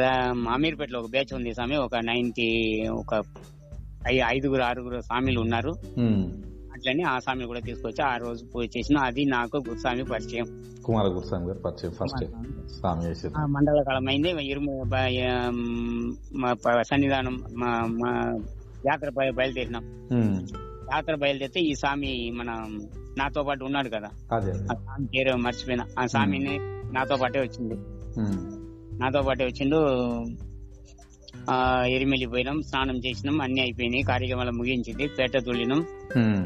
రా- మామీర్పేటలో ఒక బ్యాచ్ ఉంది స్వామి ఒక నైన్టీ ఒక ఐ- ఐదుగురు ఆరుగురు స్వామిలు ఉన్నారు
ఉమ్.
అట్లనే ఆ స్వామిని కూడా తీసుకొచ్చి ఆ రోజు పూజ చేసిన అది నాకు గురుస్వామి పరిచయం
కుమార గురుస్వామి గారు పరిచయం ఫస్ట్ స్వామి చేసేది
ఆ మండల కాలం అయింది ఇరుము బ- ఆమ్, మా ప- సన్నిధానం మా మా యాత్ర బయ- బయలుదేరినాం
ఉమ్,
యాత్ర బయలుదేరితే ఈ స్వామి మన నాతో పాటు ఉన్నాడు కదా
అదే
ఆ స్వామి పేరు మర్చిపోయినా ఆ స్వామిని నాతో పాటే వచ్చింది
ఉమ్,
నాతో పాటే వచ్చిండు ఆ ఎరిమెలి పోయినాం స్నానం చేసినాం అన్ని అయిపోయినాయి కార్యక్రమాలు ముగించింది పేట తుళ్ళినాం
ఉమ్,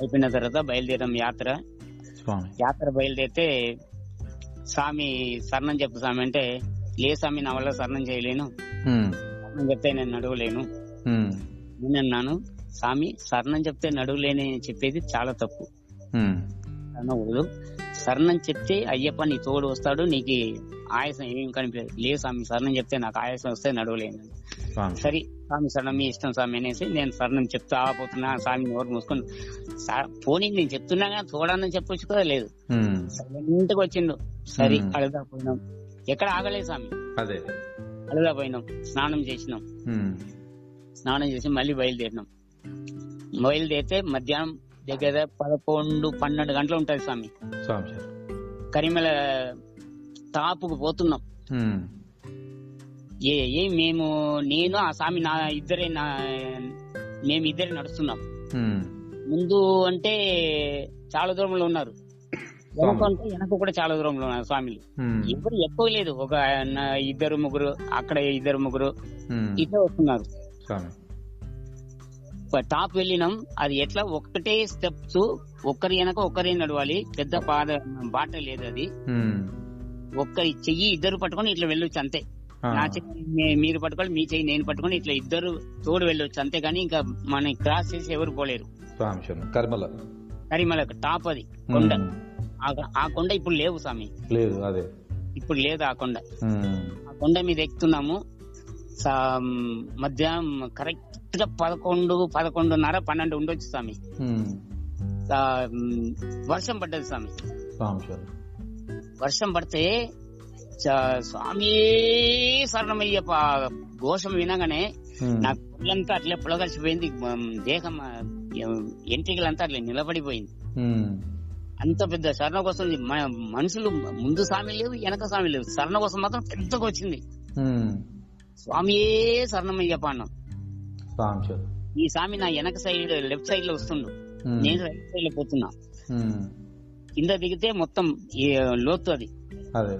అయిపోయిన తర్వాత బయలుదేరాం యాత్ర
స్వామి
యాత్ర బయలుదేరితే స్వామి సరణం చెప్పు స్వామి అంటే లే స్వామి నా వల్ల సరణం చేయలేను
ఉమ్,
సరణం చెప్తే నేను నడవలేను
ఉమ్,
నేను అన్నాను స్వామి సరణం చెప్తే నడవలేని చెప్పేది చాలా తప్పు
ఉమ్,
అనకూడదు సరణం చెప్తే అయ్యప్ప నీ తోడు వస్తాడు నీకు ఆయాసం ఏం కనిపించదు లేదు స్వామి సరణం చెప్తే నాకు ఆయాసం వస్తే నడవలేను
స్వామి
సరే స్వామి శరణం మీ ఇష్టం స్వామి అనేసి నేను శరణం చెప్తా ఆపోతున్నా స్వామి నోరు మూసుకొని "సా- పోనీ నేను చెప్తున్నా కానీ చూడాలని చెప్పొచ్చుకోలేదు
ఉమ్,
సైలెంట్ గా వచ్చిండు సరే
Hmm.
అడుగుదా పోయినాం ఎక్కడ ఆగలేదు స్వామి
అదే
అడుగుదా పోయినాం స్నానం చేసినాం
ఉమ్,
స్నానం చేసి మళ్ళీ బయలుదేరినాం బయలుదేరితే మధ్యాహ్నం దగ్గర పదకొండు పన్నెండు గంటలు ఉంటుంది స్వామి
స్వామి సార్
కరిమల టాపుకు పోతున్నాం
ఉమ్,
ఏ ఏ మేము నేను ఆ స్వామి నా ఇద్దరే నా మేము ఇద్దరే నడుస్తున్నాం
ఉమ్,
ముందు అంటే చాలా దూరంలో ఉన్నారు వెనక అంటే వెనక కూడా చాలా దూరంలో ఉన్నారు స్వామిలు
ఉమ్,
ఎవరు ఎక్కువ లేదు ఒక నా- ఇద్దరు ముగ్గురు అక్కడ ఇద్దరు ముగ్గురు
ఉమ్,
ఇట్లా వస్తున్నారు
స్వామి
ప- టాప్ వెళ్ళినాం అది ఎట్లా ఒక్కటే స్టెప్స్ ఒక్కరి వెనక ఒక్కరే నడవాలి పెద్ద పాద బాట లేదు అది
ఉమ్,
ఒక్కరి చెయ్యి ఇద్దరు పట్టుకొని ఇట్లా వెళ్ళొచ్చు అంతే
ఆ,
నా చెయ్యి మీ- మీరు పట్టుకోవాలి మీ చెయ్యి నేను పట్టుకొని ఇట్లా ఇద్దరు తోడు వెళ్ళొచ్చు అంతే కానీ ఇంకా మనం క్రాస్ చేసి ఎవరు పోలేరు
స్వామి శరణం కర్మల
మరి మన టాప్ అది కొండ
ఉమ్,
ఆ- ఆ కొండ ఇప్పుడు లేవు స్వామి
లేదు అదే
ఇప్పుడు లేదు ఆ కొండ
ఉమ్,
ఆ కొండ మీద ఎక్కుతున్నాము సా- మధ్యాహ్నం కరెక్ట్ గా పదకొండు పదకొండున్నర పన్నెండు ఉండొచ్చు స్వామి
ఉమ్,
ఆ, మ్, వర్షం పడ్డది స్వామి
స్వామి శరణం
వర్షం పడితే చ- స్వామి శరణమయ్య ప- ఘోషం వినగానే
ఉమ్,
నా కుళ్ళంతా అట్లే పులగలిసిపోయింది మ- దేహం ఆ, ఎం- ఎంట్రికలంతా అట్లే నిలబడిపోయింది
ఉమ్,
అంత పెద్ద శరణ కోసం ఇది మన మనుషులు ముందు స్వామి లేవు వెనక స్వామి లేవు శరణ కోసం మాత్రం పెద్దగా వచ్చింది
ఉమ్,
స్వామియే శరణమయ్యప్ప అన్నాం
స్వామి శరణం
ఈ స్వామి నా వెనక సైడ్ లెఫ్ట్ సైడ్ లో వస్తుండు
ఉమ్,
నేను రైట్ సైడ్ లో పోతున్నా
ఉమ్,
కింద దిగితే మొత్తం ఈ లోతు అది
అదే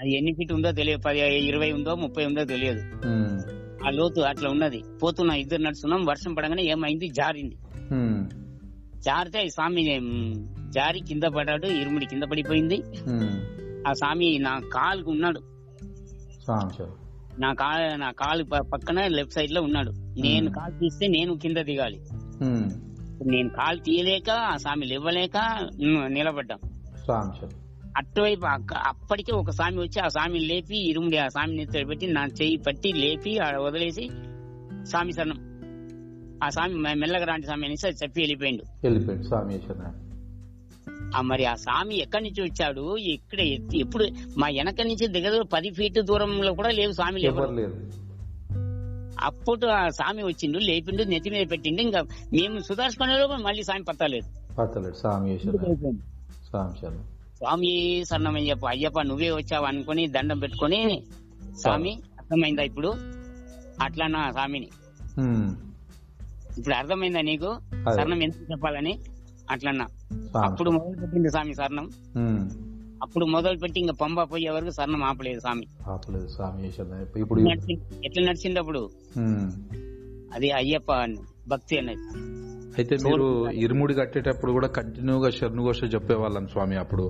అది ఎన్ని ఫీట్ ఉందో తెలియదు పది ఇరవై ఉందో ముప్పై ఉందో తెలియదు
ఉమ్,
ఆ లోతు అట్లా ఉన్నది పోతున్నా ఇద్దరు నడుస్తున్నాం వర్షం పడగానే ఏమైంది జారింది
ఉమ్,
జారితే ఈ స్వామి ఉమ్, జారి కింద పడ్డాడు ఇరుముడి కింద పడిపోయింది
ఉమ్,
ఆ స్వామి నా కాలుకు ఉన్నాడు
స్వామి శరణం
నా కా నా కాలు ప- పక్కన లెఫ్ట్ సైడ్ లో ఉన్నాడు నేను కాలు తీస్తే నేను కింద దిగాలి
ఉమ్,
నేను కాలు తీయలేక ఆ స్వామి లేవలేక ఉమ్, నిలబడ్డాం
స్వామి శరణం
అటువైపు అక్క- అప్పటికే ఒక స్వామి వచ్చి ఆ స్వామిని లేపి ఇరుముడి ఆ స్వామిని ఎత్తుడు పెట్టి నా చేయి పట్టి లేపి ఆడ వదిలేసి స్వామి శరణం ఆ స్వామి మె- మెల్లగా రాంటి స్వామి అనేసి అది చెప్పి వెళ్ళిపోయిండు
వెళ్ళిపోయాడు స్వామి శరణం
ఆ మరి ఆ స్వామి ఎక్కడి నుంచి వచ్చాడు ఇక్కడ ఎత్- ఎప్పుడు మా వెనక నుంచి దగ్గర పది ఫీట్ దూరంలో కూడా లేవు స్వామి
ఎవరు లేదు
అప్పుడు ఆ స్వామి వచ్చిండు లేపిండు నెత్తి మీద పెట్టిండు ఇంకా మేము సుదర్శకునే లోపు మళ్ళీ స్వామి పత్తలేదు
పర్తలేడు స్వామి శరణం స్వామి శరణం
స్వామి సరణమని చెప్పు అయ్యప్ప నువ్వే వచ్చావు అనుకుని దండం పెట్టుకొని స్వామి అర్థమైందా ఇప్పుడు అట్లా నా స్వామిని
ఉమ్,
ఇప్పుడు అర్థమైందా నీకు
అదే.
సరణం ఎంత చెప్పాలని అట్లన్నా
స్వామి
అప్పుడు మొదలు పెట్టింది స్వామి సరణం
ఉమ్,
అప్పుడు మొదలు పెట్టి ఇంకా పంబా పోయే వరకు సరణం ఆపలేదు స్వామి
ఆపలేదు స్వామి శరణం ఇప్పుడు
నడిచి- ఎట్లా నడిచింది అప్పుడు
ఉమ్.
అది అయ్యప్ప అన్న- భక్తి అనేది
అయితే మీరు ఇరుముడి కట్టేటప్పుడు కూడా కంటిన్యూగా శరణుఘోష చెప్పేవాళ్ళం స్వామి అప్పుడు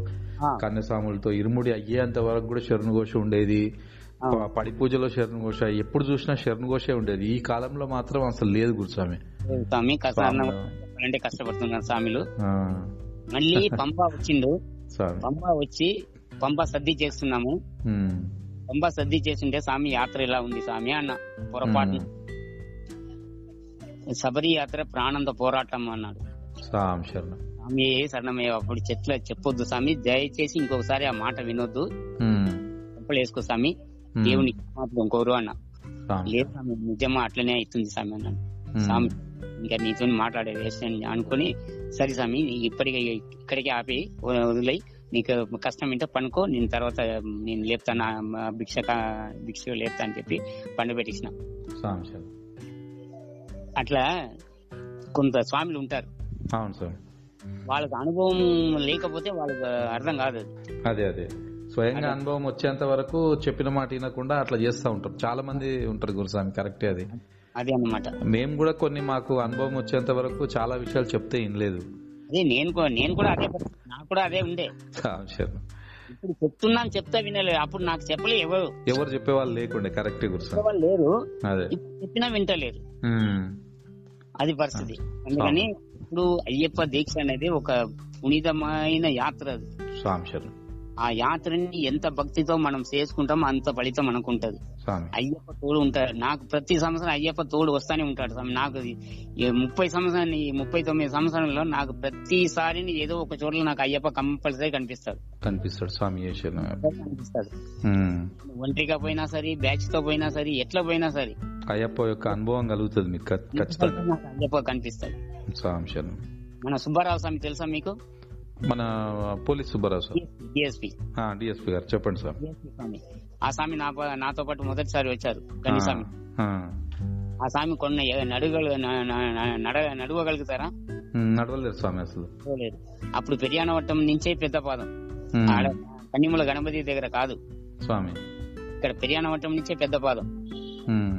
ఆ,
కన్యస్వాములతో ఇరుముడి అయ్యేంత వరకు కూడా శరణుఘోష ఉండేది
ఆ.
ప- పడి పూజలో శరణుఘోష ఎప్పుడు చూసినా శరణుఘోషే ఉండేది ఈ కాలంలో మాత్రం అసలు లేదు గురుస్వామి
స్వామి కష్టాన్నం అంటే కష్టపడుతున్నారు స్వామిలు
ఆ,
మళ్ళీ పంప వచ్చిండు
స్వామి
పంప వచ్చి పంప సద్ది చేస్తున్నాము
ఉమ్,
పంప సద్ది చేస్తుంటే స్వామి యాత్ర ఇలా ఉంది స్వామి అన్న పొరపాటు
ఉమ్,
శబరి యాత్ర ప్రాణంతో పోరాటం అన్నాడు
స్వామి శరణం
స్వామి ఏ శరణమయ్య అప్పుడు చెట్ల చెప్పొద్దు స్వామి దయచేసి ఇంకొకసారి ఆ మాట వినొద్దు
ఉమ్,
చెప్పులు వేసుకో స్వామి
ఉమ్,
దేవునికి మాత్రం ఇంకోరు అన్న
స్వామి
లేదు స్వామి నిజమా అట్లనే అవుతుంది స్వామి అన్నాను
ఉమ్,
స్వామి ఇంకా నీతో మాట్లాడే వేస్ట్ అని అనుకుని సరే స్వామి నీ ఇప్పటికే ఇక్కడికి ఆపి వదిలేయి నీకు కష్టం ఏంటో పనుకో నేను తర్వాత నేను లేపుతాను ఆ మ- భిక్షక భిక్ష లేపుతా అని చెప్పి పండు పెట్టించిన
స్వామి శరణం
అట్లా కొంత స్వాములు ఉంటారు
అవును స్వామి
వాళ్ళకి అనుభవం లేకపోతే వాళ్ళకి అర్థం కాదు అది.
అదే అదే స్వయంగా అనుభవం వచ్చేంత వరకు చెప్పిన మాట వినకుండా అట్లా చేస్తూ ఉంటారు చాలా మంది ఉంటారు గురుస్వామి కరెక్టే అది
అదే అన్నమాట
మేము కూడా కొన్ని మాకు అనుభవం వచ్చేంత వరకు చాలా విషయాలు చెప్తే వినలేదు
అదే నేను కూడా నేను కూడా అదే పరిస్థితి. నాకు కూడా అదే ఉండే
స్వామి శరణం.
ఇప్పుడు చెప్తున్నాను చెప్తా వినలేదు అప్పుడు నాకు చెప్పలే ఎవరు
ఎవరు చెప్పేవాళ్ళు లేకుండే కరెక్టే గురుస్వామి
చెప్పేవాళ్ళు లేరు
అదే
ఇప్పుడు చెప్పినా వింటలేరు
ఉమ్.
అది పరిస్థితి అందుకని ఇప్పుడు అయ్యప్ప దీక్ష అనేది ఒక పునీతమైన యాత్ర అది
స్వామి శరణం
ఆ యాత్రని ఎంత భక్తితో మనం చేసుకుంటామో అంత ఫలితం మనకు ఉంటది
స్వామి
అయ్యప్ప తోడు ఉంటాడు నాకు ప్రతి సంవత్సరం అయ్యప్ప తోడు వస్తానే ఉంటాడు స్వామి నాకు ఈ- ఈ ముప్పై సంవత్సరం ఈ ముప్పై తొమ్మిది సంవత్సరంలో నాకు ప్రతిసారి ఏదో ఒక చోట్ల నాకు అయ్యప్ప కంపల్సరీ కనిపిస్తాడు
కనిపిస్తాడు స్వామి ఈశ్వరుని.
కనిపిస్తాడు
ఉమ్.
ఒంటరిగా పోయినా సరే బ్యాచ్ తో పోయినా సరే ఎట్లా పోయినా సరే
అయ్యప్ప యొక్క అనుభవం కలుగుతుంది మీకు ఖ- ఖచ్చితంగా
నాకు అయ్యప్ప కనిపిస్తాడు
స్వామి శరణం
మన సుబ్బారావు స్వామి తెలుసా మీకు
మన police Subbarao sir
DSP
DSP గారు చెప్పండి సార్
డిఎస్పి స్వామి ఆ స్వామి నా ప- నాతో పాటు మొదటిసారి వచ్చారు గణి స్వామి
ఆ, ఆ.
ఆ స్వామి కొన్ని నడుగలు న- న- న- నడ- నడవగలుగుతారా
ఉమ్, నడవలేరు స్వామి అసలు
లేదు అప్పుడు పెరియానవట్టం నుంచే పెద్దపాదం
ఉమ్,
ఆడ కన్నిమల గణపతి దగ్గర కాదు
స్వామి
ఇక్కడ పెరియానవట్టం నుంచే పెద్దపాదం
ఉమ్,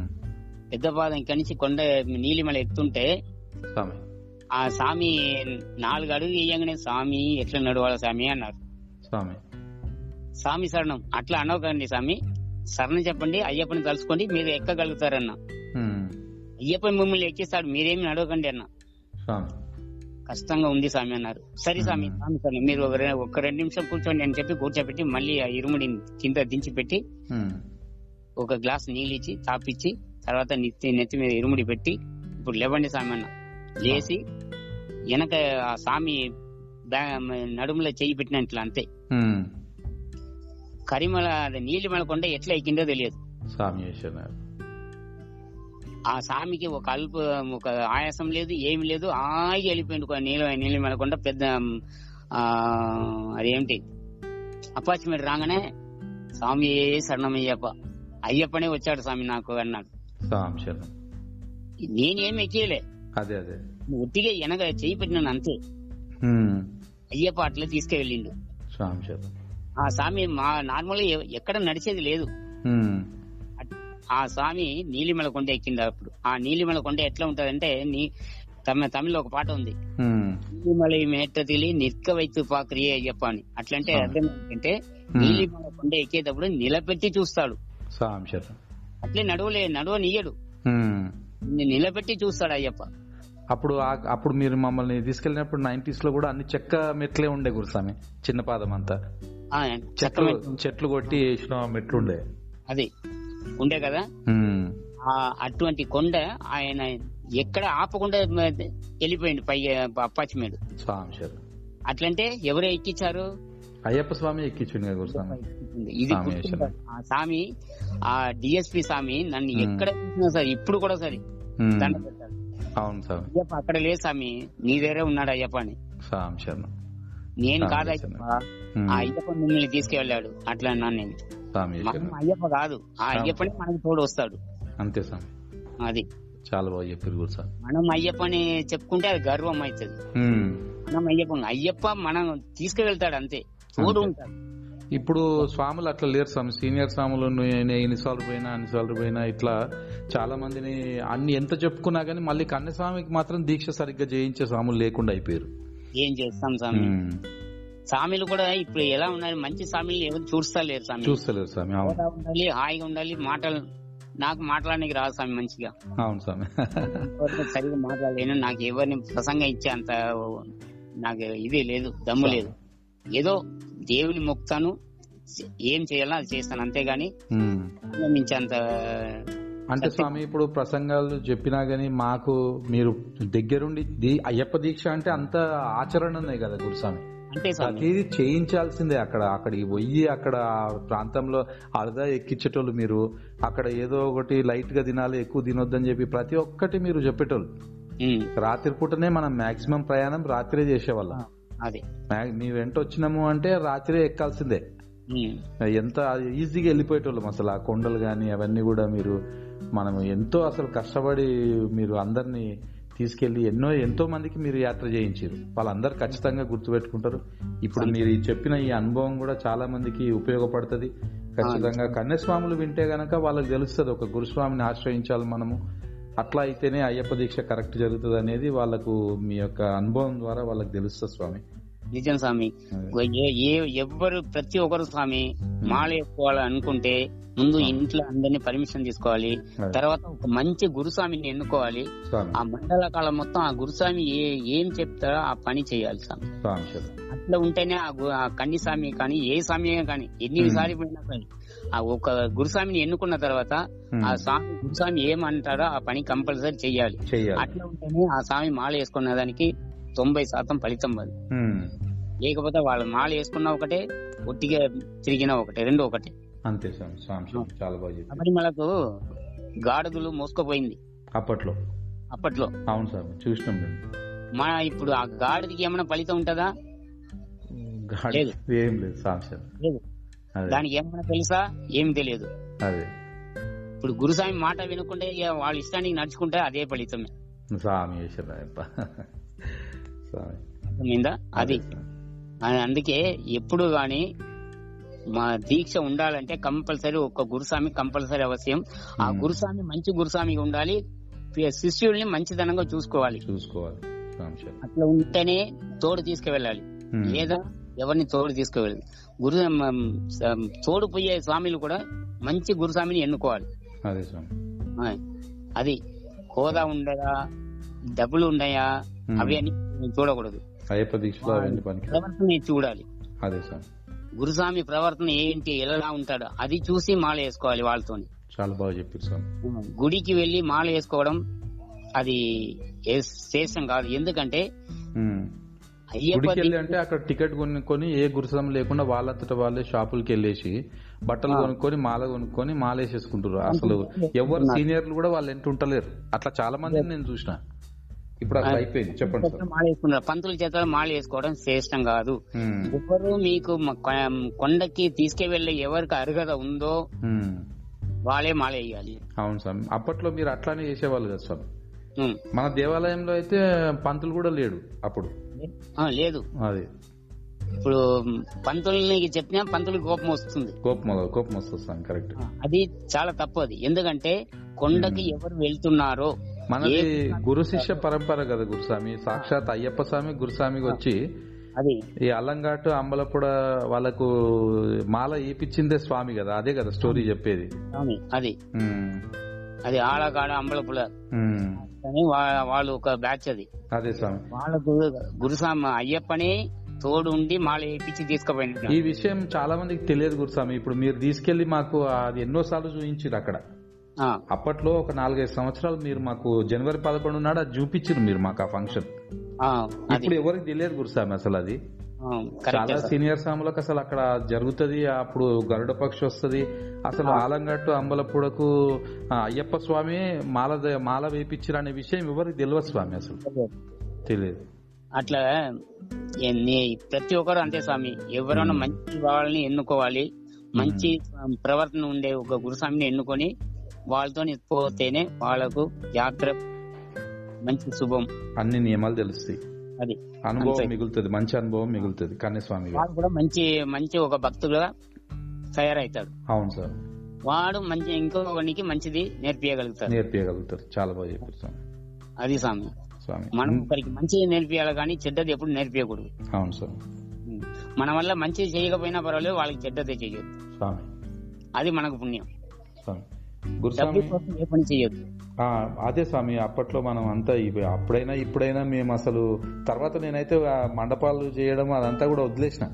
పెద్దపాదం ఇక్కడి నుంచి కొండ నీలిమల ఎత్తుంటే
స్వామి
ఆ స్వామి నాలుగు అడుగు వేయంగానే స్వామి ఎట్లా నడవాలి స్వామి అన్నారు
స్వామి
స్వామి శరణం అట్లా అనవకండి స్వామి శరణం చెప్పండి అయ్యప్పని తలుచుకోండి మీరు ఎక్కగలుగుతారన్న
ఉమ్,
అయ్యప్ప మిమ్మల్ని ఎక్కిస్తాడు మీరేమి నడవకండి అన్న
స్వామి
కష్టంగా ఉంది స్వామి అన్నారు సరే స్వామి స్వామి శరణం మీరు ఒక రె- ఒక రెండు నిమిషం కూర్చోండి అని చెప్పి కూర్చోబెట్టి మళ్ళీ ఆ ఇరుముడిని కింద దించి పెట్టి
ఉమ్,
ఒక గ్లాస్ నీళ్ళు ఇచ్చి తాపిచ్చి తర్వాత నెత్తి నెత్తి మీద ఇరుముడి పెట్టి ఇప్పుడు లేవండి స్వామి అన్న లేచి వెనక ఆ స్వామి బ్యా- నడుములో చెయ్యి పెట్టినట్లు అంతే
ఉమ్,
కరిమల అది నీళ్ళు మెలకుండా ఎట్లా ఎక్కిందో తెలియదు
స్వామి ఈశ్వరుని.
ఆ స్వామికి ఒక అల్ప ఒక ఆయాసం లేదు ఏమి లేదు ఆగి వెళ్ళిపోయింది కొ- నీళ్ళు నీళ్ళు మెలకుండా పెద్ద ఆ, అదేంటి అపార్ట్మెంట్ రాగానే స్వామి శరణమయ్యప్ప అయ్యప్పనే వచ్చాడు స్వామి నాకు అన్నాడు
స్వామి శరణం
నేనేం ఎక్కియలే
అదే అదే
నువ్వు ఒట్టిగా వెనక చేయి పెట్టినాను అంతే
ఉమ్,
అయ్యప్ప అట్లా తీసుకువెళ్ళిండు
స్వామి శరణం
ఆ స్వామి మా నార్మల్ గా ఎ- ఎక్కడ నడిచేది లేదు
ఉమ్,
ఆ స్వామి నీలిమల కొండ ఎక్కింది అప్పుడు ఆ నీలిమల కొండ ఎట్లా ఉంటదంటే నీ తమ తమిళ ఒక పాట ఉంది
ఉమ్,
నీలిమల మేట తిలి నిర్క వైతు పాక్రియ అయ్యప్ప అని అట్లంటే
స్వామి.
అర్థం ఏంటంటే
ఉమ్.
నీలిమల కొండ ఎక్కేటప్పుడు నిలబెట్టి చూస్తాడు
స్వామి శరణం
అట్లే నడువలే నడువనియ్యడు
ఉమ్.
నిన్ను నిలబెట్టి చూస్తాడు అయ్యప్ప
అప్పుడు ఆ- అప్పుడు మీరు మమ్మల్ని తీసుకెళ్ళినప్పుడు నైన్టీస్ లో కూడా అన్ని చెక్క మెట్లే ఉండే గురుస్వామి చిన్న పాదం అంతా
ఆ,
చెట్లు
చక్రమే-
చెట్లు కొట్టి వేసిన మెట్లుండే
అది ఉండే కదా
ఉమ్.
ఆ అటువంటి కొండ ఆయన ఎక్కడ ఆపకుండా మ- వెళ్ళిపోయింది పై అప్పాచిమేడు
స్వామి శరణం
అట్లంటే ఎవరు ఎక్కించారు
అయ్యప్ప స్వామి ఎక్కించుండే గురుస్వామి
ఇది
స్వామి
గుర్తుండాలి. ఆ స్వామి ఆ డిఎస్పి స్వామి నన్ను
మ్మ్.
ఎక్కడ చూసినా సరే ఇప్పుడు కూడా సరే
ఉమ్.
దండ పెట్టాడు
Hmm. అవును స్వామి
అయ్యప్ప అక్కడ లేదు స్వామి నీ దగ్గరే ఉన్నాడు అయ్యప్ప అని
స్వామి శరణం
నేను
స్వామి
కాదు
చేశాను.
అయ్యప్ప
ఉమ్.
ఆ అయ్యప్ప మిమ్మల్ని తీసుకెళ్ళాడు అట్లా అన్నాను నేను
స్వామి
మనం
శరణం
అయ్యప్ప కాదు ఆ అయ్యప్పని మనకు తోడు వస్తాడు
అంతే స్వామి
అది
చాలా బాగా చెప్పారు గురుస్వామి
మనం అయ్యప్పని చెప్పుకుంటే అది గర్వం అవుతుంది
ఉమ్.
మనం అయ్యప్ప అయ్యప్ప మనం తీసుకువెళ్తాడు అంతే తోడు ఉంటాడు
ఇప్పుడు స్వాములు అట్లా లేరు స్వామి సీనియర్ స్వాములు నే- నే ఇన్నిసార్లు పోయినా అన్నిసార్లు పోయినా ఇట్లా చాలా మందిని అన్ని ఎంత చెప్పుకున్నా కానీ మళ్ళీ కన్యస్వామికి మాత్రం దీక్ష సరిగ్గా చేయించే స్వాములు లేకుండా అయిపోయారు Hmm.
ఏం చేస్తాం స్వామి
ఉమ్.
స్వామిలు కూడా ఇప్పుడు ఎలా ఉన్నారు మంచి స్వామిలు ఎవరు చూడస్తలేరు స్వామి
చూస్తలేరు స్వామి అవును
హోదా ఉండాలి హాయిగా ఉండాలి మాటలు నాకు మాట్లాడడానికి రాదు స్వామి మంచిగా
అవును స్వామి
ఎవరితో సరిగా మాట్లాడలేను నాకు ఎవరిని ప్రసంగం ఇచ్చే అంత నాకు ఇది లేదు దమ్ము లేదు ఏదో దేవుని మొక్కుతాను ఏం చేయాలో అది చేస్తాను అంతేగాని
ఉమ్.
మించేంత
Hmm. అంటే స్వామి ఇప్పుడు ప్రసంగాలు చెప్పినా గానీ మాకు మీరు దగ్గరుండి దీ- అయ్యప్ప దీక్ష అంటే అంత ఆచరణనే కదా గురుస్వామి
అంతే స్వామి
ప్రతిదీ చేయించాల్సిందే అక్కడ అక్కడికి పోయి అక్కడ ఆ ప్రాంతంలో అరదా ఎక్కించేటోళ్ళు మీరు అక్కడ ఏదో ఒకటి లైట్ గా తినాలి ఎక్కువ తినొద్దని చెప్పి ప్రతి ఒక్కటి మీరు చెప్పేటోళ్ళు
ఉమ్,
రాత్రి పూటనే మనం మాక్సిమం ప్రయాణం రాత్రే చేసేవాళ్ళం
అదే
మా- మీ వెంట వచ్చినాము అంటే రాత్రే ఎక్కాల్సిందే
ఉమ్,
ఎంత ఈజీగా వెళ్ళిపోయేటోళ్ళం అసలు ఆ కొండలు కానీ అవన్నీ కూడా మీరు మనం ఎంతో అసలు కష్టపడి మీరు అందరినీ తీసుకెళ్లి ఎన్నో ఎంతో మందికి మీరు యాత్ర చేయించారు వాళ్ళందరూ ఖచ్చితంగా గుర్తుపెట్టుకుంటారు ఇప్పుడు మీరు ఈ చెప్పిన ఈ అనుభవం కూడా చాలా మందికి ఉపయోగపడుతుంది ఖచ్చితంగా కన్యస్వాములు వింటే గనక వాళ్ళకి తెలుస్తుంది ఒక గురుస్వామిని ఆశ్రయించాలి మనము అట్లా అయితేనే అయ్యప్ప దీక్ష కరెక్ట్ జరుగుతుంది అనేది వాళ్ళకు మీ యొక్క అనుభవం ద్వారా వాళ్ళకి తెలుస్తుంది స్వామి
నిజం స్వామి ఏ- ఏ ఎవ్వరు ప్రతి ఒక్కరు స్వామి మాల వేసుకోవాలనుకుంటే ముందు
ఆ.
ఇంట్లో అందరినీ పర్మిషన్ తీసుకోవాలి
ఆ.
తర్వాత ఒక మంచి గురుస్వామిని ఎన్నుకోవాలి
స్వామి
ఆ మండల కాలం మొత్తం ఆ గురుస్వామి ఏ ఏం చెప్తారో ఆ పని చేయాలి స్వామి
స్వామి శరణం.
అట్లా ఉంటేనే ఆ గు- ఆ కండి స్వామి కానీ ఏ స్వామి అయినా కానీ ఎన్ని
మ్మ్.
సార్లు పోయినా కానీ ఆ ఒక గురుస్వామిని ఎన్నుకున్న తర్వాత
ఉమ్,
ఆ స్వామి గురుస్వామి ఏమంటారో ఆ పని కంపల్సరీ చేయాలి
చెయ్యాలి
అట్లా ఉంటేనే ఆ స్వామి మాల వేసుకున్న దానికి తొంభై శాతం ఫలితం అది
ఉమ్,
లేకపోతే వాళ్ళు మాల వేసుకున్న ఒకటే ఒట్టిగా తిరిగిన ఒకటే రెండు ఒకటే
అంతే స్వామి స్వామి శరణం. చాలా బాగా చెప్పారు
శబరిమలకు గాడుగులు మోసుకుపోయింది
అప్పట్లో
అప్పట్లో
అవును స్వామి చూసినాం మేము
మన ఇప్పుడు ఆ గాడిదకి ఏమైనా ఫలితం ఉంటుందా
గాడి-
లేదు.
ఏం లేదు స్వామి శరణం.
లేదు
అదే
దానికి ఏమైనా తెలుసా ఏం తెలియదు
అదే
ఇప్పుడు గురుస్వామి మాట వినుకుంటే ఇక వాళ్ళ ఇష్టానికి నడుచుకుంటే అదే ఫలితమే
స్వామి శరణయ్యప్ప స్వామి
అర్థమైందా అది ఆ- అందుకే ఎప్పుడు గాని మా దీక్ష ఉండాలంటే కంపల్సరీ ఒక గురుస్వామి కంపల్సరీ అవసరం ఆ
మ్మ్.
గురుస్వామి మంచి గురుస్వామిగా ఉండాలి పి- శిష్యుల్ని మంచిదనంగా చూసుకోవాలి
చూసుకోవాలి స్వామి శరణం.
అట్లా ఉంటేనే తోడు తీసుకువెళ్ళాలి
ఉమ్,
లేదా ఎవరిని తోడు తీసుకువెళ్ళాలి గురు మ- స- తోడు పోయే స్వామిలు కూడా మంచి గురుస్వామిని ఎన్నుకోవాలి
అదే స్వామి
ఆ, అది హోదా ఉండదా డబ్బులు ఉన్నాయా
ఉమ్,
అవి అని చూడకూడదు
అయ్యప్ప దీక్షలో అవన్నీ పనికి
ప్రవర్తన చూడాలి
అదే స్వామి
గురుస్వామి ప్రవర్తన ఏంటి ఎలా ఉంటాడో అది చూసి మాల వేసుకోవాలి వాళ్ళతో
చాలా బాగా చెప్పారు స్వామి
గుడికి వెళ్లి మాల వేసుకోవడం అది ఏ- శేషం కాదు ఎందుకంటే
ఉమ్.
అయ్యప్ప
గుడికి వెళ్ళి అంటే అక్కడ టికెట్ కొనుక్కొని ఏ గురుసం లేకుండా వాళ్ళంతట వాళ్ళే షాపులకి వెళ్ళేసి బట్టలు
ఆ.
కొనుక్కొని మాల కొనుక్కొని మాల వేసేసుకుంటారు అసలు ఎవరు సీనియర్లు కూడా వాళ్ళు ఎంత ఉంటలేరు అట్లా చాలా మందిని నేను చూసిన ఇప్పుడు అట్లా అయిపోయింది చెప్పండి
చేత
సార్
మాల వేసుకున్నారు పంతుల చేత మాల వేసుకోవడం శ్రేష్టం కాదు
ఉమ్,
ఎవరు మీకు మ- కొ- కొండకి తీసుకువెళ్ళే ఎవరికి అర్హత ఉందో
ఉమ్.
వాళ్ళే మాల వేయాలి
అవును సార్ అప్పట్లో మీరు అట్లానే చేసేవాళ్ళు కదా సార్
ఉమ్.
మన దేవాలయంలో అయితే పంతులు కూడా లేడు అప్పుడు
ఆ, లేదు
అది
ఇప్పుడు పంతులకి చెప్పినా పంతులకి కోపం వస్తుంది
కోపం కోపం వస్తుంది సార్ కరెక్ట్
ఆ, అది చాలా తప్పు అది ఎందుకంటే కొండకి ఎవరు వెళ్తున్నారో
మనది
ఏ-
గురు శిష్య పరంపర కదా గురుస్వామి సాక్షాత్ అయ్యప్ప స్వామి గురుస్వామికి వచ్చి
అది
ఈ అల్లంఘాటు అంబలపూడ వాళ్ళకు మాల ఏపిచ్చిందే స్వామి కదా అదే కదా స్టోరీ చెప్పేది
స్వామి, అది
ఉమ్,
అది ఆడగాడ అంబలపుల
ఉమ్,
అని వా- వాళ్ళు ఒక బ్యాచ్ అది
అదే స్వామి
వాళ్ళకు గురుసామ అయ్యప్పనే తోడు ఉండి మాల వేపించి తీసుకుపోయినాడు
ఈ విషయం చాలా మందికి తెలియదు గురుస్వామి ఇప్పుడు మీరు తీసుకెళ్లి మాకు అది ఎన్నోసార్లు చూపించారు అక్కడ
ఆ,
అప్పట్లో ఒక నాలుగైదు సంవత్సరాలు మీరు మాకు జనవరి పదకొండు నాడు అది చూపించారు మీరు మాకు ఆ ఫంక్షన్
ఆ, అది
ఇప్పుడు ఎవరికి తెలియదు గురుస్వామి అసలు అది
ఆ, కరెక్ట్
చాలా సీనియర్ సాములకు అసలు అక్కడ జరుగుతది అప్పుడు గరుడ పక్షి వస్తుంది అసలు ఆలంగట్టు అంబలపూడకు ఆ, అయ్యప్ప స్వామి మాల ద- మాల వేపించారు అనే విషయం ఎవరికి తెలియదు స్వామి అసలు తెలియదు
అట్లా ఎన్ని ప్రతి ఒక్కరు అంతే స్వామి ఎవరైనా మంచి వాళ్ళని ఎన్నుకోవాలి మంచి ఆ, ప్రవర్తన ఉండే ఒక గురుస్వామిని ఎన్నుకొని వాళ్ళతో పోతేనే వాళ్ళకు యాత్ర మంచి శుభం
అన్ని నియమాలు తెలుస్తాయి
అది
అనుభవం
అంతే.
మిగులుతుంది మంచి అనుభవం మిగులుతుంది కన్యస్వామి గారు
వాడు కూడా మంచి మంచి ఒక భక్తుడుగా తయారవుతాడు
అవును సార్
వాడు మంచి ఇంకొకరికి మంచిది నేర్పియగలుగుతాడు
నేర్పించగలుగుతారు చాలా బాగా చెప్పారు స్వామి
అది స్వామి
స్వామి
మనం ఒకరికి మంచి నేర్పియాలి కానీ చెడ్డది ఎప్పుడు నేర్పియకూడదు
అవును సార్
మన వల్ల మంచి చేయకపోయినా పర్వాలేదు వాళ్ళకి చెడ్డదే చేయొద్దు
స్వామి
అది మనకు పుణ్యం
స్వామి
డబ్బు
గురుస్వామి
కోసం ఏ పని చేయొద్దు
ఆ, అదే స్వామి అప్పట్లో మనం అంతా ఇవి అప్పుడైనా ఇప్పుడైనా మేము అసలు తర్వాత నేనైతే ఆ మండపాలు చేయడం అదంతా కూడా వదిలేసిన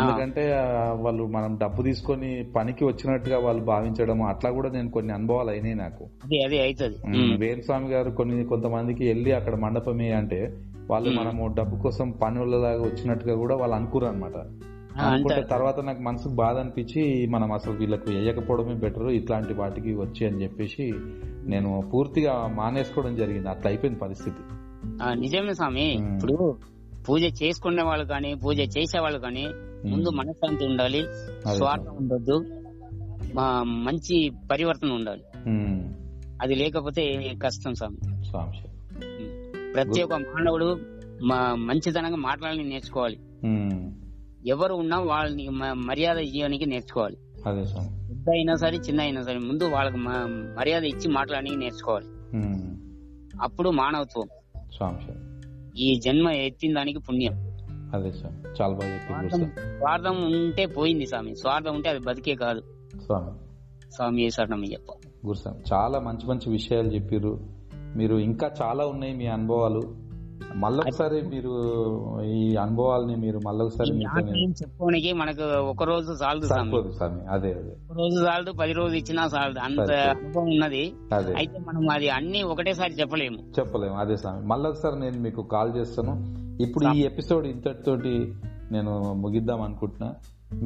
ఎందుకంటే ఆ, వాళ్ళు మనం డబ్బు తీసుకొని పనికి వచ్చినట్టుగా వాళ్ళు భావించడం అట్లా కూడా నేను కొన్ని అనుభవాలు అయినాయి నాకు
అది అది అవుతుంది
వేణు స్వామి గారు కొన్ని కొంతమందికి వెళ్ళి అక్కడ మండపం ఏ అంటే వాళ్ళు మనము డబ్బు కోసం పనులలాగా వచ్చినట్టుగా కూడా వాళ్ళు అనుకోరు అనమాట అనుకుంటే
అంటారు
తర్వాత నాకు మనసుకు బాధ అనిపించి మనం అసలు వీళ్ళకు వేయకపోవడమే బెటర్ ఇట్లాంటి వాటికి వచ్చి అని చెప్పేసి నేను పూర్తిగా మానేసుకోవడం జరిగింది అట్లా అయిపోయింది పరిస్థితి
ఆ, నిజమే స్వామి
ఉమ్.
ఇప్పుడు పూజ చేసుకునే వాళ్ళు కానీ పూజ చేసే వాళ్ళు కానీ ముందు మనశ్శాంతి ఉండాలి
అదే.
స్వార్థం ఉండొద్దు మా మంచి పరివర్తన ఉండాలి
ఉమ్.
అది లేకపోతే కష్టం స్వామి
స్వామి శరణం.
ప్రతి ఒక్క మానవుడు మా మంచితనంగా మాట్లాడాలని నేర్చుకోవాలి
ఉమ్.
ఎవరు ఉన్నా వాళ్ళని మ- మర్యాద ఇవ్వడానికి నేర్చుకోవాలి
అదే స్వామి
పెద్ద అయినా సరే చిన్న అయినా సరే ముందు వాళ్ళకి మ- మర్యాద ఇచ్చి మాట్లాడడానికి నేర్చుకోవాలి
ఉమ్.
అప్పుడు మానవత్వం
స్వామి శరణం.
ఈ జన్మ ఎత్తిన దానికి పుణ్యం
అదే స్వామి చాలా బాగా చెప్పారు
స్వార్థం స్వార్థం ఉంటే పోయింది స్వామి స్వార్థం ఉంటే అది బతికే కాదు
స్వామి
స్వామి శరణమయ్యప్ప
గురుస్వామి చాలా మంచి మంచి విషయాలు చెప్పారు మీరు ఇంకా చాలా ఉన్నాయి మీ అనుభవాలు మళ్ళొకసారి మీరు ఈ అనుభవాల్ని మీరు మళ్ళొకసారి మీతో
ఏం చెప్పుకోనికి మనకు ఒక రోజు చాలదు స్వామి
సరిపోదు స్వామి అదే అదే
ఒక రోజు చాలదు పది రోజు ఇచ్చినా చాలదు అంత
సరే.
అనుభవం ఉన్నది
అదే
అయితే మనం అది అన్ని ఒకటేసారి చెప్పలేము
చెప్పలేము అదే స్వామి మళ్ళొకసారి నేను మీకు కాల్ చేస్తాను ఇప్పుడు ఈ ఎపిసోడ్ ఇంతటితోటి నేను ముగిద్దాం అనుకుంటున్నా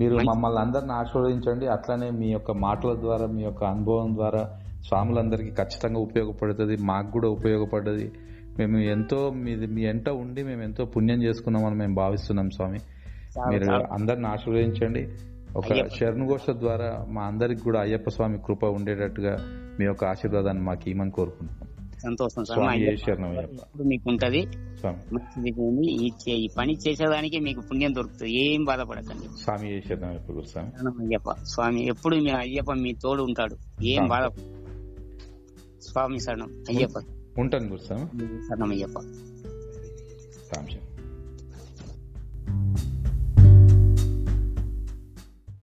మీరు మమ్మల్ని అందరిని ఆశీర్వదించండి అట్లానే మీ యొక్క మాటల ద్వారా మీ యొక్క అనుభవం ద్వారా స్వాములందరికీ ఖచ్చితంగా ఉపయోగపడుతుంది మాకు కూడా ఉపయోగపడ్డది మేము ఎంతో మీది మీ ఎంట ఉండి మేము ఎంతో పుణ్యం చేసుకున్నామని మేము భావిస్తున్నాం స్వామి
చాలా,
మీరు
చాలా.
అందరిని ఆశీర్వదించండి ఒక
అయ్యప్ప.
శరణఘోష ద్వారా మా అందరికి కూడా అయ్యప్ప స్వామి కృప ఉండేటట్టుగా మీ యొక్క ఆశీర్వాదాన్ని మాకు ఇవ్వమని కోరుకుంటున్నాం
సంతోషం స్వామి
స్వామి ఏ
అయ్యప్ప.
శరణం అయ్యప్ప
ఇప్పుడు మీకు ఉంటది
స్వామి
మంచిది కానీ ఈ చే- ఈ పని చేసేదానికి మీకు పుణ్యం దొరుకుతుంది ఏం బాధపడకండి
స్వామి ఏ శరణం అయ్యప్ప గురు స్వామి
కారణం అయ్యప్ప స్వామి ఎప్పుడు మీ అయ్యప్ప మీ తోడు ఉంటాడు ఏం
స్వామి.
బాధ స్వామి శరణం అయ్యప్ప
ఉంటాను గురు స్వామి
శరణం అయ్యప్ప
స్వామి శరణం.